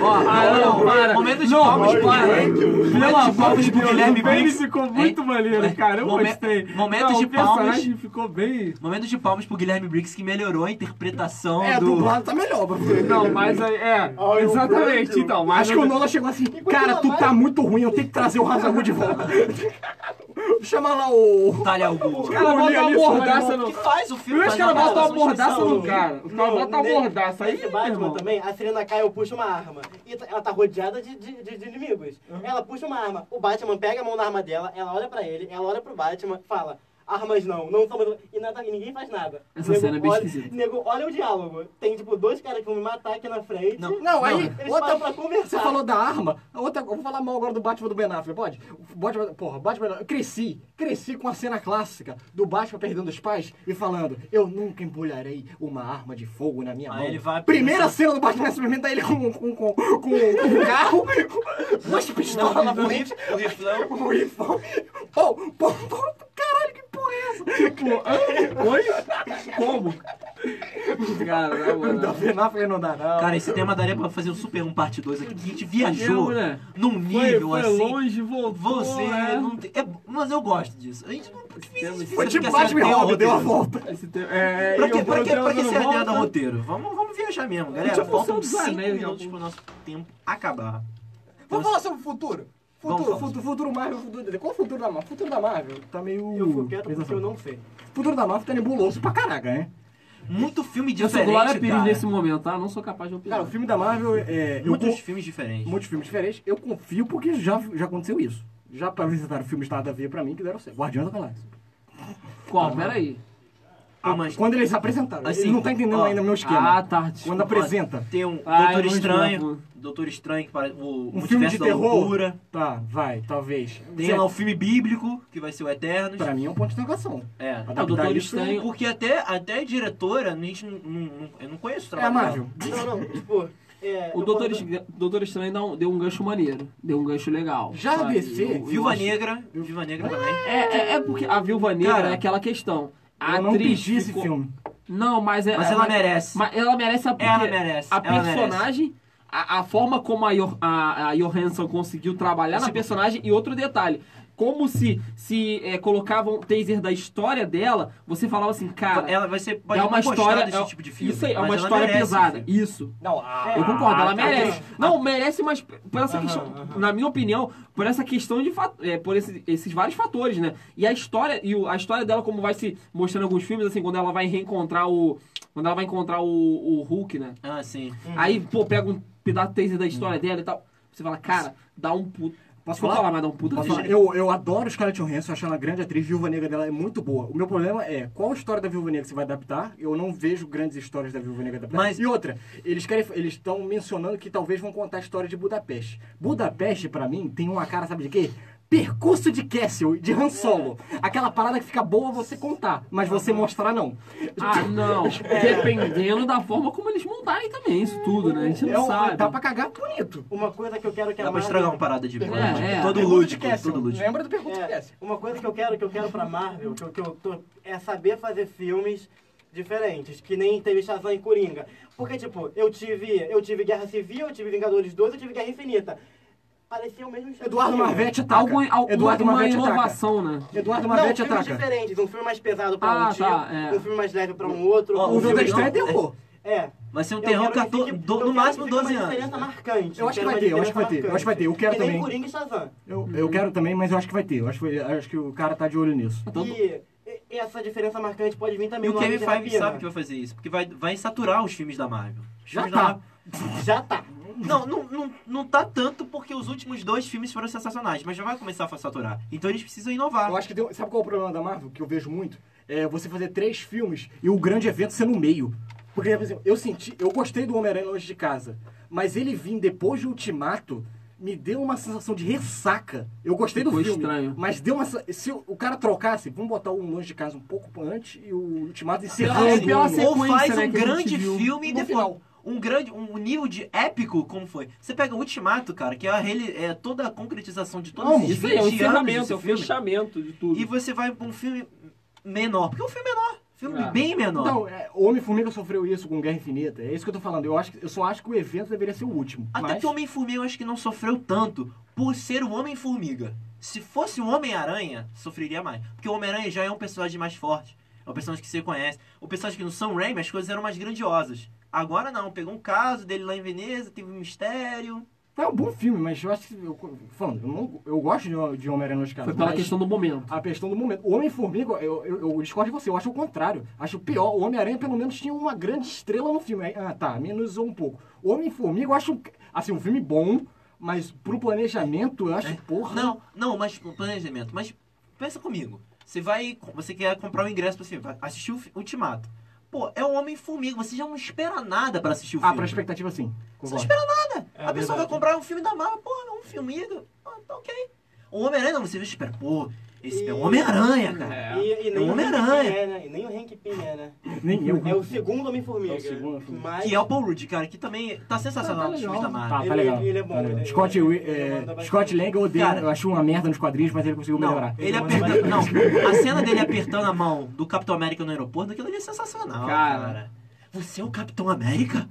Ó,
Ah, não, para.
momento de
Não,
palmas
para.
para. Momento de palmas pro Guilherme
Ele
Briggs.
ficou muito
É.
maneiro, cara. Eu
Momen-
gostei.
momentos
Não,
de
o personagem
palmas.
ficou bem.
Momento de palmas pro Guilherme Briggs que melhorou a interpretação
É, a
do.
dublado tá melhor, Bruno.
Não, mas aí-
Ah,
é.
Olha o
exatamente,
Brando.
então. Mas
Acho que o Nola chegou assim, cara, tu tá muito ruim, eu tenho que trazer o Razagul de volta. Chama lá o.
Talha Augusto.
Os caras
Olha
botam uma
ali,
bordaça
olha,
no.
que faz o filme?
Primeiro
faz
os caras
uma
botam uma
relação de
bordaça no
estação.
cara. Os caras botam uma
ne-
bordaça. Aí,
nesse
meu
Batman
irmão.
também, a Serena Kyle puxa uma arma. E tá- ela tá rodeada de, de- de- de inimigos. Ela puxa uma arma. O Batman pega a mão na arma dela, ela olha pra ele, ela olha pro Batman, fala. Armas não, não são. E, nada, e ninguém faz nada.
Essa cena é bem
olha,
esquisita.
Nego, olha o diálogo. Tem, tipo, dois caras que vão me matar aqui na frente.
Não,
Não, aí,
Eles
outra.
param pra conversar.
Você falou da arma, a outra. Eu vou falar mal agora do Batman do Ben Affleck, pode? O Batman, porra, Batman. Eu cresci, cresci com a cena clássica do Batman perdendo os pais e falando: Eu nunca empunharei uma arma de fogo na minha
Aí
mão.
ele vai-
Primeira cena do Batman Superman, tá ele com, com, com, com, com um carro, com umas
Não,
pistolas na
o
frente.
rif- o riflão.
O uniforme. Pô, pô, pô, caralho, que porra é essa?
Tipo, hã? oi? Como? Cara, na
Não,
moral.
Ben Affleck não dá, não.
Cara, esse tema daria pra fazer um super um parte 2 aqui. porque A gente
Eu,
viajou
né?
num
Foi,
nível
foi
assim.
longe, voltou.
Você
né?
não tem. É, mas eu gosto disso. A gente não difícil, difícil,
Foi
porque
tipo
essa
Batman e
ideia é
Robin, deu a
roteiro.
volta.
Esse te... é,
Pra
e
que,
o
pra que,
Brando
pra que
é
não
essa ideia
volta?
um do roteiro? Vamos, vamos viajar mesmo, galera.
Tinha
Faltam
função dos
5
anéis,
minutos
né?
pro nosso tempo acabar.
Vamos falar sobre o futuro?
Vamos
Futuro,
falar.
futuro, futuro Marvel, futuro DC. Qual é o futuro da Marvel? Futuro da Marvel tá meio...
Eu fui quieto porque eu não sei.
Futuro da Marvel tá nebuloso pra caraca, né?
Muito filme
Eu sou
diferente.
Glória Pires
cara.
nesse momento, tá? Não sou capaz de opinar.
Cara, o filme da Marvel é... eu
Muitos
con-
filmes diferentes.
Muitos filmes diferentes. Eu confio porque já, já aconteceu isso. Já apresentaram filmes nada a ver pra mim que deram certo. Guardião da Galáxia.
Qual? Pera aí.
Pô, mas
Quando eles apresentaram.
Assim,
ele não tá entendendo
ó,
ainda o meu esquema.
Ah, tá. desculpa.
Quando apresenta.
tem um
Ah, eu
Doutor
não
Estranho,
julgo.
Doutor Estranho, que para o
Um
Multiverso
filme de
da
terror?
Loucura.
Tá, vai, talvez.
Tem
Zé,
é
lá o filme bíblico, que vai ser o Eternos.
Pra mim é um ponto de interrogação.
É.
Ah, o Doutor
Adaptar isso-
Estranho.
Porque até, até a diretora, a gente não, não- não- eu não conheço
É
o
a
trabalho
Marvel.
Não, não, tipo... É,
O
eu
Doutor,
posso-
Estranho- Doutor Estranho dá um- deu um gancho maneiro. Deu um gancho legal.
Já a
sabe?
DC,
Eu- eu
dela. Viúva
acho-
Negra, Viúva Negra também.
É, é, é porque a Viúva Negra
Cara,
é aquela questão. A
Eu não
atriz
pedi esse
ficou-
filme.
Não, mas é.
Mas ela merece.
Mas ela merece a porque
Ela merece,
A
ela
personagem. A, a forma como a, Joh- a, a Johansson conseguiu trabalhar na personagem e outro detalhe. Como se se é, colocavam teaser da história dela, você falava assim, cara,
ela vai ser pode
é uma
não gostar
história.
desse
é-
tipo de filme.
isso aí, é
mas
uma
ela
história
merece ah,
pesada.
esse filme.
Isso.
Não, a...
Eu concordo, ela
a-
merece. Não, merece, mas por essa
Aham,
questão,
aham.
na minha opinião, por essa questão de fat- é, por esse- esses vários fatores, né? E a história, e o- a história dela, como vai se mostrando em alguns filmes, assim, quando ela vai reencontrar o. Quando ela vai encontrar o, o Hulk, né?
Ah, sim.
Aí, pô, pega um pedaço teaser da história
Uhum.
dela e tal. Você fala, cara, dá um puto.
Posso
Vou
falar?
mas dá um puto.
Posso falar? Eu, eu adoro Scarlett Johansson, acho ela uma grande atriz, Viúva Negra dela é muito boa. O meu problema é, qual história da Viúva Negra você vai adaptar? Eu não vejo grandes histórias da Viúva Negra adaptadas.
Mas-
E outra, eles querem, eles estão mencionando que talvez vão contar a história de Budapeste. Budapeste, pra mim, tem uma cara, sabe de quê? Percurso de Castle, de Han Solo. Aquela parada que fica boa você contar, mas você mostrar não.
Ah, não.
É.
Dependendo da forma como eles montarem também, isso tudo, né? A gente
É
não
um-
sabe.
Dá pra cagar bonito.
É Uma coisa que eu quero que a
Dá pra
Marvel-
um
estragar uma parada de
É, é.
Percurso
Todo
de
lúdico,
Castle.
todo lúdico.
Lembra do Percurso de
É,
Castle.
uma coisa que eu quero, que eu quero pra Marvel, que eu, que eu tô, é saber fazer filmes diferentes, que nem teve Shazam e Coringa. Porque, tipo, eu tive, eu tive Guerra Civil, eu tive Vingadores 2, eu tive Guerra Infinita. Parecia o mesmo filme.
Eduardo Marvetti ataca.
Algum, algum,
Eduardo
uma
Marvetti ataca.
inovação, né?
Eduardo
Não,
Marvetti
filmes
ataca.
diferentes. Um filme mais pesado pra
Ah,
um time,
tá, é.
um filme mais leve pra um outro.
Ó,
um
O Viúva
filme...
Não,
Estranha é
é-
terror.
É.
Vai ser um
Eu
terror
quero que
14,
fique-
do-
eu
no
quero
máximo
que fique
12
uma
anos.
diferença marcante.
Eu acho que
quero
vai
uma
ter, eu acho que vai
diferença
ter, eu acho que vai ter. Eu
marcante.
quero
que nem
também. Tá
Coringa e Shazam.
Eu, eu quero também, mas eu acho que vai ter. Eu acho, que- acho que o cara tá de olho nisso.
E e- essa diferença marcante pode vir
E
também
o
no
Kevin
Homem de
Feige
Rapina.
sabe que vai fazer isso, porque vai, vai saturar os filmes da Marvel. Os
Já
filmes
tá.
da Marvel-
Já tá.
Não, não, não, não tá tanto porque os últimos dois filmes foram sensacionais, mas já vai começar a saturar. Então eles precisam inovar.
Eu acho que deu, sabe qual é o problema da Marvel, que eu vejo muito? É você fazer três filmes e o grande evento ser no meio. Porque, por exemplo, eu senti, eu gostei do Homem-Aranha Longe de Casa, mas ele vir depois de Ultimato me deu uma sensação de ressaca. Eu gostei do
Ficou
filme,
estranho.
mas deu uma sen- se o o cara trocasse, vamos botar um Longe de Casa um pouco antes e o Ultimato
Ou-
encerrando.
Pela-
o filme.
pela
Assim, ou
é sequência,
faz
né,
um
que a gente
grande
viu
filme e
no
depois.
final.
Um grande. Um nível de épico, como foi? Você pega o Ultimato, cara, que é, a rele- é toda a concretização de todos
Não,
esses
Isso aí é
20
um
anos desse
encerramento, é um
filme.
fechamento de tudo.
E você vai pra um filme menor. Porque é um filme menor. Filme
É.
bem menor.
Então, é, Homem-Formiga sofreu isso com Guerra Infinita. É isso que eu tô falando. Eu, acho que- eu só acho que o evento deveria ser o último.
Até
mas...
que o Homem-Formiga eu acho que não sofreu tanto por ser o Homem-Formiga. Se fosse o Homem-Aranha, sofreria mais. Porque o Homem-Aranha já é um personagem mais forte. É um personagem que você conhece. O personagem que no Sam Raimi as coisas eram mais grandiosas. Agora não, pegou um caso dele lá em Veneza, teve um mistério.
É um bom filme, mas eu acho que. Eu, falando, eu, não- eu gosto de, de Homem-Aranha nos casos.
Foi pela
mas
questão do momento.
A questão do momento. O Homem-Formiga, eu, eu, eu discordo de você, eu acho o contrário. Acho pior. O Homem-Aranha, pelo menos, tinha uma grande estrela no filme. Aí, Ah, tá, minimizou um pouco. O Homem-Formiga, eu acho. Assim, um filme bom, mas pro planejamento, eu acho, porra.
Não, não, mas o planejamento. Mas pensa comigo. Você vai. Você quer comprar o ingresso pro filme, vai assistir o fi- Ultimato. Pô, é o Homem-Formiga, você já não espera nada pra assistir o
Ah,
filme.
pra expectativa, sim.
Você
Concordo.
não espera nada.
É
a pessoa
verdade.
vai comprar um filme da Marvel, porra, um filmiga. Ah, tá ok. O Homem-Aranha não, você espera, pô, esse é o
E-
Homem-Aranha, cara.
E, e nem
É o
o
Homem-Aranha.
Hank Pym é, né? E nem o Hank Pym é, né?
Nem eu.
É o segundo Homem-Formiga.
É o segundo Homem-Formiga.
Mas
Que é o Paul Rudd, cara, que também tá sensacional
Ah, tá
nos filmes da
legal.
Marvel.
Tá, tá
Ele-
legal.
ele é bom,
tá legal.
ele-
Scott,
ele-
eh,
ele manda bastante.
Scott Lang eu odeio,
Cara-
eu acho uma merda nos quadrinhos, mas ele conseguiu
Não,
melhorar.
ele
Ele manda
apertando,
bem.
não, a cena dele apertando a mão do Capitão América no aeroporto, aquilo ali é sensacional, cara.
Cara.
Você é o Capitão América?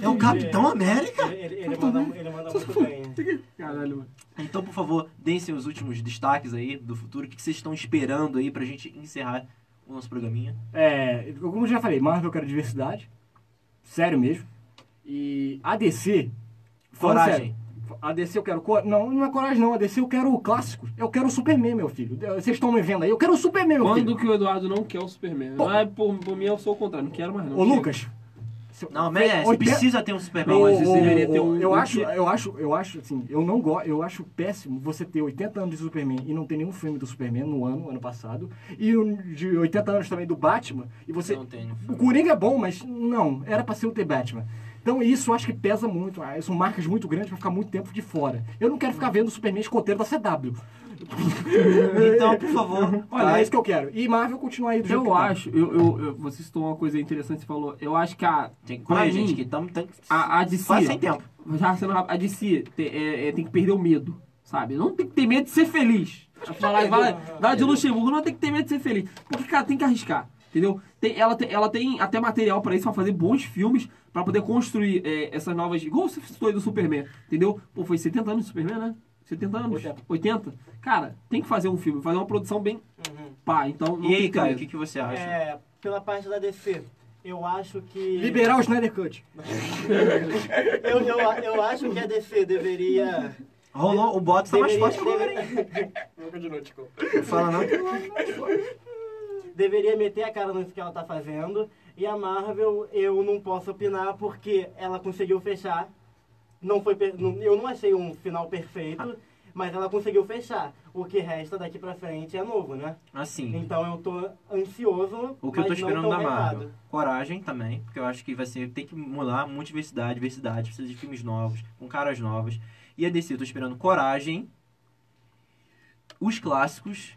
É o Capitão América?
Ele, ele, ele manda, ele manda muito bem. né?
Caralho, mano.
Então, por favor, deem seus últimos destaques aí do futuro. O que vocês estão esperando aí pra gente encerrar o nosso programinha?
É, como eu já falei, Marvel eu quero diversidade. Sério mesmo. E ADC.
Coragem.
ADC eu quero. cor- Não, não é coragem, não. ADC eu quero o clássico. Eu quero o Superman, meu filho. Vocês estão me vendo aí? Eu quero o Superman, meu
Quando
filho.
que o Eduardo não quer o Superman?
Pô.
Não é por, por mim, eu sou o contrário. Não quero mais não.
Ô,
Chega.
Lucas, se-
Não, merece.
80
Precisa ter um Super
Não,
Bowl.
mas isso
o-
deveria
o-
ter um-
eu
um
acho,
que-
eu acho, eu acho assim, eu não gosto, eu acho péssimo você ter 80 anos de Superman e não ter nenhum filme do Superman no ano, ano passado, e um de 80 anos também do Batman, e você
Não tem no
o
filme.
Coringa é bom, mas não, era pra ser o The Batman. Então isso eu acho que pesa muito, ah, são marcas muito grandes pra ficar muito tempo de fora. Eu não quero ficar vendo o Superman escoteiro da CW.
Então, por favor.
Olha, é isso que eu quero. E Marvel continuar aí do jeito que
Eu
tá.
acho, eu, eu, eu, você citou uma coisa interessante, você falou, eu acho que a,
Tem que
Pra
correr,
mim,
gente, que estamos tem que...
a, a DC...
Quase sem tempo.
Já sendo rápido, ah, a DC te- é- é, tem que perder o medo, sabe? Não tem que ter medo de ser feliz. Falar, falar, dá de Luxemburgo, não tem que ter medo de ser feliz. Porque, cara, tem que arriscar, entendeu? Tem, ela, tem, ela tem até material pra isso, pra fazer bons filmes, pra poder construir é, essas novas... Igual você citou aí do Superman, entendeu? Pô, foi 70 anos do Superman, né? 70 anos? 80.
80.
Cara, tem que fazer um filme, fazer uma produção bem
Uhum.
pá. Então, não
E
tem
aí,
que ter
Caio, o
medo.
que, que você acha?
É, pela parte da DC, eu acho que...
Liberar o Snyder Cut.
Eu, eu, eu acho que a DC deveria...
Rolou, o Bottas tá mais
deveria- né?
forte que o Wolverine.
deve-
Nunca de noite, desculpa.
Não fala né? não.
deveria meter a cara nisso que ela tá fazendo. E a Marvel, eu não posso opinar porque ela conseguiu fechar. Não foi, per- não- eu não achei um final perfeito, mas ela conseguiu fechar. O que resta daqui pra frente é novo, né?
Assim,
Então eu tô ansioso,
o que eu tô
mas
esperando
não
da
tão
Marvel?
hypado.
Coragem também, porque eu acho que vai ser. Tem que mudar muito diversidade, diversidade, precisa de filmes novos, com caras novas. E a DC, eu tô esperando coragem, os clássicos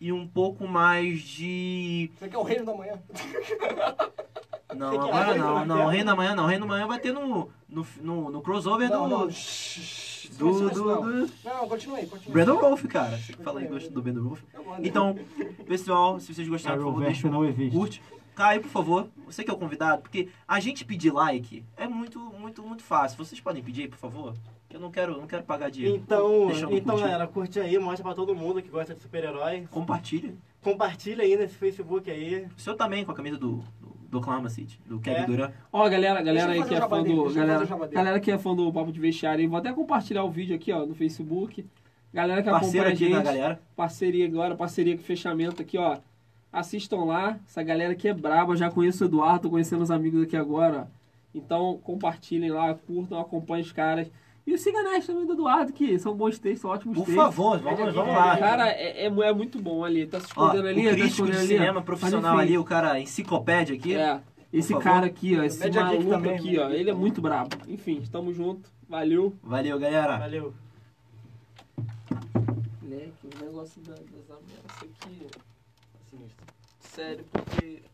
e um pouco mais de.
Você quer é o reino da manhã?
Não,
Você quer
agora
mais
não,
uma
não.
tela?
Reino da Manhã não. Reino da Manhã vai ter no, no, no, no crossover
Não,
do.
não.
Do,
Não,
do,
não.
do,
Não, não, continua aí, continua.
Brandon Rolf, cara. Você que fala aí gosta do Brandon Rolf. Então, pessoal, se vocês gostaram, por favor, deixa um
não existe.
curte. Caio, por favor, você que é o convidado, porque a gente pedir like é muito, muito, muito fácil. Vocês podem pedir, por favor? Eu não quero, não quero pagar dinheiro.
Então,
Deixa eu não
então
curtir.
galera, curte aí, mostra pra todo mundo que gosta de super-herói.
Compartilha.
Compartilha aí nesse Facebook aí.
O senhor também com a camisa do, do, do Oklahoma City, do Kevin
É.
Durant.
Ó, galera, galera
Deixa eu
aí que
fazer
é
o jabá
fã
dele,
do.
deixa eu
Galera,
fazer o jabá dele.
galera que é fã do Papo de Vestiário aí, vou até compartilhar o vídeo aqui, ó, no Facebook. Galera que
Parceiro
acompanha a
aqui
gente.
da galera.
Parceria agora, parceria com fechamento aqui, ó. Assistam lá. Essa galera que é braba, já conheço o Eduardo, tô conhecendo os amigos aqui agora, ó. Então compartilhem lá, curtam, acompanhem os caras. E siga a Nerd também do Eduardo, que são bons textos, são ótimos
Por
textos.
favor, vamos, vamos lá.
Cara, é, é, mu- é muito bom ali. Tá se
Ó,
escondendo ali,
o
tá se
crítico
escondendo
de
ali.
cinema
ó.
profissional
Mas, enfim,
ali, o cara enciclopédia aqui.
é, esse
favor.
cara aqui, ó, esse
Média Geek
maluco
também,
aqui,
Média
ó, ele é muito brabo. Enfim, estamos junto. Valeu.
Valeu, galera.
Valeu.
Moleque, o negócio das ameaças aqui.
Sinistro. Sério, porque